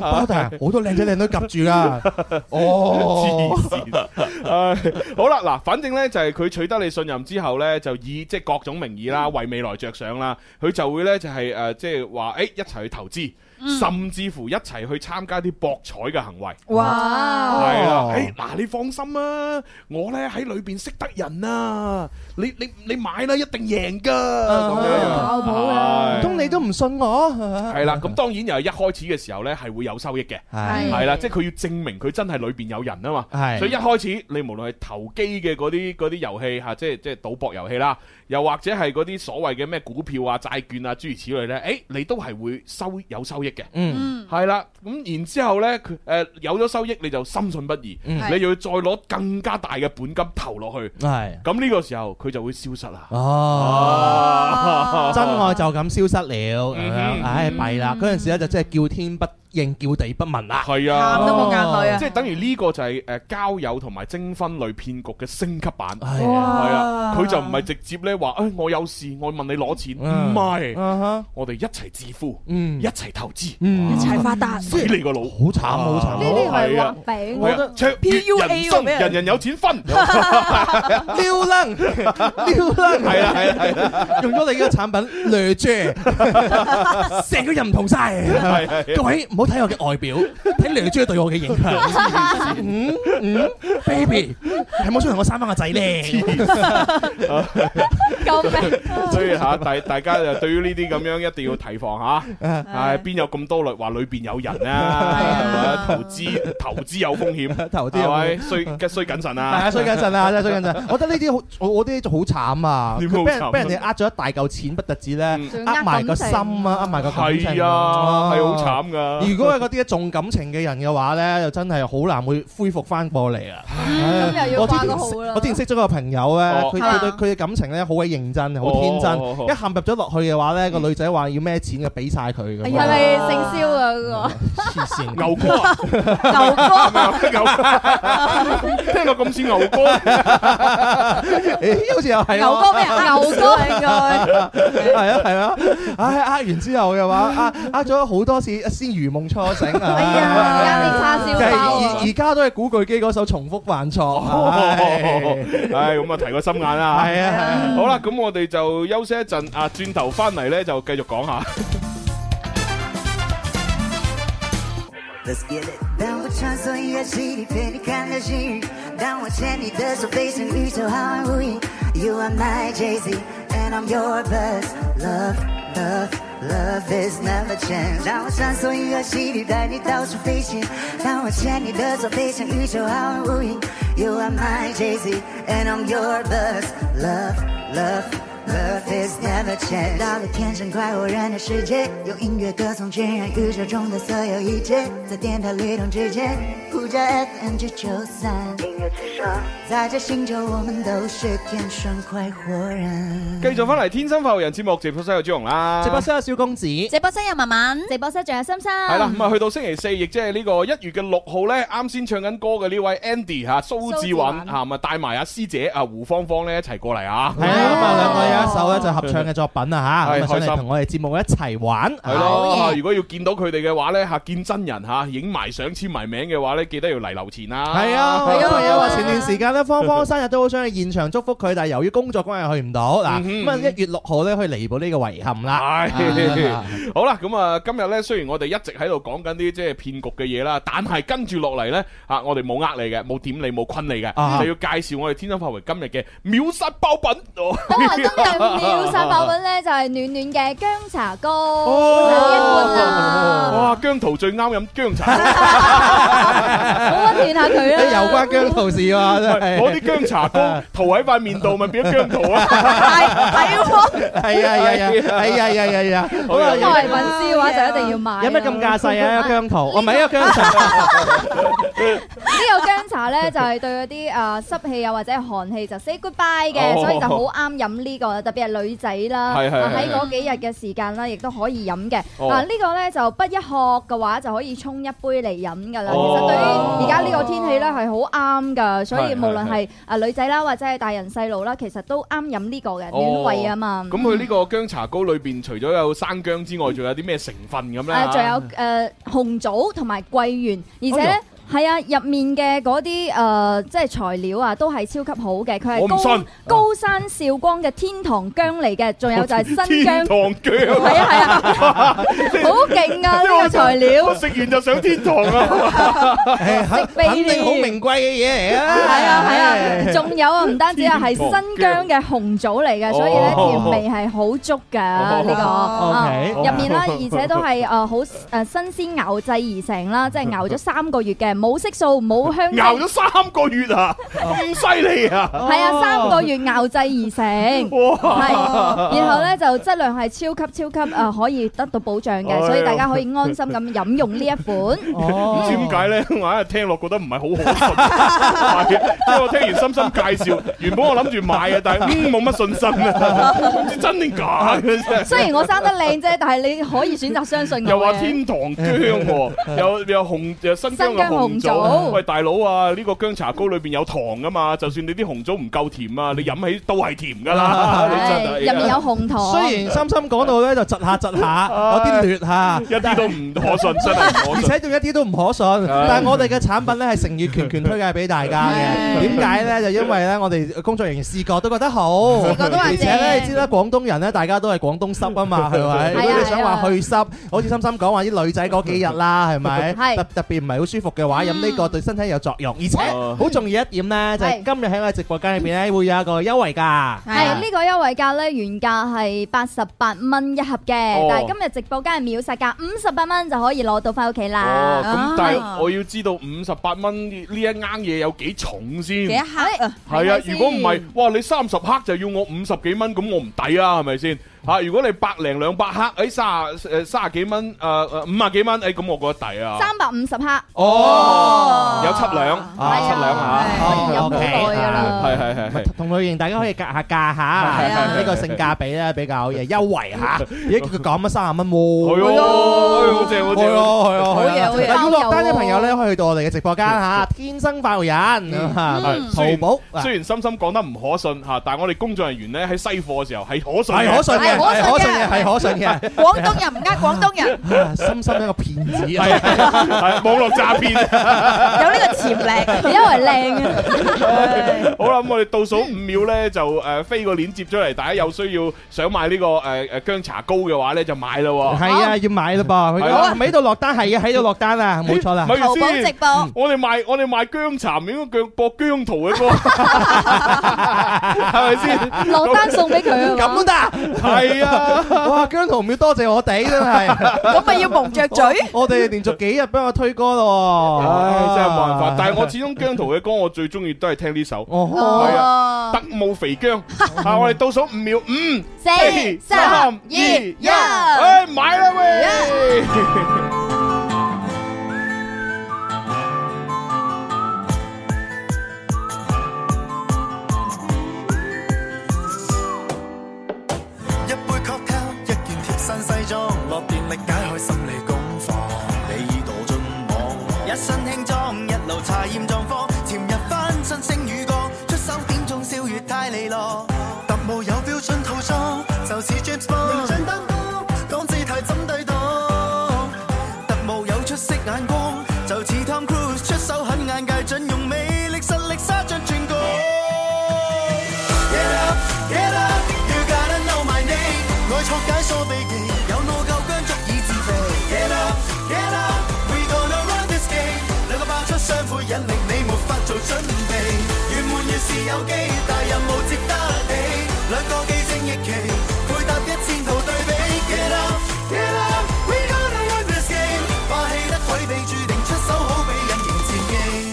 [SPEAKER 4] 包大人好多靚仔靚女夾住噶。哦，
[SPEAKER 2] 黐線，唉好啦，嗱，反正呢，就係佢取得你信任之後呢，就以即係各種名義
[SPEAKER 7] 嗯
[SPEAKER 2] 啦，為未來着想啦，佢就會呢，就係誒即係話誒一齊去投資，
[SPEAKER 7] 嗯
[SPEAKER 2] 甚至乎一齊去參加啲博彩嘅行為。
[SPEAKER 7] 哦
[SPEAKER 6] Ờ.
[SPEAKER 7] 哇！
[SPEAKER 2] 係啦，
[SPEAKER 4] 哦
[SPEAKER 2] 誒嗱，你放心啊，我呢喺裏邊識得人啊，你你你買啦，一定贏噶，咁
[SPEAKER 7] 靠譜
[SPEAKER 2] 樣
[SPEAKER 7] 啊
[SPEAKER 2] 係
[SPEAKER 4] 唔通你都唔信我？
[SPEAKER 2] 係
[SPEAKER 4] 嗯
[SPEAKER 2] 啦，咁當然又係一開始嘅時候呢，係會有收益嘅。
[SPEAKER 6] Ờ.
[SPEAKER 4] 係
[SPEAKER 2] 係啦，即係佢要證明佢真係裏邊有人啊嘛。
[SPEAKER 4] 嗯係
[SPEAKER 2] 所以一開始你無論係投機嘅嗰啲嗰啲遊戲啊嚇，即係即係賭博遊戲啦，又或者係嗰啲所謂嘅咩股票啊、債券啊諸如此類呢，誒、你都係會收有收益嘅。
[SPEAKER 4] 嗯
[SPEAKER 2] 係啦，咁然之後呢，佢誒、有咗收益你就深信不疑，
[SPEAKER 4] 嗯
[SPEAKER 2] 你又要再攞更加大嘅本金投落去，
[SPEAKER 4] 係
[SPEAKER 2] 咁呢個時候佢就會消失啦。
[SPEAKER 4] 哦。
[SPEAKER 2] 啊
[SPEAKER 4] 真愛就咁消失了，咁
[SPEAKER 2] 嗯
[SPEAKER 4] 樣，唉弊啦！嗰陣時咧就真係叫天不應叫地不聞啦。
[SPEAKER 2] 系
[SPEAKER 6] 喊
[SPEAKER 2] 啊
[SPEAKER 6] 都。冇眼淚啊
[SPEAKER 2] 即！係等於呢個就係誒交友同埋徵婚類騙局嘅升級版，係
[SPEAKER 4] 哇
[SPEAKER 2] 啊，佢就唔係直接咧話，誒我有事，我問你攞錢，唔
[SPEAKER 4] 嗯
[SPEAKER 2] 係，
[SPEAKER 4] 啊哈，
[SPEAKER 2] 我哋一齊致富，
[SPEAKER 4] 嗯
[SPEAKER 2] 一齊投資，
[SPEAKER 4] 嗯
[SPEAKER 6] 一齊發達，
[SPEAKER 2] 洗你個腦，
[SPEAKER 4] 好慘好慘。
[SPEAKER 2] 呢啲係
[SPEAKER 7] 係
[SPEAKER 2] 啊
[SPEAKER 7] 畫餅，
[SPEAKER 4] 我覺得
[SPEAKER 2] 卓越
[SPEAKER 6] PUA
[SPEAKER 2] 人生，
[SPEAKER 6] 喎俾人
[SPEAKER 2] 人人有 錢分，啊
[SPEAKER 4] 撩 楞撩楞，
[SPEAKER 2] 係啦係啦係啊啦，
[SPEAKER 4] 用咗你嘅產品掠 遮，成個人唔同晒。
[SPEAKER 2] 係係啊係
[SPEAKER 4] 各位唔好睇我嘅外表，睇掠遮對我嘅影響。嗯嗯，baby，係咪想同我生翻個仔咧？
[SPEAKER 7] 救命！
[SPEAKER 2] 所以嚇大大家就對於呢啲咁樣一定要提防嚇，
[SPEAKER 4] 啊
[SPEAKER 2] 唉邊有咁多類話裏邊有人 啊，係咪投資投資有風險，
[SPEAKER 4] 投資有
[SPEAKER 2] 係咪
[SPEAKER 4] 風
[SPEAKER 2] 需需謹慎
[SPEAKER 4] 啊 係啊，
[SPEAKER 2] 啊？
[SPEAKER 4] 衰緊陣啊，真係衰緊陣。我覺得呢啲好，我我呢啲好慘啊！
[SPEAKER 2] 點會
[SPEAKER 4] 佢
[SPEAKER 2] 好
[SPEAKER 4] 俾人
[SPEAKER 2] 慘
[SPEAKER 4] 俾人哋呃咗一大嚿錢不特止咧
[SPEAKER 2] 嗯，
[SPEAKER 4] 呃埋個心啊，呃埋個感情
[SPEAKER 2] 係啊，係好。慘
[SPEAKER 4] 啊
[SPEAKER 2] 噶。
[SPEAKER 4] 如果係嗰啲重感情嘅人嘅話咧，又真係好難會恢復翻過嚟啊！
[SPEAKER 7] 嗯咁又要
[SPEAKER 4] 我之
[SPEAKER 7] 掛個
[SPEAKER 4] 前
[SPEAKER 7] 號
[SPEAKER 4] 識
[SPEAKER 7] 啦。啊
[SPEAKER 4] 我之前識咗個朋友咧，
[SPEAKER 2] 哦
[SPEAKER 4] 佢
[SPEAKER 6] 係嘛
[SPEAKER 4] 佢對佢嘅感情咧好鬼認真，好天真
[SPEAKER 2] 哦哦哦。
[SPEAKER 4] 一陷入咗落去嘅話咧，個女仔話要咩錢就俾晒佢咁
[SPEAKER 7] 係
[SPEAKER 4] 樣。
[SPEAKER 7] 咪姓蕭啊？嗰
[SPEAKER 4] 黐線？
[SPEAKER 2] 牛哥啊，
[SPEAKER 6] 牛哥，
[SPEAKER 2] 牛 聽落咁似牛哥，
[SPEAKER 4] 咦好似又
[SPEAKER 7] 個
[SPEAKER 4] 係
[SPEAKER 7] 牛
[SPEAKER 4] 喎
[SPEAKER 7] 哥俾人牛哥 應該
[SPEAKER 4] 系啊系啊，唉呃完之後嘅話，呃呃咗好多次，先如夢初醒 啊！
[SPEAKER 6] 哎呀
[SPEAKER 7] 加啲叉
[SPEAKER 4] 就
[SPEAKER 7] 燒
[SPEAKER 4] 係
[SPEAKER 7] 包
[SPEAKER 4] 而
[SPEAKER 7] 啊
[SPEAKER 4] 而家都係古巨基嗰首《重複犯錯》 唉。
[SPEAKER 2] 唉，咁啊提個心眼啦。
[SPEAKER 4] 係啊係啊，
[SPEAKER 2] 好啦，咁我哋就休息一陣啊，轉頭翻嚟咧就繼續講下。
[SPEAKER 9] Let's get it。当我穿梭音乐季，陪你看流星雨。当我牵你的手，飞向宇宙浩瀚无垠。You are my Jay Z and I'm your Buzz. Love, love, love is never change。当我穿梭音乐季，带你到处飞行。当我牵你的手，飞向宇宙浩瀚无垠。You are my Jay Z and I'm your Buzz. Love, love. Love is never change。到了天生快活人的世界，用音乐歌颂渲染宇宙中的所有一切，在电台律动之间，呼着 FM 九九三，音乐之声，在这星球我们都是天生快活人。
[SPEAKER 2] 繼續翻嚟《天生發育人》節目，直播室有朱紅啦。
[SPEAKER 4] 嗯直播室有小公子，
[SPEAKER 6] 直播室有文文，
[SPEAKER 7] 直播室仲有心心，
[SPEAKER 2] 系
[SPEAKER 7] 係
[SPEAKER 2] 啦，咁啊去到星期四，亦即係呢個一月嘅六號咧，啱先唱緊歌嘅呢位 Andy 吓，蘇志
[SPEAKER 7] 志允
[SPEAKER 2] 允吓，咁啊帶埋阿師姐啊胡芳芳咧一齊過嚟啊。
[SPEAKER 4] 係啊，咁啊兩個有一首咧就合唱嘅作品啊吓，
[SPEAKER 2] 係
[SPEAKER 4] 咁啊上
[SPEAKER 2] 開心
[SPEAKER 4] 嚟同我哋節目一齊玩，
[SPEAKER 2] 系咯，啊如果要見到佢哋嘅話咧，吓見真人吓，影埋相簽埋名嘅話咧，記得要嚟留錢啦。
[SPEAKER 4] 係啊，我有朋友話前段時間咧，芳芳生日都好想去現場祝福佢，但係由於工作關係去唔到。嗱，
[SPEAKER 2] 嗯
[SPEAKER 4] 咁啊一月六號咧可以彌補呢個遺憾啦。
[SPEAKER 2] 系，好啦，咁啊，今日咧雖然我哋一直喺度講緊啲即係騙局嘅嘢啦，但係跟住落嚟咧，啊，我哋冇呃你嘅，冇點你，冇困你嘅，
[SPEAKER 4] 啊
[SPEAKER 2] 就要介紹我哋天生發圍今日嘅秒殺爆品。哦
[SPEAKER 7] 咁啊，今日秒殺爆品咧就係暖暖嘅姜茶膏，就一罐啦，
[SPEAKER 2] 哇，姜濤最啱飲姜茶，
[SPEAKER 7] 好温暖下佢
[SPEAKER 4] 有
[SPEAKER 7] 啦。
[SPEAKER 4] 關姜圖事喎， 真係
[SPEAKER 2] 攞啲姜 茶膏塗喺塊面度，咪變咗姜濤啊！
[SPEAKER 6] 係係喎，
[SPEAKER 4] 係啊係啊係啊係啊係啊係啊！好
[SPEAKER 2] 好
[SPEAKER 4] 啦，
[SPEAKER 7] 作為粉絲嘅話就一定要買。
[SPEAKER 4] 有咩咁架勢 啊？一個 姜圖，我唔係一個姜茶，
[SPEAKER 7] 呢個姜茶咧就係對嗰啲誒濕氣啊或者係寒氣就 say goodbye 嘅，
[SPEAKER 2] 哦
[SPEAKER 7] 所以就好啱飲呢個，特別係女仔啦，
[SPEAKER 2] 係係
[SPEAKER 7] 啊
[SPEAKER 2] 係
[SPEAKER 7] 喺嗰幾日嘅時間啦，亦都可以飲嘅。
[SPEAKER 2] 哦
[SPEAKER 7] 嗱呢個咧就不一殼嘅話就可以沖一杯嚟飲㗎啦。其
[SPEAKER 2] 哦
[SPEAKER 7] 實對於而家呢個天氣咧係好啱㗎，所以
[SPEAKER 2] 係係
[SPEAKER 7] 無論係誒女仔啦或者係大人細路啦，其實都啱飲呢個嘅暖胃啊嘛。
[SPEAKER 2] 哦咁佢呢個姜茶膏裏邊除咗有生姜之外，仲有啲咩成分咁咧？
[SPEAKER 7] 啊誒，仲 有誒紅棗同埋桂圓，而且
[SPEAKER 2] 哎
[SPEAKER 7] 咧。係啊，入面嘅嗰啲誒，即係材料啊，都係超級好嘅。佢
[SPEAKER 2] 我
[SPEAKER 7] 係
[SPEAKER 2] 唔信
[SPEAKER 7] 高高山兆光嘅天堂姜嚟嘅，仲有就係新
[SPEAKER 2] 天
[SPEAKER 7] 姜，
[SPEAKER 2] 堂姜。
[SPEAKER 7] 係啊係啊， 好勁啊！呢個材料
[SPEAKER 2] 我食完就上天堂 啊！
[SPEAKER 4] 誒肯
[SPEAKER 7] 秘
[SPEAKER 4] 肯定好
[SPEAKER 7] 料
[SPEAKER 4] 名貴嘅嘢嚟 啊！
[SPEAKER 7] 係啊係啊，仲有啊，唔單止啊，係新疆嘅紅棗嚟嘅，所以咧甜
[SPEAKER 2] 哦
[SPEAKER 7] 味係好足㗎呢個啊呃
[SPEAKER 4] OK
[SPEAKER 7] 入面啦，而且都係誒好誒新鮮熬製而成啦，即係熬咗三個月嘅，冇色素、冇香
[SPEAKER 2] 熬
[SPEAKER 7] 精
[SPEAKER 2] 咗，三個月啊，咁犀利啊！
[SPEAKER 7] 係啊，三個月熬製而成，係，然後咧就質量係超級超級啊，可以得到保障
[SPEAKER 2] 哎呀
[SPEAKER 7] 嘅，所以大家可以安心咁飲用呢一款。
[SPEAKER 2] 哎唔知點解咧，我硬係聽落覺得唔係好可信，係因為我聽完深深介紹，原本我諗住買啊，但係嗯冇乜信心啊，唔知真定假嘅真係。
[SPEAKER 7] 雖然我生得靚啫，但係你可以選擇相 信我
[SPEAKER 2] 又話
[SPEAKER 7] 嘅
[SPEAKER 2] 天堂薑喎，有有紅有新疆嘅
[SPEAKER 7] 新疆
[SPEAKER 2] 紅
[SPEAKER 7] 紅
[SPEAKER 2] 棗。
[SPEAKER 7] 棗
[SPEAKER 2] 喂，大佬啊，呢個薑茶膏裏邊有糖噶嘛，就算你啲紅棗唔夠甜啊，你飲起都係甜噶
[SPEAKER 7] 唉
[SPEAKER 2] 啦。你
[SPEAKER 7] 入
[SPEAKER 2] 真係啊
[SPEAKER 7] 面有紅糖。
[SPEAKER 4] 雖然深深講到咧就窒下 窒下，有啲劣嚇。
[SPEAKER 2] 一啲都唔可信，真係唔可
[SPEAKER 4] 而
[SPEAKER 2] 信。
[SPEAKER 4] 且仲一啲都唔可信，但係我哋嘅產品咧係誠意拳拳推介俾大家嘅。點解咧？就因為咧，我哋工作人員試過都覺得好，
[SPEAKER 6] 試過都話
[SPEAKER 4] 而且
[SPEAKER 6] 正
[SPEAKER 4] 咧，你知啦，廣東人咧，大家都係廣東濕 啊嘛，係咪？如
[SPEAKER 7] 係啊
[SPEAKER 4] 果你想話去濕，好似心心講話啲女仔嗰幾日啦，係 咪？
[SPEAKER 7] 係
[SPEAKER 4] 特特別唔係好舒服嘅話，飲呢個對身體有作用，而且好重要一點咧，就
[SPEAKER 7] 係
[SPEAKER 4] 係今日喺我哋直播間裏邊咧會有一個優惠價。
[SPEAKER 2] 啊
[SPEAKER 7] 係呢個優惠價咧，原價係八十八蚊一盒嘅，
[SPEAKER 2] 哦
[SPEAKER 7] 但係今日直播間係秒殺價，五十八蚊就可以攞到翻屋企
[SPEAKER 2] 哦，
[SPEAKER 7] 啦。啊
[SPEAKER 2] 咁但係我要知道五十八蚊呢一啱嘢有幾重先。
[SPEAKER 6] 幾黑啊！
[SPEAKER 2] 係啊
[SPEAKER 7] 睇，下
[SPEAKER 2] 如果唔係
[SPEAKER 7] 先，
[SPEAKER 2] 哇！你三十克就要我五十幾蚊，咁我唔抵啊，係咪先？嚇！如果你百零兩百克，誒三十誒三十幾蚊，誒誒五啊幾蚊，誒咁我覺得抵啊。
[SPEAKER 7] 三百五十克，
[SPEAKER 4] 哦
[SPEAKER 2] 有七兩，啊七兩啊，
[SPEAKER 7] 係飲好耐㗎啦。
[SPEAKER 2] 係係係係。
[SPEAKER 4] 同類型大家可以格下價 下，呢個性價比咧比較有優惠嚇。而家佢講乜三十蚊
[SPEAKER 2] 係
[SPEAKER 4] 喎？
[SPEAKER 2] 喎，好正好
[SPEAKER 4] 係
[SPEAKER 2] 正。
[SPEAKER 4] 咯係咯
[SPEAKER 7] 好嘢好嘢
[SPEAKER 4] 要落單嘅朋友咧，可以去到我哋嘅直播間嚇，天生快活人啊
[SPEAKER 2] 嗯
[SPEAKER 4] 淘寶嗱
[SPEAKER 2] 雖然深深講得唔可信嚇，但係我哋工作人員咧喺西貨嘅時候係可信嘅。
[SPEAKER 4] 係可信嘅，係可信嘅，係可信嘅。
[SPEAKER 6] 廣東人唔呃廣東人，
[SPEAKER 4] 啊深深一個騙 子
[SPEAKER 2] 係
[SPEAKER 4] 啊！
[SPEAKER 2] 係網絡詐騙。
[SPEAKER 6] 有呢個潛力。
[SPEAKER 7] 因為靚啊，
[SPEAKER 2] 好啦，咁我哋倒數五秒咧就誒飛個鏈接出嚟，大家有需要想買呢個誒誒薑茶膏嘅話咧就買啦喎。
[SPEAKER 4] 係啊，要買嘞噃！
[SPEAKER 2] 係啊
[SPEAKER 4] 佢喺度落單，係啊，喺度落單啊，冇錯啦
[SPEAKER 2] 咪。
[SPEAKER 6] 淘寶直播，
[SPEAKER 2] 我哋賣我哋賣姜茶，唔應該播姜圖 嘅歌，係咪先？
[SPEAKER 7] 落單送俾佢
[SPEAKER 4] 咁
[SPEAKER 7] 啊
[SPEAKER 4] 都
[SPEAKER 7] 嘛。
[SPEAKER 4] 得啊！
[SPEAKER 2] 係啊，
[SPEAKER 4] 哇，姜濤唔要多謝我哋 真係。
[SPEAKER 6] 咁咪要蒙着嘴。
[SPEAKER 4] 我哋連續幾日俾我推歌
[SPEAKER 7] 哦
[SPEAKER 4] 咯喎，
[SPEAKER 2] 唉，真係冇辦法。但係我始終姜圖嘅歌，我最中意都係聽呢首《
[SPEAKER 4] 哦，
[SPEAKER 2] 特務肥 姜》。啊，我哋倒數五秒，五、
[SPEAKER 7] 四哎三二一
[SPEAKER 2] Dạ. 唉，哎買啦喂！
[SPEAKER 3] 一杯 cocktail，一件貼身西裝，落電力解開心理攻防，你已墮進網絡。一身輕裝，一路查驗狀況，潛入翻新星雨降，出手點中笑月太利落。特務有標準套裝，就似 James Bond，明擔當，講姿態怎對擋？特務有出色眼光，就似 Tom Cruise，出手很眼界，準用魅力實力沙像轉角。Get up, get up, you gotta know my name。愛錯解鎖秘技，有我夠姜足以自肥。Get up, get up, we gonna run this game。兩個爆出雙倍引力，你沒法做準備。越悶越是有機，大任務值得你。兩個既正亦奇，配搭一千套對比。Get up, get up, we gonna run this game。霸氣得鬼秘，注定出手好比引擎戰機。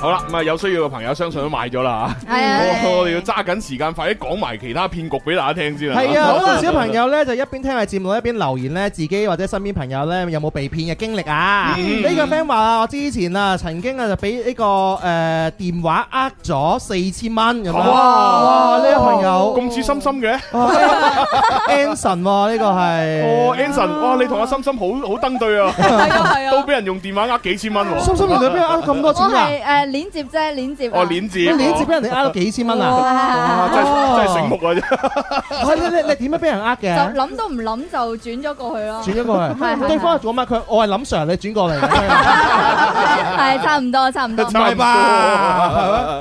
[SPEAKER 2] 好啦，咁啊有需要嘅朋友，相信都買咗啦嚇。
[SPEAKER 7] 係啊
[SPEAKER 2] 我我哋要揸緊時間，快啲講埋其他騙局俾大家聽先啦。
[SPEAKER 4] 係啊，好多小朋友咧就一邊聽下節目一邊留言咧，自己或者身邊朋友咧有冇被騙嘅經歷啊？
[SPEAKER 2] 嗯
[SPEAKER 4] 呢個 friend 話啊，我之前啊曾經啊就俾呢個誒電話呃咗四千蚊咁樣，
[SPEAKER 2] 哇
[SPEAKER 4] 哇！呢個朋友
[SPEAKER 2] 咁似心心嘅。
[SPEAKER 4] Anson 喎，呢個
[SPEAKER 2] 哦
[SPEAKER 4] 係。
[SPEAKER 2] ，Anson，哇，你同阿心心好好登對啊，都俾人用電話呃幾千蚊喎。
[SPEAKER 4] 心心原來俾人呃咁多
[SPEAKER 7] 我
[SPEAKER 4] 錢啊？
[SPEAKER 7] 係誒鏈接啫，鏈接啊。
[SPEAKER 2] 哦，鏈子，
[SPEAKER 4] 你連接俾人哋呃咗幾千蚊啊？
[SPEAKER 2] 哇，
[SPEAKER 7] 哇
[SPEAKER 2] 真係
[SPEAKER 4] 哦
[SPEAKER 2] 真係醒目啊！真
[SPEAKER 4] 哇你你你點樣俾人呃
[SPEAKER 7] 就
[SPEAKER 4] 嘅？
[SPEAKER 7] 諗都唔諗就轉咗過去咯。
[SPEAKER 4] 轉咗過
[SPEAKER 7] 係係
[SPEAKER 4] 去，
[SPEAKER 7] 係
[SPEAKER 4] 對方係做乜？佢我係林 Sir，你轉 過嚟嘅，
[SPEAKER 7] 係差唔多，差唔多。
[SPEAKER 2] 係 差唔多
[SPEAKER 4] 吧？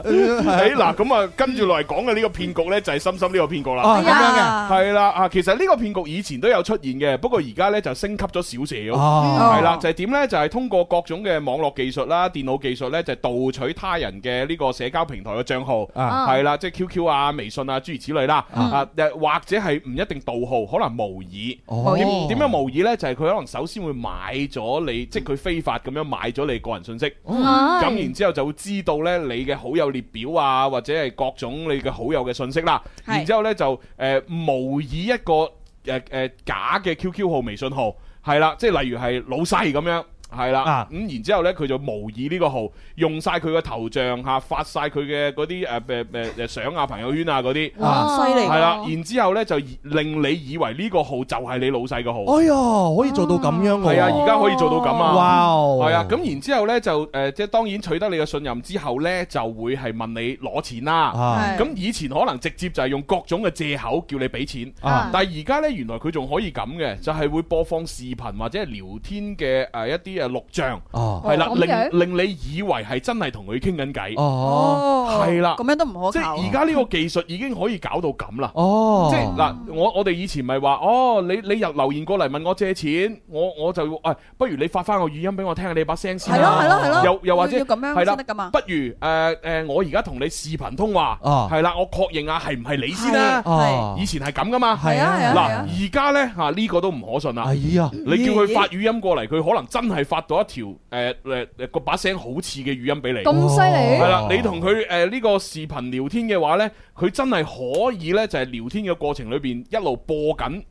[SPEAKER 4] 係咪？
[SPEAKER 2] 係嗱，咁啊，跟住落嚟講嘅呢個騙局咧，就係心心呢個騙局啦。
[SPEAKER 4] 哦，咁樣嘅，
[SPEAKER 2] 係啦，啊，其實呢個騙局以前都有出現嘅，不過而家咧就升級咗少少。
[SPEAKER 4] 哦，
[SPEAKER 2] 係啦，就係點呢？就係通過各種嘅網絡技術啦、電腦技術呢，就係盜取他他人嘅呢個社交平台嘅帳號，
[SPEAKER 4] 啊
[SPEAKER 2] 係啦，即係 QQ 啊、微信啊諸如此類啦，啊誒或者係唔一定盜號，可能模擬。
[SPEAKER 4] 哦
[SPEAKER 2] 點點樣模擬呢？就係佢可能首先會買咗你，即係佢非法咁樣買咗你個人信息。
[SPEAKER 7] 哦
[SPEAKER 2] 咁然之後就會知道咧你嘅好友列表啊，或者係各種你嘅好友嘅信息啦。
[SPEAKER 6] 係
[SPEAKER 2] 然之後咧就誒、呃模擬一個誒誒、呃假嘅 QQ 號、微信號，係啦，即係例如係老細咁樣。係啦
[SPEAKER 4] 啊，
[SPEAKER 2] 咁、然之後咧，佢就模擬呢個號，用晒佢嘅頭像嚇，發晒佢嘅嗰啲呃誒誒誒誒相啊、朋友圈啊嗰啲，
[SPEAKER 4] 啊
[SPEAKER 6] 犀利
[SPEAKER 2] 係啦，然之後咧就以令你以為呢個號就係你老細嘅號，
[SPEAKER 4] 哎呀，可以做到咁樣嘅喎，
[SPEAKER 2] 係啊，而家可以做到咁啊！
[SPEAKER 4] 哇哦，
[SPEAKER 2] 係啊，咁然之後呢，就誒，呃即係當然取得你嘅信任之後呢，就會係問你攞錢啦。
[SPEAKER 4] 啊
[SPEAKER 6] 係
[SPEAKER 2] 咁以前可能直接就係用各種嘅藉口叫你俾錢，
[SPEAKER 4] 啊
[SPEAKER 2] 但係而家呢，原來佢仲可以咁嘅，就係會播放視頻或者係聊天嘅呃誒一啲誒錄像，
[SPEAKER 4] 啊
[SPEAKER 7] 咁
[SPEAKER 2] 係啦
[SPEAKER 7] 樣，
[SPEAKER 2] 令令你以為係真係同佢傾緊偈。
[SPEAKER 4] 哦
[SPEAKER 6] 哦，
[SPEAKER 2] 係啦
[SPEAKER 6] 咁樣都唔
[SPEAKER 2] 即
[SPEAKER 6] 可靠
[SPEAKER 2] 係而。家呢個技術已經可以搞到咁啦。
[SPEAKER 4] 哦，
[SPEAKER 2] 即係嗱，我我哋以前咪話，哦，你你又留言過嚟問我借錢，我我就誒、哎不如你發翻個語音俾我聽下你把聲先
[SPEAKER 6] 係咯
[SPEAKER 2] 啦。
[SPEAKER 6] 係咯係咯，
[SPEAKER 2] 又又或者
[SPEAKER 6] 要咁樣
[SPEAKER 2] 係啦
[SPEAKER 6] 先得噶嘛？哦
[SPEAKER 2] 不如誒誒、呃呃我而家同你視頻通話，
[SPEAKER 4] 啊
[SPEAKER 2] 係啦、我確認下係唔係你先啦、
[SPEAKER 4] 哦
[SPEAKER 2] 以前係啊咁噶嘛，
[SPEAKER 4] 係啊
[SPEAKER 6] 係啊
[SPEAKER 2] 嗱，
[SPEAKER 6] 係啊
[SPEAKER 2] 而家呢，嚇呢個都唔可信啦。
[SPEAKER 4] 哎呀，
[SPEAKER 2] 你叫佢發語音過嚟，佢可能真係發到一條誒誒誒個把聲好似嘅語音俾你。
[SPEAKER 7] 咁犀利
[SPEAKER 2] 係啦，你同佢誒呢個視頻聊天嘅話呢，佢真係可以呢，就係聊天嘅過程裏邊一路播緊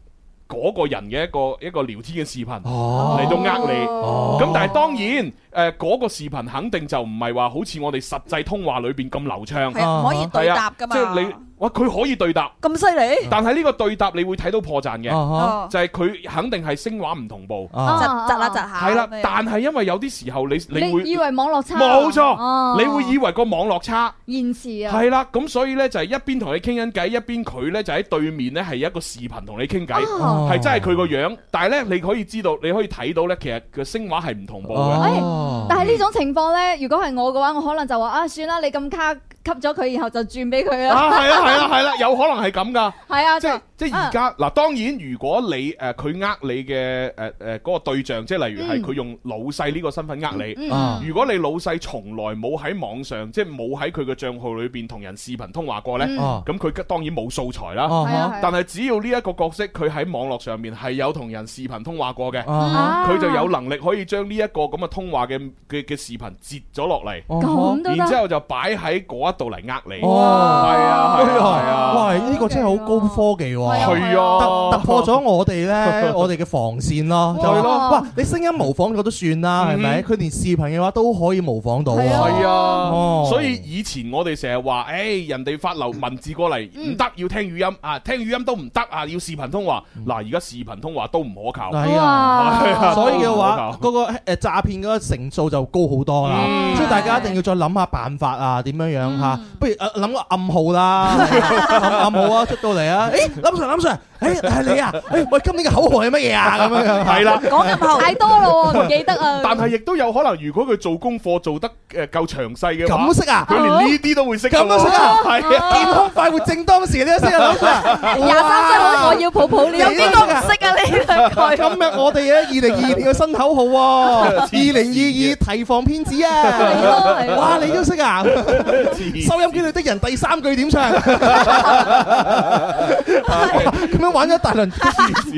[SPEAKER 2] 嗰個人嘅一個一個聊天嘅視頻。
[SPEAKER 4] 哦
[SPEAKER 2] 嚟到呃你，
[SPEAKER 4] 哦
[SPEAKER 2] 咁但係當然，誒、嗰個視頻肯定就唔係話好似我哋實際通話裏邊咁流暢，
[SPEAKER 6] 係啊，唔可以對答噶嘛？
[SPEAKER 2] 即係你，哇佢可以對答，
[SPEAKER 6] 咁犀利，
[SPEAKER 2] 但係呢個對答你會睇到破綻嘅，
[SPEAKER 4] 啊
[SPEAKER 6] 哦
[SPEAKER 2] 就係佢肯定係聲畫唔同步，
[SPEAKER 4] 哈啊
[SPEAKER 6] 窒
[SPEAKER 7] 啊
[SPEAKER 6] 窒下窒下。
[SPEAKER 2] 係啦
[SPEAKER 6] 咁樣，
[SPEAKER 2] 但係因為有啲時候你你
[SPEAKER 7] 你以
[SPEAKER 2] 會
[SPEAKER 7] 為網絡差？
[SPEAKER 2] 冇
[SPEAKER 7] 哦
[SPEAKER 2] 錯，你會以為個網絡差。
[SPEAKER 7] 延遲啊？
[SPEAKER 2] 係啦，咁所以呢，就係一邊同你傾緊偈，一邊佢呢就喺對面呢係一個視頻同你傾偈，
[SPEAKER 7] 哦
[SPEAKER 2] 係真係佢個樣，但係呢，你可以知道，你可以睇到呢，其實個聲畫係唔同步嘅。
[SPEAKER 4] 哦
[SPEAKER 7] 但係呢種情況咧，如果係我嘅話，我可能就話啊，算啦，你咁卡吸咗佢，然後就轉俾佢啦。
[SPEAKER 2] 啊，係啦，係啦，係啦，有可能係咁噶，
[SPEAKER 7] 係啊，
[SPEAKER 2] 即
[SPEAKER 7] 就
[SPEAKER 2] 係即係而家嗱，當然如果你誒佢呃你嘅誒誒嗰個對象，即係例如係
[SPEAKER 7] 嗯
[SPEAKER 2] 佢用老細呢個身份呃你。
[SPEAKER 4] 啊
[SPEAKER 2] 如果你老細從來冇喺網上，即係冇喺佢嘅帳號裏邊同人視頻通話過呢，
[SPEAKER 7] 嗯
[SPEAKER 4] 哦
[SPEAKER 2] 咁佢當然冇素材啦。
[SPEAKER 7] 係啊
[SPEAKER 4] 啊
[SPEAKER 7] 係啊
[SPEAKER 2] 但係只要呢一個角色佢喺網絡上面係有同人視頻通話過嘅，
[SPEAKER 4] 啊
[SPEAKER 7] 啊
[SPEAKER 2] 佢就有能力可以將呢一個咁嘅通話嘅嘅嘅視頻截咗落嚟，
[SPEAKER 7] 咁都
[SPEAKER 2] 然之
[SPEAKER 7] 得。
[SPEAKER 2] 後就擺喺嗰一度嚟呃你。係
[SPEAKER 4] 哦，
[SPEAKER 2] 啊，係啊，係啊。
[SPEAKER 4] 哇，呢個真係好高科技喎。
[SPEAKER 2] 係
[SPEAKER 4] 突
[SPEAKER 2] 啊，
[SPEAKER 4] 突破咗我哋 咧，我哋嘅防線咯，就係
[SPEAKER 2] 係咯
[SPEAKER 4] 哇！你聲音模仿咗都算啦，係咪？
[SPEAKER 2] 嗯
[SPEAKER 4] 佢連視頻嘅話都可以模仿到
[SPEAKER 7] 係啊
[SPEAKER 4] 喎。
[SPEAKER 2] 係啊
[SPEAKER 4] 哦，
[SPEAKER 2] 所以以前我哋成日話，誒人哋發流文字過
[SPEAKER 4] 嗯
[SPEAKER 2] 嚟唔得，要聽語音啊，聽語音都唔得啊，要視頻通話。
[SPEAKER 4] 嗯
[SPEAKER 2] 嗱，而家視頻通話都唔可靠。
[SPEAKER 4] 係啊，
[SPEAKER 7] 哇！
[SPEAKER 4] 所以嘅話
[SPEAKER 2] 都唔可，靠
[SPEAKER 4] 嗰個誒詐騙嗰個成數就高好多啦。
[SPEAKER 2] 嗯
[SPEAKER 4] 所以大家一定要再諗下辦法啊，點樣樣嚇？不如誒諗個暗號啦， 暗暗號啊，出到嚟 啊！誒，林 Sir，林 Sir，誒係你啊！誒，喂，今年嘅口號係乜嘢啊？咁樣樣
[SPEAKER 2] 係啦。
[SPEAKER 6] 講咁後，
[SPEAKER 7] 太多啦喎，唔記得 啊。
[SPEAKER 2] 但係亦都有可能，如果佢做功課做得誒夠詳細嘅話
[SPEAKER 4] 咁，識啊？
[SPEAKER 2] 佢連呢啲都會識㗎喎。
[SPEAKER 4] 咁都識啊
[SPEAKER 2] 係啊，
[SPEAKER 4] 健康快活正當時呢一聲啊，林 Sir，
[SPEAKER 7] 廿三歲好，我要抱抱你。
[SPEAKER 6] 有邊個唔識啊？你兩個
[SPEAKER 4] 今日我哋嘅二零二二年嘅新口號喎，二零二二提防騙子
[SPEAKER 7] 係
[SPEAKER 4] 啊！
[SPEAKER 7] 咯係咯
[SPEAKER 4] 哇，你都識啊！收音機裏的人第三句點唱？咁樣玩咗一大輪，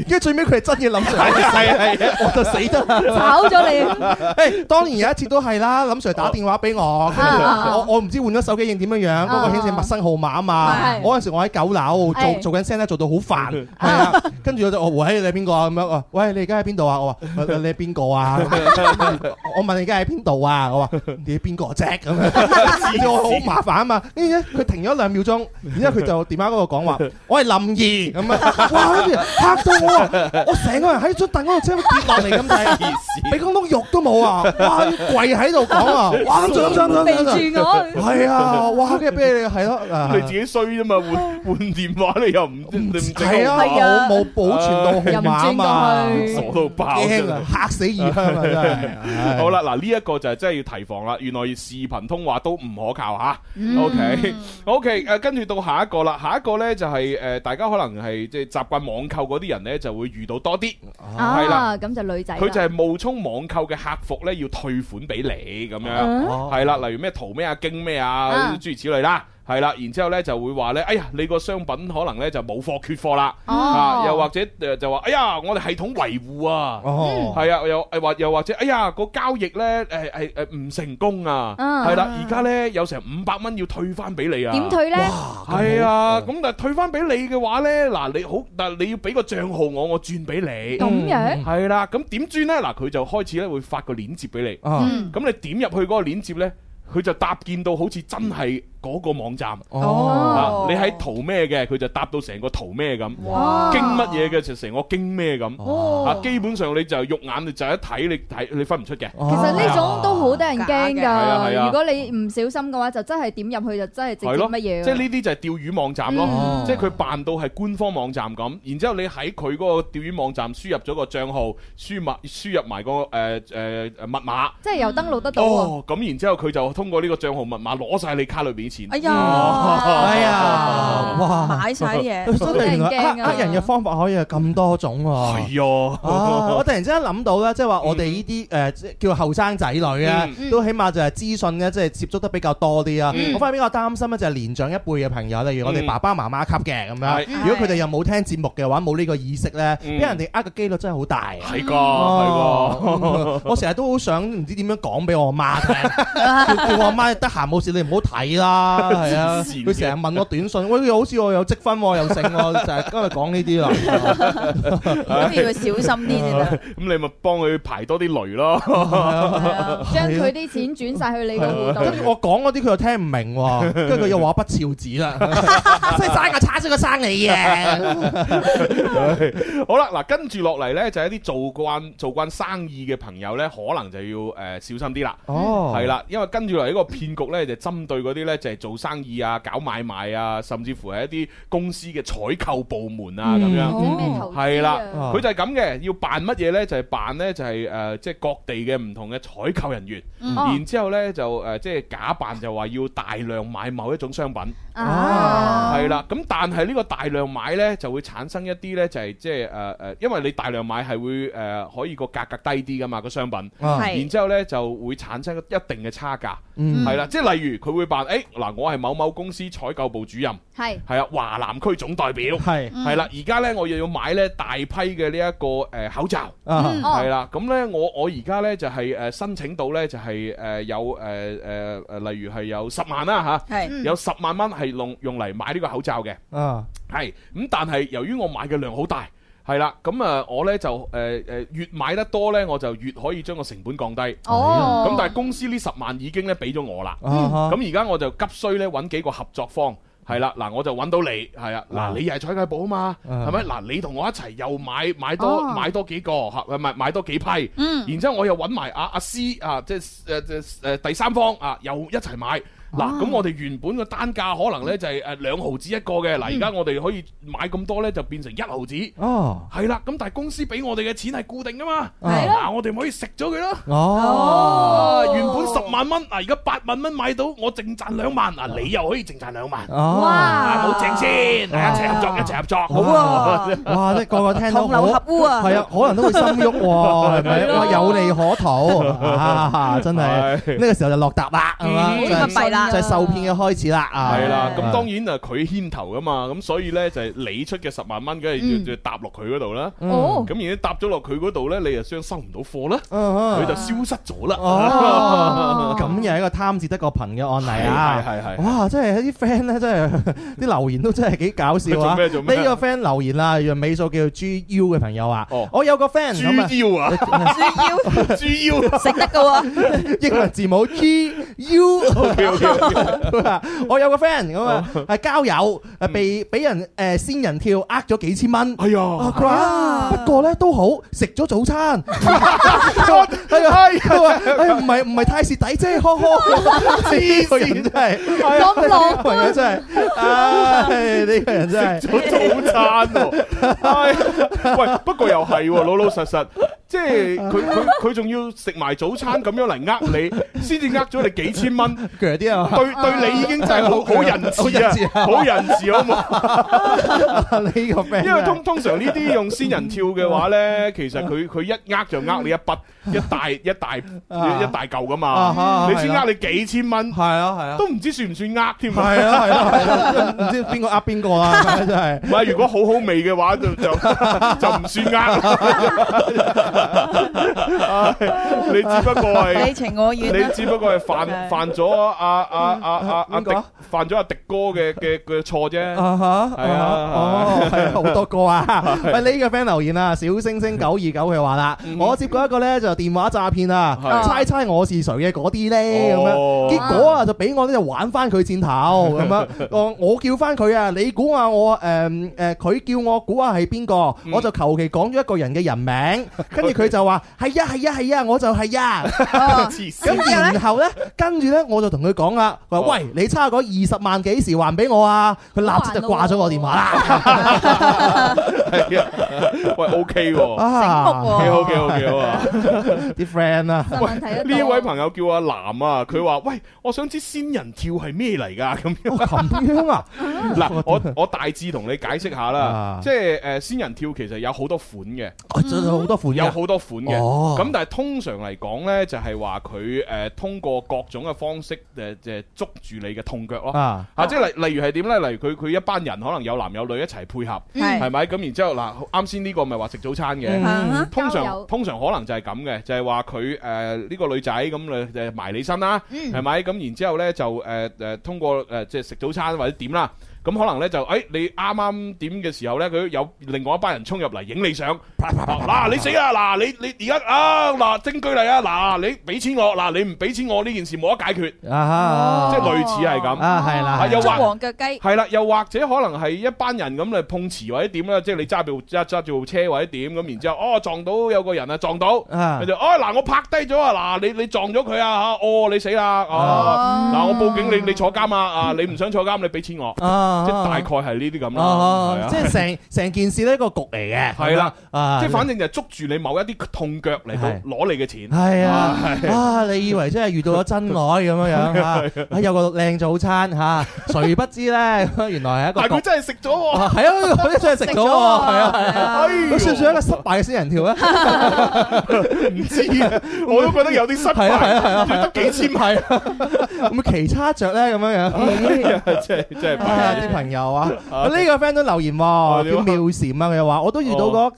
[SPEAKER 4] 跟住最尾佢係真嘅諗
[SPEAKER 2] 係啊
[SPEAKER 4] 住，
[SPEAKER 2] 係啊係啊，
[SPEAKER 4] 我就死得啦！
[SPEAKER 7] 炒咗 你。
[SPEAKER 4] 誒，哎當然有一次都係啦，林 Sir 打電話俾我，
[SPEAKER 7] 啊
[SPEAKER 4] 我我唔知換咗手機應點樣樣，嗰個顯示陌生號碼啊嘛。
[SPEAKER 7] 係
[SPEAKER 4] 我嗰陣時我喺九樓
[SPEAKER 7] 係
[SPEAKER 4] 做做緊聲咧，做到好煩，係啊。跟住我就我喂你係邊個啊咁樣啊？喂你而家喺邊度啊？我話呃你係邊個啊？ 咁樣我問你而家喺邊度啊？我話你係邊個啫 咁樣，你知我好麻煩啊嘛。跟住咧佢停咗兩秒鐘，然之後佢就電話嗰度 講話，我係林怡咁啊！哇！跟住嚇到我啊，我成個人喺張凳嗰度即刻跌落嚟咁滯。啊
[SPEAKER 2] 黐線
[SPEAKER 4] 俾公公肉都冇 啊！哇，要跪喺度講啊！哇，咁就咁就
[SPEAKER 7] 未
[SPEAKER 4] 咁就
[SPEAKER 7] 住我，
[SPEAKER 4] 係啊！哇，跟住俾你係咯，啊
[SPEAKER 2] 你自己衰啫嘛，換換電話你又唔你唔整
[SPEAKER 4] 係啊，
[SPEAKER 2] 好碼
[SPEAKER 4] 我冇保存到號碼啊嘛
[SPEAKER 7] 又唔，
[SPEAKER 2] 傻到爆真
[SPEAKER 4] 驚
[SPEAKER 2] 係
[SPEAKER 4] 啊，嚇死異鄉啊，真係。
[SPEAKER 2] 好，啦，嗱呢一個就係真係要提防啦。原來視頻通話都唔可靠吓。OK，OK，誒跟住到下一個啦，下一個呢就係誒大家可能係即係習慣網購嗰啲人呢，就會遇到多啲。
[SPEAKER 7] 啊，
[SPEAKER 2] 係啦
[SPEAKER 7] 咁就女仔
[SPEAKER 2] 佢就
[SPEAKER 7] 啦。
[SPEAKER 2] 係冒充網購嘅客服呢，要退款俾你咁樣。
[SPEAKER 7] 嗯
[SPEAKER 2] 係啦，例如咩淘咩啊、京咩啊，
[SPEAKER 7] 啊
[SPEAKER 2] 諸如此類啦。係啦，然之後呢就會話呢：「哎呀，你個商品可能呢就冇貨缺貨啦，
[SPEAKER 7] 哦
[SPEAKER 2] 啊，又或者誒就話，哎呀，我哋系統維護啊，
[SPEAKER 4] 哦，
[SPEAKER 2] 係啊，又誒或又或者，哎呀，個交易咧誒誒誒呃唔成功啊，
[SPEAKER 7] 嗯
[SPEAKER 2] 係啦，而家咧有成五百蚊要退翻俾你啊，
[SPEAKER 7] 點退呢？哦
[SPEAKER 2] 係啊，咁但係退翻俾你嘅話咧，嗱你好，但係你要俾個帳號我，我轉俾你，
[SPEAKER 7] 咁樣
[SPEAKER 2] 係啦，咁點轉咧？嗱，佢就開始咧會發個鏈接俾你，
[SPEAKER 4] 啊，
[SPEAKER 7] 嗯
[SPEAKER 2] 咁你點入去嗰個鏈接咧，佢就搭建到好似真係嗰個網站，
[SPEAKER 4] 哦，
[SPEAKER 2] 啊你喺淘咩嘅，佢就搭到成個淘咩咁，
[SPEAKER 7] 哇
[SPEAKER 2] 經乜嘢嘅就成個經咩咁。
[SPEAKER 7] 哦
[SPEAKER 2] 啊，基本上你就肉眼你就一睇，你睇你分唔出嘅。
[SPEAKER 4] 其
[SPEAKER 7] 其實呢種都
[SPEAKER 4] 哦
[SPEAKER 7] 好得人驚
[SPEAKER 6] 假嘅係
[SPEAKER 2] 啊係啊
[SPEAKER 7] 㗎，如果你唔小心嘅話，就真係點入去就真係直接
[SPEAKER 2] 係咯
[SPEAKER 7] 乜嘢㗎。啊
[SPEAKER 2] 即係呢啲就係釣魚網站咯
[SPEAKER 4] 嗯，
[SPEAKER 2] 即係佢扮到係官方網站咁，然之後你喺佢嗰個釣魚網站輸入咗個帳號，輸埋輸入埋個誒誒誒密碼，
[SPEAKER 7] 即係又登錄得到啊喎。
[SPEAKER 2] 哦，咁然之後佢就通過呢個帳號密碼攞晒你卡裏邊啲
[SPEAKER 6] 哎
[SPEAKER 2] 錢，
[SPEAKER 6] 呀，
[SPEAKER 4] 哎呀，哇，
[SPEAKER 6] 買晒啲嘢，
[SPEAKER 4] 真係原來
[SPEAKER 7] 好驚
[SPEAKER 4] 呃
[SPEAKER 7] 啊
[SPEAKER 4] 呃人嘅方法可以有咁多種喎。
[SPEAKER 2] 係
[SPEAKER 4] 啊！
[SPEAKER 7] 哦
[SPEAKER 4] 我
[SPEAKER 2] 啊，
[SPEAKER 4] 突然之間諗到咧，即係
[SPEAKER 2] 嗯
[SPEAKER 4] 話我哋呢啲誒即係叫後生仔女啊，都起碼就係資訊咧，即係接觸得比較多啲啊。我反而比較擔心咧，就係年長一輩嘅朋友，例如我哋
[SPEAKER 2] 嗯
[SPEAKER 4] 爸爸媽媽級嘅咁
[SPEAKER 2] 係嗯
[SPEAKER 4] 樣，如果佢哋又冇聽節目嘅話，冇呢個意識咧，俾人哋呃嘅機率真係好大啊。
[SPEAKER 2] 係個係個。
[SPEAKER 4] 哦我成日都好想唔知點樣講俾我媽聽，叫叫我媽得閒冇事你唔好睇啦，係啊，
[SPEAKER 2] 黐線嘅
[SPEAKER 4] 佢成日問我短信，喂，好似我有積分喎，又剩喎，就係今日講呢啲啦。
[SPEAKER 6] 咁要佢小心啲先得。
[SPEAKER 2] 咁你咪幫佢排多啲雷咯，
[SPEAKER 7] 將佢啲錢轉晒去你個户 度。
[SPEAKER 4] 跟住我講嗰啲佢又聽唔明 喎，跟住佢又話不肖子 啦，即係生個叉燒個生你嘅，
[SPEAKER 2] 好啦，嗱，跟住落嚟呢，就係一啲做慣做慣生意嘅朋友呢，可能就要誒、呃小心啲啦。
[SPEAKER 4] 哦
[SPEAKER 2] 係，啦，因為跟住落嚟呢個騙局呢，就針對嗰啲呢，就係做生意啊、搞買賣啊，甚至乎係一啲公司嘅採購部門
[SPEAKER 4] 嗯
[SPEAKER 2] 啊咁樣。
[SPEAKER 7] 啲咩投資啊
[SPEAKER 2] 係啦
[SPEAKER 4] 哦
[SPEAKER 2] 佢就係咁嘅，要扮乜嘢呢？就係扮呢，就係誒，即係各地嘅唔同嘅採購人員，
[SPEAKER 4] 嗯
[SPEAKER 2] 然之後呢，就誒，即係假扮就話要大量買某一種商品，
[SPEAKER 4] 哦
[SPEAKER 7] 啊，
[SPEAKER 2] 係啦。咁但係呢個大量買呢，就會產生一啲呢，就係即係誒誒，因為你大量買係會誒可以個價格低啲噶嘛個商品，
[SPEAKER 4] 啊
[SPEAKER 6] 係
[SPEAKER 2] 然之後呢就會產生一定嘅差價。
[SPEAKER 4] 嗯
[SPEAKER 2] 係啦，即係例如佢會扮誒嗱，我係某某公司採購部主任，
[SPEAKER 7] 係
[SPEAKER 2] 係啊，華南區總代表，
[SPEAKER 4] 係
[SPEAKER 2] 係啦，而家呢，我又要買呢大批嘅呢一個誒口罩，
[SPEAKER 4] 啊
[SPEAKER 7] 嗯
[SPEAKER 2] 係
[SPEAKER 7] 哦，
[SPEAKER 2] 啦，咁呢，我我而家呢，就係誒申請到呢，就係誒有誒誒誒，例如係有十萬啦
[SPEAKER 6] 係
[SPEAKER 2] 嚇，有十萬蚊係用用嚟買呢個口罩嘅，
[SPEAKER 4] 啊
[SPEAKER 2] 係咁，但係由於我買嘅量好大。係啦，咁啊，我呢就誒誒、越買得多呢，我就越可以將個成本降低。
[SPEAKER 7] 哦，
[SPEAKER 2] 咁但係公司呢十萬已經咧俾咗我啦，
[SPEAKER 6] 嗯
[SPEAKER 4] 啊
[SPEAKER 2] 咁而家我就急需咧揾幾個合作方。係啦，嗱我就揾到你，係啊，
[SPEAKER 4] 啊
[SPEAKER 2] 嗱你又係採購部啊嘛，
[SPEAKER 4] 啊
[SPEAKER 2] 係咪？嗱你同我一齊又買買多
[SPEAKER 7] 哦
[SPEAKER 2] 買多幾個，嚇買買多幾批，然之後我又揾埋阿阿 C 啊，即係誒誒誒第三方啊，又一齊買。嗱咁我哋原本個單價可能呢就係誒呃兩毫子一個嘅，嗱而家我哋可以買咁多呢，就變成一毫子，
[SPEAKER 4] 哦
[SPEAKER 2] 係啦。咁但係公司俾我哋嘅錢係固定噶嘛，
[SPEAKER 4] 係
[SPEAKER 7] 咯
[SPEAKER 2] 嗱我哋咪可以食咗佢咯。
[SPEAKER 4] 哦啊
[SPEAKER 2] 啊！原本十萬蚊，嗱而家八萬蚊買到，我淨賺兩萬，嗱你又可以淨賺兩萬，
[SPEAKER 4] 哦。
[SPEAKER 2] 啊好正先，大家一齊合作，一齊合作，
[SPEAKER 4] 好啊！
[SPEAKER 6] Ờ,
[SPEAKER 4] 哇，即係個個聽到
[SPEAKER 6] 同流合污啊！
[SPEAKER 4] 係啊，可能都會心喐喎，係咪？哇，有利 可圖啊！真係
[SPEAKER 2] 係
[SPEAKER 4] 呢個時候就落答啦，係嘛？
[SPEAKER 2] 嗯
[SPEAKER 4] 就係
[SPEAKER 6] 咁咪弊啦
[SPEAKER 4] 就係受騙嘅開始啦啊！
[SPEAKER 2] 係啦，咁當然啊，佢牽頭噶嘛，咁所以呢，就係你出嘅十萬蚊，梗
[SPEAKER 4] 嗯
[SPEAKER 2] 係要要搭落佢嗰度啦。
[SPEAKER 7] 哦，
[SPEAKER 2] 咁而家搭咗落佢嗰度呢，你就將收唔到貨啦，
[SPEAKER 4] 嗯
[SPEAKER 2] 佢就消失咗 啦
[SPEAKER 4] 哦。咁又係一個貪字得個貧嘅案例
[SPEAKER 2] 係
[SPEAKER 4] 啊！
[SPEAKER 2] 係係係。
[SPEAKER 4] 哇！真係啲 friend 咧，真係啲留言都真係幾搞笑啊！
[SPEAKER 2] 做咩做咩
[SPEAKER 4] 呢個 friend 留言啦，用尾數叫 G U 嘅朋友啊
[SPEAKER 2] 哦，
[SPEAKER 4] 我有個 friend 咁啊，
[SPEAKER 2] 豬腰啊，
[SPEAKER 6] 豬
[SPEAKER 2] 豬腰
[SPEAKER 6] 腰食得噶喎，
[SPEAKER 4] 英文字母 G U。
[SPEAKER 2] ，OK OK，
[SPEAKER 4] 佢話我有個 friend 咁啊，係交友，誒被俾人誒仙人跳呃咗幾千蚊。
[SPEAKER 2] 哎
[SPEAKER 4] 啊
[SPEAKER 2] 呀，
[SPEAKER 4] 佢話不過咧都好，食咗早 餐。 係啊，佢話哎唔係唔係太蝕底啫，呵 呵。呢個人真係哎
[SPEAKER 7] 咁
[SPEAKER 4] 呢個人真係，唉呢個 人真係。
[SPEAKER 2] 早餐喎，唉喂，不過又係喎，老老實實即係佢佢佢仲要食埋早餐咁樣嚟呃你，先至呃咗你幾千蚊，對
[SPEAKER 4] 鋸啲 啊！
[SPEAKER 2] 對你已經真係好好仁
[SPEAKER 4] 好仁
[SPEAKER 2] 慈
[SPEAKER 4] 慈
[SPEAKER 2] 啊，
[SPEAKER 4] 啊
[SPEAKER 2] 好仁慈好 冇？
[SPEAKER 4] 呢個 friend，
[SPEAKER 2] 因為通通常呢啲用仙人跳嘅話咧，其實
[SPEAKER 4] 嗯
[SPEAKER 2] 佢佢一呃就呃你一筆一大一大
[SPEAKER 4] 啊
[SPEAKER 2] 一大嚿噶
[SPEAKER 4] 啊
[SPEAKER 2] 嘛，
[SPEAKER 4] 哈
[SPEAKER 2] 你先呃你幾千蚊，
[SPEAKER 4] 係啊係啊，
[SPEAKER 2] 都唔知算唔算呃添啊。
[SPEAKER 4] 係啊係啊係啊，唔知邊個呃邊個啦，真係。
[SPEAKER 2] 唔係，如果好好味嘅話，就 就就唔算啱。你只不過係
[SPEAKER 6] 你。情我願
[SPEAKER 2] 你
[SPEAKER 6] 啦。
[SPEAKER 2] 只不過係犯
[SPEAKER 6] 係
[SPEAKER 2] 犯咗阿阿阿阿阿
[SPEAKER 4] 邊
[SPEAKER 2] 迪
[SPEAKER 4] 個啊
[SPEAKER 2] 犯咗阿迪哥嘅嘅嘅錯啫，
[SPEAKER 4] 啊哈，
[SPEAKER 2] 係啊
[SPEAKER 4] 哦，係啊好多個 啊！喂，呢個 friend 留言啊，小星星九二九佢話啦，我接過一個咧就電話詐騙啊，
[SPEAKER 2] 嗯係
[SPEAKER 4] 猜猜我是誰嘅嗰啲咧咁
[SPEAKER 2] 哦
[SPEAKER 4] 樣，結果啊就俾我咧就玩翻佢箭頭 咁樣，我我叫翻佢啊，你估下我誒嗯誒，佢叫我估下係邊個，
[SPEAKER 2] 嗯
[SPEAKER 4] 我就求其講咗一個人嘅人名，跟住佢就話係呀係呀係呀，我就係呀。
[SPEAKER 6] 哦
[SPEAKER 2] 黐線
[SPEAKER 4] 咁然後哦咧，跟住咧，我就同佢講啦，佢話：喂，你差嗰二十萬幾時還俾我啊？佢立即就掛咗我電話 啦。
[SPEAKER 2] 係啊，喂 OK 喎，
[SPEAKER 4] 啊，
[SPEAKER 2] 幾好幾好幾好啊！
[SPEAKER 4] 啲 friend 啊，
[SPEAKER 7] 就問題得多
[SPEAKER 2] 呢位朋友叫阿南啊，佢話：喂，我想知仙人跳係咩嚟㗎？咁 樣。
[SPEAKER 4] 哦咁樣啊，
[SPEAKER 2] 嗱，我我大致同你解釋下啦
[SPEAKER 4] 啊，
[SPEAKER 2] 即係誒仙人跳其實有好多款嘅，
[SPEAKER 4] 哦真係好多款
[SPEAKER 2] 有
[SPEAKER 4] 嘅，
[SPEAKER 2] 好多款嘅。
[SPEAKER 4] 哦
[SPEAKER 2] 咁但係通常嚟講呢，就係話佢誒通過各種嘅方式誒誒捉住你嘅痛腳咯。
[SPEAKER 4] 啊，
[SPEAKER 2] 啊，即係例例如係點呢？例如佢佢一班人可能有男有女一齊配合，
[SPEAKER 6] 係
[SPEAKER 2] 係咪？咁然之後嗱，啱先呢個咪話食早餐嘅。
[SPEAKER 4] 嗯
[SPEAKER 6] 啊哈
[SPEAKER 2] 通
[SPEAKER 7] 交
[SPEAKER 2] 常
[SPEAKER 7] 友
[SPEAKER 2] 通常可能就係咁嘅，就係話佢誒呢個女仔咁誒埋你身啦，係咪？咁然之後咧就誒誒、呃通過誒、呃即係食早餐或者點啦。咁可能咧就誒、哎你啱啱點嘅時候咧，佢有另外一班人衝入嚟影你相，哦嗱、你死啦！嗱你你而家啊嗱證據嚟啊！嗱你俾錢我，嗱你唔俾錢我呢件事冇得解決，
[SPEAKER 4] 啊
[SPEAKER 2] 即係
[SPEAKER 4] 哈，
[SPEAKER 2] 類似係咁。
[SPEAKER 4] 啊係啦，
[SPEAKER 2] 啊有
[SPEAKER 6] 捉
[SPEAKER 2] 話
[SPEAKER 6] 黃腳雞。
[SPEAKER 2] 係啦，又或者可能係一班人咁嚟碰瓷或者點啦，即係你揸部揸揸住部車或者點咁，然之後哦撞到有個人啊撞到，
[SPEAKER 4] 啊
[SPEAKER 2] 佢就哦嗱我拍低咗啊嗱你你撞咗佢啊嚇哦你死啦哦嗱我報警你你坐監啊啊你唔想坐監你俾錢我，
[SPEAKER 4] 啊，
[SPEAKER 2] 即係大概係呢啲咁啦，係
[SPEAKER 4] 啊，
[SPEAKER 2] 啊
[SPEAKER 4] 即係成成件事呢個局嚟嘅，
[SPEAKER 2] 係啦，
[SPEAKER 4] 啊，
[SPEAKER 2] 即係反正就捉住你某一啲痛腳嚟到
[SPEAKER 4] 係
[SPEAKER 2] 攞你嘅錢，
[SPEAKER 4] 係啊，啊！你以為真係遇到咗真愛咁樣 樣嚇，啊有個靚早餐嚇，誰不知咧？ 原來係一個
[SPEAKER 2] 但係佢真係食咗喎，
[SPEAKER 4] 啊，係啊，佢真係食咗喎，係啊，係啊。
[SPEAKER 2] 哎呦
[SPEAKER 4] 佢算唔算一個失敗嘅仙人跳啊 咧？係
[SPEAKER 2] 唔知啊，我都覺得有啲失
[SPEAKER 4] 啊，係啊，係
[SPEAKER 2] 敗，
[SPEAKER 4] 啊，
[SPEAKER 2] 得幾千蚊，
[SPEAKER 4] 係啊，咁奇差着咧咁樣樣。
[SPEAKER 2] 真係真係弊。
[SPEAKER 4] 啊！啲朋友啊，哦呢個 friend 都留言喎，
[SPEAKER 2] 點啊
[SPEAKER 4] 叫妙禪啊，佢話我都遇到個誒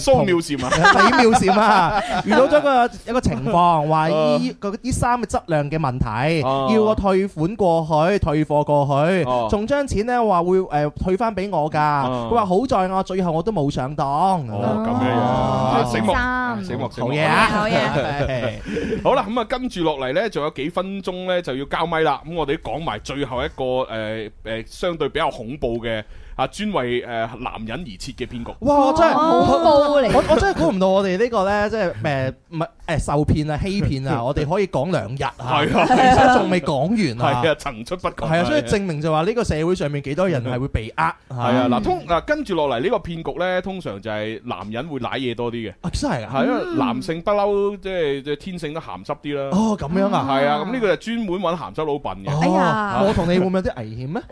[SPEAKER 2] 蘇妙禪啊！
[SPEAKER 4] 李妙善 啊，遇到咗個一個情況，話衣個啲衫嘅質量嘅問題，
[SPEAKER 2] 哦
[SPEAKER 4] 要我退款過去，退貨過去
[SPEAKER 2] 哦，
[SPEAKER 4] 仲將錢咧話會誒退翻俾我㗎。
[SPEAKER 2] 哦
[SPEAKER 4] 佢話好在我最後我都冇上當。
[SPEAKER 2] 哦，咁樣樣
[SPEAKER 4] 哦
[SPEAKER 2] 啊，醒目，
[SPEAKER 7] 衫
[SPEAKER 2] 啊醒目，醒
[SPEAKER 4] 好
[SPEAKER 2] 目
[SPEAKER 4] 嘢啊！
[SPEAKER 6] 好嘢
[SPEAKER 4] 係
[SPEAKER 2] 好啦，咁啊，跟住落嚟呢，仲有幾分鐘呢，就要交咪啦。咁我哋講埋最後一個誒誒，相對比較恐怖嘅啊，專為誒男人而設嘅騙局。
[SPEAKER 4] 哇！我真係
[SPEAKER 7] 恐怖
[SPEAKER 6] 啊
[SPEAKER 7] 嚟
[SPEAKER 4] 我我真係估唔到我哋呢個咧，即係誒唔係誒受騙啊、欺騙 啊，我哋可以講兩日啊，
[SPEAKER 2] 係 啊
[SPEAKER 4] 其實仲未講完啊
[SPEAKER 2] 係。啊，層出不窮。
[SPEAKER 4] 係啊，所以證明就話呢個社會上面幾多人係會被呃係
[SPEAKER 2] 係啊，嗱通嗱跟住落嚟呢個騙局呢，通常就係男人會舐嘢多啲嘅，
[SPEAKER 4] 啊真係啊，
[SPEAKER 2] 係因為男性不嬲，即係即係天性都鹹濕啲啦。
[SPEAKER 4] 哦咁樣啊，
[SPEAKER 2] 係啊，咁呢個就專門揾鹹濕佬笨嘅。
[SPEAKER 6] 哎呀
[SPEAKER 4] 哦我同你會唔會有啲危險咧？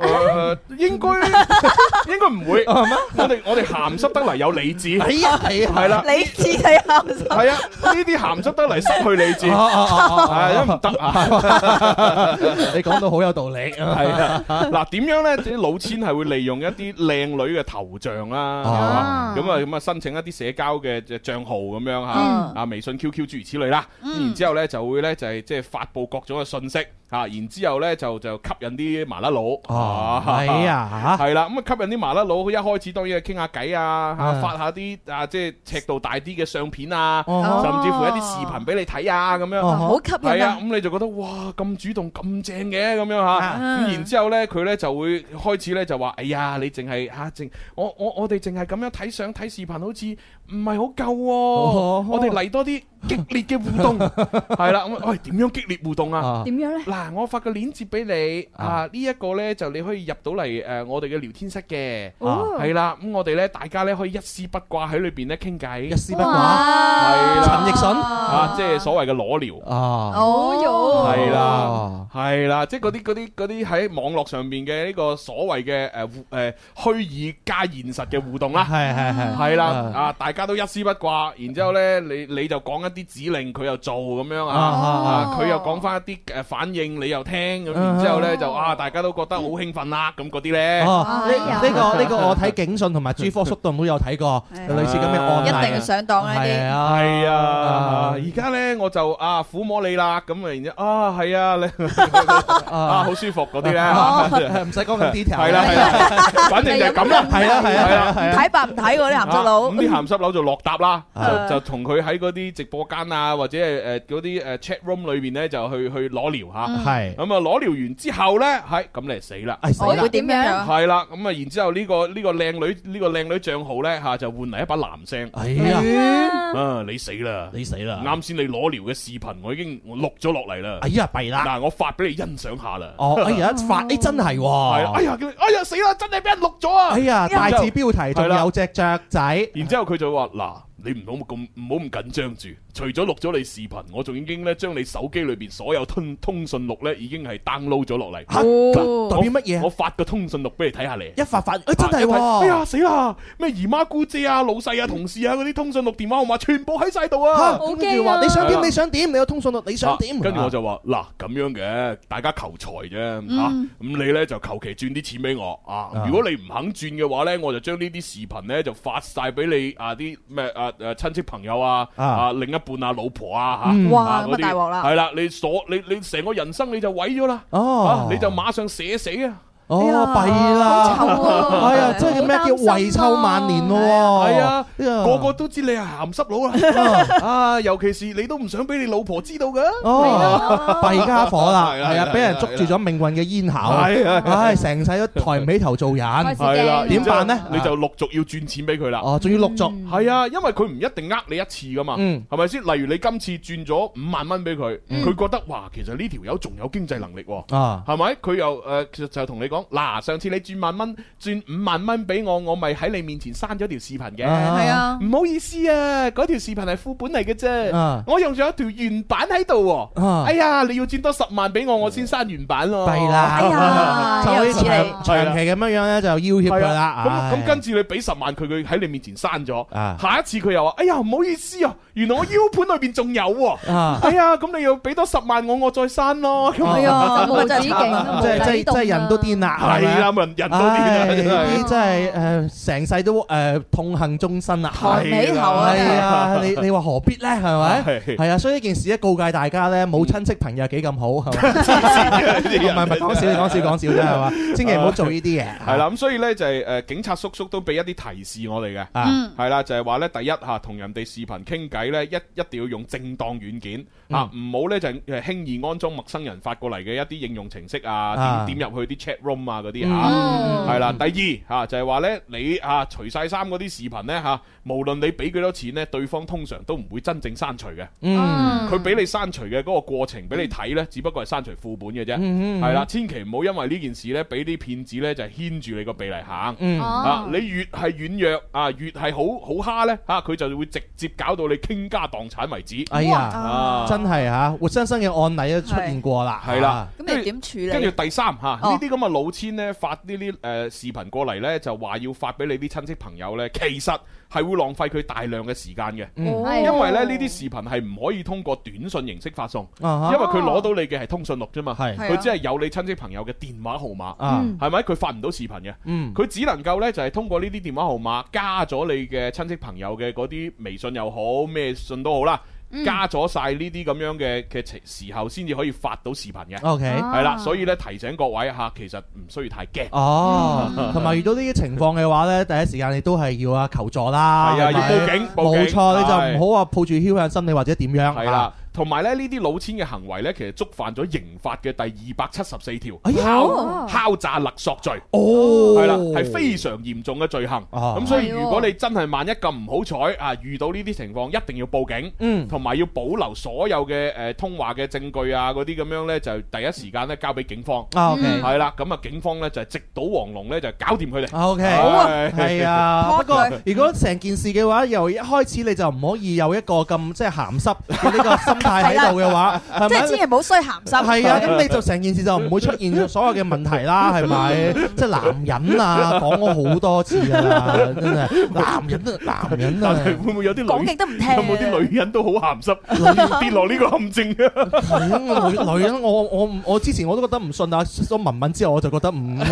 [SPEAKER 2] 誒，應該應該唔會。
[SPEAKER 4] 哦
[SPEAKER 2] 我哋我哋鹹濕得嚟有 理智。
[SPEAKER 4] 哎呀，係啊，
[SPEAKER 2] 係啦，
[SPEAKER 6] 你自己考心。
[SPEAKER 2] 係啊，呢啲鹹濕得嚟失去理智，
[SPEAKER 4] 哦
[SPEAKER 2] 係
[SPEAKER 4] 哦
[SPEAKER 2] 啊
[SPEAKER 4] 哦
[SPEAKER 2] 唔得啊，
[SPEAKER 4] 哦，你講到好有道理啊！
[SPEAKER 2] 係啊。嗱，點樣咧？啲老千係會利用一啲靚女嘅頭像啦，
[SPEAKER 4] 哦
[SPEAKER 2] 係嘛
[SPEAKER 7] 啊
[SPEAKER 2] 咁啊咁啊申請一啲社交嘅嘅帳號咁樣
[SPEAKER 6] 嗯
[SPEAKER 2] 嚇，啊微信、QQ 諸如此類啦。然之後咧就會咧就係即係發布各種嘅信息嚇，然之後咧就就吸引啲麻甩佬
[SPEAKER 4] 哦，係。啊，
[SPEAKER 2] 系啦，咁啊吸引啲麻甩佬，一開始當然係傾下偈啊，嚇
[SPEAKER 4] 啊
[SPEAKER 2] 發下啲啊即係尺度大啲嘅相片啊，
[SPEAKER 4] 哦
[SPEAKER 2] 甚至乎一啲視頻俾你睇啊，咁樣。
[SPEAKER 4] 哦
[SPEAKER 6] 好吸
[SPEAKER 2] 係
[SPEAKER 6] 引
[SPEAKER 2] 啊，
[SPEAKER 6] 啊！
[SPEAKER 2] 咁你就覺得哇咁主動咁正嘅咁樣吓，
[SPEAKER 4] 啊
[SPEAKER 2] 咁然之後咧佢咧就會開始咧就話：哎呀，你淨係吓淨我我我哋淨係咁樣睇相睇視頻，好似唔係好夠喎。
[SPEAKER 4] 哦
[SPEAKER 2] 我哋嚟多啲激烈嘅互 動，係啦。咁喂點樣激烈互動啊？
[SPEAKER 4] 啊
[SPEAKER 7] 點樣咧？
[SPEAKER 2] 嗱，我發個鏈接俾你啊，呢一個呢，就你可以入到嚟嚟誒我哋嘅聊天室嘅，
[SPEAKER 7] 哦
[SPEAKER 2] 係啦，咁我哋咧大家咧可以一絲不掛喺裏邊咧傾偈，
[SPEAKER 4] 一絲不
[SPEAKER 6] Ờ.
[SPEAKER 4] 掛，
[SPEAKER 7] 哇
[SPEAKER 2] 係啦
[SPEAKER 4] 陳奕迅
[SPEAKER 2] 啊，即係所謂嘅裸聊。
[SPEAKER 4] 啊，
[SPEAKER 7] 哦
[SPEAKER 2] 系
[SPEAKER 7] 哟，
[SPEAKER 2] 啦
[SPEAKER 4] 哦，
[SPEAKER 2] 系啦，即系嗰啲嗰啲嗰啲喺網絡上面嘅呢個所謂嘅诶诶虚拟加現實嘅互動
[SPEAKER 4] 係
[SPEAKER 2] 啦，
[SPEAKER 4] 係係
[SPEAKER 2] 係啦，
[SPEAKER 4] 啊
[SPEAKER 2] 啊大家都一絲不掛，然之后咧你你就講一啲指令，佢又做咁樣
[SPEAKER 4] 啊
[SPEAKER 2] 啊。
[SPEAKER 4] 啊
[SPEAKER 2] 啊！佢又講翻一啲誒反應，你又聽咁，
[SPEAKER 4] 啊
[SPEAKER 2] 然之後咧就啊，大家都覺得好興奮啦，咁嗰啲咧，
[SPEAKER 4] 哦，呢
[SPEAKER 7] 哎呀
[SPEAKER 4] 呢個呢個我睇警訊同埋 G 科速度都有睇過，
[SPEAKER 6] 係
[SPEAKER 4] 有類似咁嘅案例啊，
[SPEAKER 6] 一定上當呢
[SPEAKER 4] 係
[SPEAKER 6] 啲。
[SPEAKER 4] 啊，
[SPEAKER 2] 係啊，
[SPEAKER 4] 啊
[SPEAKER 2] 而家咧我就啊撫摸你啦，咁啊，然之後啊係啊，你啊好舒服嗰 啲
[SPEAKER 4] 哦
[SPEAKER 2] 咧，
[SPEAKER 4] 唔使講咁 detail，
[SPEAKER 2] 係啦係啦，反正就係咁啦，
[SPEAKER 4] 係啦係啦係啦
[SPEAKER 6] 唔睇白唔睇喎啲鹹濕佬
[SPEAKER 2] 啊咁。啲鹹濕佬就落搭啦，
[SPEAKER 4] 啊
[SPEAKER 2] 就就同佢喺嗰啲直播間啊，或者係誒嗰啲誒 chat room 裏邊咧，就去去裸聊嚇。
[SPEAKER 4] 係，
[SPEAKER 2] 咁啊裸聊完之後咧，係咁你就死啦。
[SPEAKER 4] 唉死
[SPEAKER 6] 我
[SPEAKER 4] 啦
[SPEAKER 6] 會，點樣樣？
[SPEAKER 2] 係啦，咁啊，然之後呢個呢個靚女呢個靚女帳號咧嚇就換嚟一把男聲，
[SPEAKER 4] 哎呀，
[SPEAKER 2] 啊你死啦！
[SPEAKER 4] 你死啦，
[SPEAKER 2] 啱先你裸聊嘅視頻我已經我錄咗落嚟啦
[SPEAKER 4] 哎，呀弊啦，
[SPEAKER 2] 嗱我發俾你欣賞下啦。
[SPEAKER 4] 哦，哎呀發，哎真係
[SPEAKER 2] 係啊，哎
[SPEAKER 4] 喎，
[SPEAKER 2] 呀，佢哎呀死啦，真係俾人錄咗啊
[SPEAKER 4] 哎！呀大字標題仲
[SPEAKER 2] 係啦
[SPEAKER 4] 有隻雀仔。
[SPEAKER 2] 然之後佢就話：嗱，你唔好咁唔好咁緊張住，除咗錄咗你視頻，我仲已經咧將你手機裏邊所有通通訊錄咧已經係 download 咗落嚟。
[SPEAKER 4] 嚇
[SPEAKER 6] 哦
[SPEAKER 4] 代表乜嘢
[SPEAKER 2] 我發個通訊錄俾你睇下你。
[SPEAKER 4] 一發發，啊哎真係喎，
[SPEAKER 2] 哎呀死啦！咩姨媽姑姐啊、老細啊、同事啊嗰啲通訊錄電話號碼全部喺晒度
[SPEAKER 4] 嚇
[SPEAKER 2] 啊！
[SPEAKER 7] 好
[SPEAKER 4] 跟
[SPEAKER 7] 驚
[SPEAKER 4] 住
[SPEAKER 7] 啊
[SPEAKER 4] 話你想
[SPEAKER 2] 係
[SPEAKER 4] 點
[SPEAKER 2] 啦
[SPEAKER 4] 你想點，你有通訊錄你想點，
[SPEAKER 2] 啊跟住我就話：嗱，咁樣嘅，大家求財啫
[SPEAKER 6] 嗯
[SPEAKER 2] 嚇。啊咁你呢就求其轉啲錢俾我啊！
[SPEAKER 4] 啊
[SPEAKER 2] 如果你唔肯轉嘅話呢，我就將呢啲視頻呢就發晒俾你啊啲咩啊誒親戚朋友啊
[SPEAKER 4] 啊
[SPEAKER 2] 啊另一半啊老婆啊嚇。
[SPEAKER 4] 嗯
[SPEAKER 6] 哇，
[SPEAKER 2] 啊
[SPEAKER 6] 咁啊大鑊啦！
[SPEAKER 2] 係啦，你所你你成個人生你就毀咗啦，啊
[SPEAKER 4] 哦，
[SPEAKER 2] 你就馬上寫死啊！
[SPEAKER 4] 哦
[SPEAKER 6] 哎呀
[SPEAKER 4] 弊啦， 哎呀，真係叫咩
[SPEAKER 7] 好擔
[SPEAKER 4] 叫
[SPEAKER 7] 心啊
[SPEAKER 4] 遺臭萬年喎，
[SPEAKER 2] 係啊，
[SPEAKER 4] 哎呀
[SPEAKER 2] 個個都知你係鹹濕佬啦，啊，尤其是你都唔想俾你老婆知道㗎。
[SPEAKER 4] 哦，弊家伙啦，
[SPEAKER 2] 係啦
[SPEAKER 4] 係
[SPEAKER 2] 係啦
[SPEAKER 4] 啊，俾人捉住咗命運嘅咽喉，
[SPEAKER 2] 係係係
[SPEAKER 4] 唉，成世都抬唔起頭做人，
[SPEAKER 7] 開始
[SPEAKER 2] 係啦，
[SPEAKER 7] 驚，
[SPEAKER 4] 點辦呢
[SPEAKER 2] 你就陸續要轉錢俾佢啦。
[SPEAKER 4] 哦，仲要陸續，
[SPEAKER 7] 嗯
[SPEAKER 2] 係啊，因為佢唔一定呃你一次噶嘛，
[SPEAKER 4] 嗯
[SPEAKER 2] 係咪先？例如你今次轉咗五萬蚊俾佢，佢覺得哇，其實呢條友仲有經濟能力喎。
[SPEAKER 4] 啊，
[SPEAKER 2] 係咪？佢又誒就就同你講嗱，上次你轉萬蚊，轉五萬蚊俾我，我咪喺你面前刪咗條視頻嘅。
[SPEAKER 4] 啊
[SPEAKER 6] 係啊，
[SPEAKER 2] 唔好意思啊，嗰條視頻係副本嚟嘅啫
[SPEAKER 4] 啊，
[SPEAKER 2] 我用咗一條原版喺度喎。
[SPEAKER 4] 啊
[SPEAKER 2] 哎呀，你要轉多十萬俾我，我先刪原版咯。
[SPEAKER 4] 弊啦，
[SPEAKER 6] 哎
[SPEAKER 4] 就
[SPEAKER 6] 呀
[SPEAKER 4] 可
[SPEAKER 6] 有
[SPEAKER 4] 以
[SPEAKER 6] 此理
[SPEAKER 4] 長長期咁樣樣咧就要挾佢
[SPEAKER 2] 係
[SPEAKER 4] 啦
[SPEAKER 2] 啊，，咁
[SPEAKER 4] 唉
[SPEAKER 2] 咁跟住你俾十萬佢，佢喺你面前刪咗
[SPEAKER 4] 啊，
[SPEAKER 2] 下一次佢又話：哎呀，唔好意思啊，原來我 U 盤裏邊仲 有 喎。
[SPEAKER 4] 啊。
[SPEAKER 2] 哎呀，咁你要俾多十萬我，我再刪咯。咁
[SPEAKER 4] 啊
[SPEAKER 7] 哎呀，無止境，
[SPEAKER 4] 即係即係
[SPEAKER 7] 無底
[SPEAKER 4] 即
[SPEAKER 7] 洞啊
[SPEAKER 4] 係人都癲啦，
[SPEAKER 2] 係啦，人人都
[SPEAKER 4] 唉
[SPEAKER 2] 變啦，
[SPEAKER 4] 呢
[SPEAKER 2] 真
[SPEAKER 4] 啲真係誒成世都誒痛恨終身啊！
[SPEAKER 6] 抬
[SPEAKER 2] 係
[SPEAKER 6] 尾頭啊！
[SPEAKER 4] 係啊，你你話何必咧？係咪？
[SPEAKER 2] 係
[SPEAKER 4] 係啊，所以呢件事咧，告戒大家咧，冇親戚朋友幾咁好，係咪？唔係唔係講笑，講笑講笑啫，係 嘛？千祈唔好做呢啲嘢。
[SPEAKER 2] 啊係啦，咁所以呢，就係誒警察叔叔都俾一啲提示我哋嘅。
[SPEAKER 4] 啊，
[SPEAKER 2] 係啦，就係話呢，第一嚇同人哋視頻傾偈呢，一一定要用正當軟件
[SPEAKER 4] 嗯
[SPEAKER 2] 嚇，唔好呢，就係誒輕易安裝陌生人發過嚟嘅一啲應用程式啊，
[SPEAKER 4] 啊
[SPEAKER 2] 點點入去啲 chat room 啊嗰啲嚇。
[SPEAKER 4] 嗯
[SPEAKER 2] 係啦，第二吓就係話咧，你啊除晒衫嗰啲視頻咧吓，無論你俾幾多錢咧，對方通常都唔會真正刪除嘅。
[SPEAKER 4] 嗯
[SPEAKER 2] 佢俾你刪除嘅嗰個過程俾你睇咧，只不過係刪除副本嘅啫。
[SPEAKER 4] 嗯嗯
[SPEAKER 2] 係啦，千祈唔好因為呢件事咧，俾啲騙子咧就係牽住你個鼻嚟行。
[SPEAKER 4] 嗯，
[SPEAKER 2] 啊！
[SPEAKER 7] 哦，
[SPEAKER 2] 你越係軟弱啊，越係好好蝦咧吓，佢就會直接搞到你傾家蕩產為止。
[SPEAKER 4] 哎呀，
[SPEAKER 2] 啊，
[SPEAKER 4] 真啊係嚇，活生生嘅案例都出現過啦。
[SPEAKER 2] 係啦。
[SPEAKER 6] 咁你點處
[SPEAKER 2] 跟住
[SPEAKER 6] 理？
[SPEAKER 2] 第三嚇，呢
[SPEAKER 6] 哦
[SPEAKER 2] 啲咁嘅老千呢，發呢啲誒視頻過嚟呢，就話要發俾你啲親戚朋友呢，其實係會浪費佢大量嘅時間嘅，
[SPEAKER 4] 嗯
[SPEAKER 7] 係啊
[SPEAKER 2] 因為咧呢啲視頻係唔可以通過短信形式發送，因
[SPEAKER 4] 啊
[SPEAKER 2] 為佢攞到你嘅係通訊錄啫嘛，
[SPEAKER 4] 哈，係
[SPEAKER 6] 係
[SPEAKER 2] 佢只係有你親戚朋友嘅電話號碼，
[SPEAKER 4] 啊，
[SPEAKER 2] 係咪？佢發唔到視頻嘅。
[SPEAKER 4] 嗯
[SPEAKER 2] 佢只能夠呢，就係通過呢啲電話號碼加咗你嘅親戚朋友嘅嗰啲微信又好咩信都好啦，
[SPEAKER 4] 嗯
[SPEAKER 2] 加咗晒呢啲咁樣嘅嘅時候先至可以發到視頻嘅。
[SPEAKER 4] ，OK。
[SPEAKER 2] 系啦，所以咧提醒各位吓，其實唔需要太驚，
[SPEAKER 4] 哦，同埋遇到呢啲情況嘅話咧，第一時間你都係要啊求助啦，
[SPEAKER 2] 係啊，
[SPEAKER 4] 係
[SPEAKER 2] 要
[SPEAKER 4] 咪
[SPEAKER 2] 報警，報
[SPEAKER 4] 冇
[SPEAKER 2] 警
[SPEAKER 4] 錯，你就唔好話抱住僥倖心理或者點樣。啊
[SPEAKER 2] 係啦。同埋咧呢啲老千嘅行為咧，其實觸犯咗刑法嘅第二百七十四條
[SPEAKER 4] 哎呀
[SPEAKER 2] 敲敲詐勒索罪。
[SPEAKER 4] 哦，
[SPEAKER 2] 係啦，係非常嚴重嘅罪行。
[SPEAKER 4] 啊
[SPEAKER 2] 咁所以
[SPEAKER 7] 係喎
[SPEAKER 2] 如果你真係萬一咁唔好彩啊，遇到呢啲情況，一定要報警，
[SPEAKER 4] 嗯
[SPEAKER 2] 同埋要保留所有嘅诶通話嘅證據啊，嗰啲咁樣呢，就第一時間咧交俾警方。
[SPEAKER 4] 啊，OK
[SPEAKER 2] 係啦，咁啊，警方呢，就係直搗黃龍呢，就搞掂佢哋。
[SPEAKER 4] OK，
[SPEAKER 2] 好啊
[SPEAKER 4] 係啊。
[SPEAKER 6] 拖
[SPEAKER 4] 不過
[SPEAKER 6] 佢
[SPEAKER 4] 如果成件事嘅話，由一開始你就唔可以有一個咁即係鹹濕嘅呢個 心態喺度嘅話，係
[SPEAKER 6] 即
[SPEAKER 4] 咪
[SPEAKER 6] 係？千祈唔好衰鹹濕。
[SPEAKER 4] 係啊，咁你就成件事就唔會出現所有嘅問題 啦，係咪？即係男人啊，講咗好多次㗎啦，真係男人啊，男人
[SPEAKER 2] 但
[SPEAKER 4] 啊，
[SPEAKER 2] 係會唔會有啲
[SPEAKER 6] 講
[SPEAKER 2] 女
[SPEAKER 6] 極都唔聽。
[SPEAKER 2] 有冇啲女人都好 鹹濕，跌落呢個陷阱啊？
[SPEAKER 4] 女嗯女人，啊我我唔我之前我都覺得唔信啊，咗文文之後我就覺得唔，嗯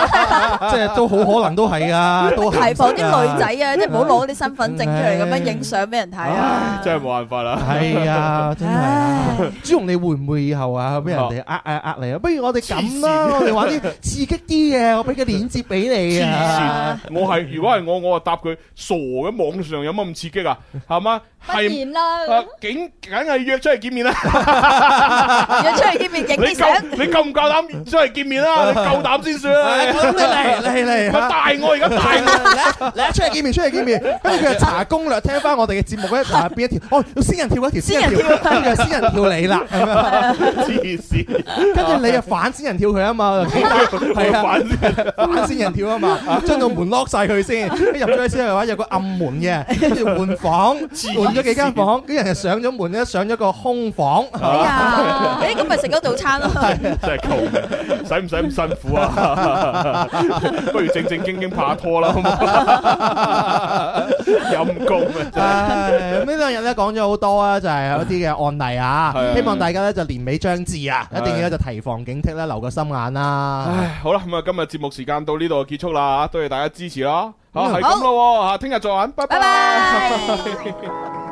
[SPEAKER 4] 即係都好可能都係啊，都
[SPEAKER 6] 提
[SPEAKER 4] 係
[SPEAKER 6] 防啲女
[SPEAKER 4] à.
[SPEAKER 6] 仔啊，即係唔好攞啲身份證出嚟咁樣影相俾人睇啊
[SPEAKER 2] 唉！真係冇辦法啦。
[SPEAKER 4] 係啊，真係啊
[SPEAKER 6] 唉。
[SPEAKER 4] 朱紅，你會唔會以後啊俾人哋呃呃呃你啊？不如我哋咁啦，我哋玩啲刺激啲嘅，我俾個鏈接俾你啊。
[SPEAKER 2] 黐線！我係如果係我，我就答佢傻嘅，網上有乜咁刺激啊？係嘛？係
[SPEAKER 7] 然啦
[SPEAKER 2] 啊，警梗係約出嚟見面啦！
[SPEAKER 6] 約出嚟見面影
[SPEAKER 2] 你
[SPEAKER 6] 啲相
[SPEAKER 2] 夠，你夠唔夠膽出嚟見面啦？你夠膽先算
[SPEAKER 4] 哎
[SPEAKER 2] 啦！
[SPEAKER 4] 咁你嚟嚟嚟
[SPEAKER 2] 咪
[SPEAKER 4] 嚇
[SPEAKER 2] 大我而家大
[SPEAKER 4] 係
[SPEAKER 2] 我！
[SPEAKER 4] 啊嚟嚟出嚟見面，出嚟見面，跟住佢就查攻略，聽翻我哋嘅節目咧，查邊一 條？哦，要仙人跳嗰條，仙人跳，啊跟住就仙人跳你啦，咁樣
[SPEAKER 2] 黐線！
[SPEAKER 4] 跟住你又反仙人跳佢啊 嘛，係啊，
[SPEAKER 2] 反先
[SPEAKER 4] 反仙人跳啊 嘛，將道門 lock 晒佢先，一入咗去先嘅話有個暗門嘅，跟住換房，換咗幾間房，跟住人就上咗門咧，上咗個空房，
[SPEAKER 6] 哎呀，哎咁咪食咗早餐咯。
[SPEAKER 2] 真係救命！使唔使咁辛苦啊？不如正正經經拍下拖啦，好唔好？陰公啊！真
[SPEAKER 4] À.
[SPEAKER 2] 係
[SPEAKER 4] 唉，咁呢兩日咧講咗好多啊，就係有啲嘅案例啊
[SPEAKER 2] 係啊，
[SPEAKER 4] 希望大家咧就年尾將至啊，
[SPEAKER 2] 係
[SPEAKER 4] 一定要咧就提防警惕啦，留個心眼啦。
[SPEAKER 2] 唉，好啦，咁啊，今日節目時間到呢度結束啦，多謝大家支持啦，吓係咁咯喎，吓聽日再玩，拜
[SPEAKER 6] 拜
[SPEAKER 2] 拜。
[SPEAKER 6] 拜。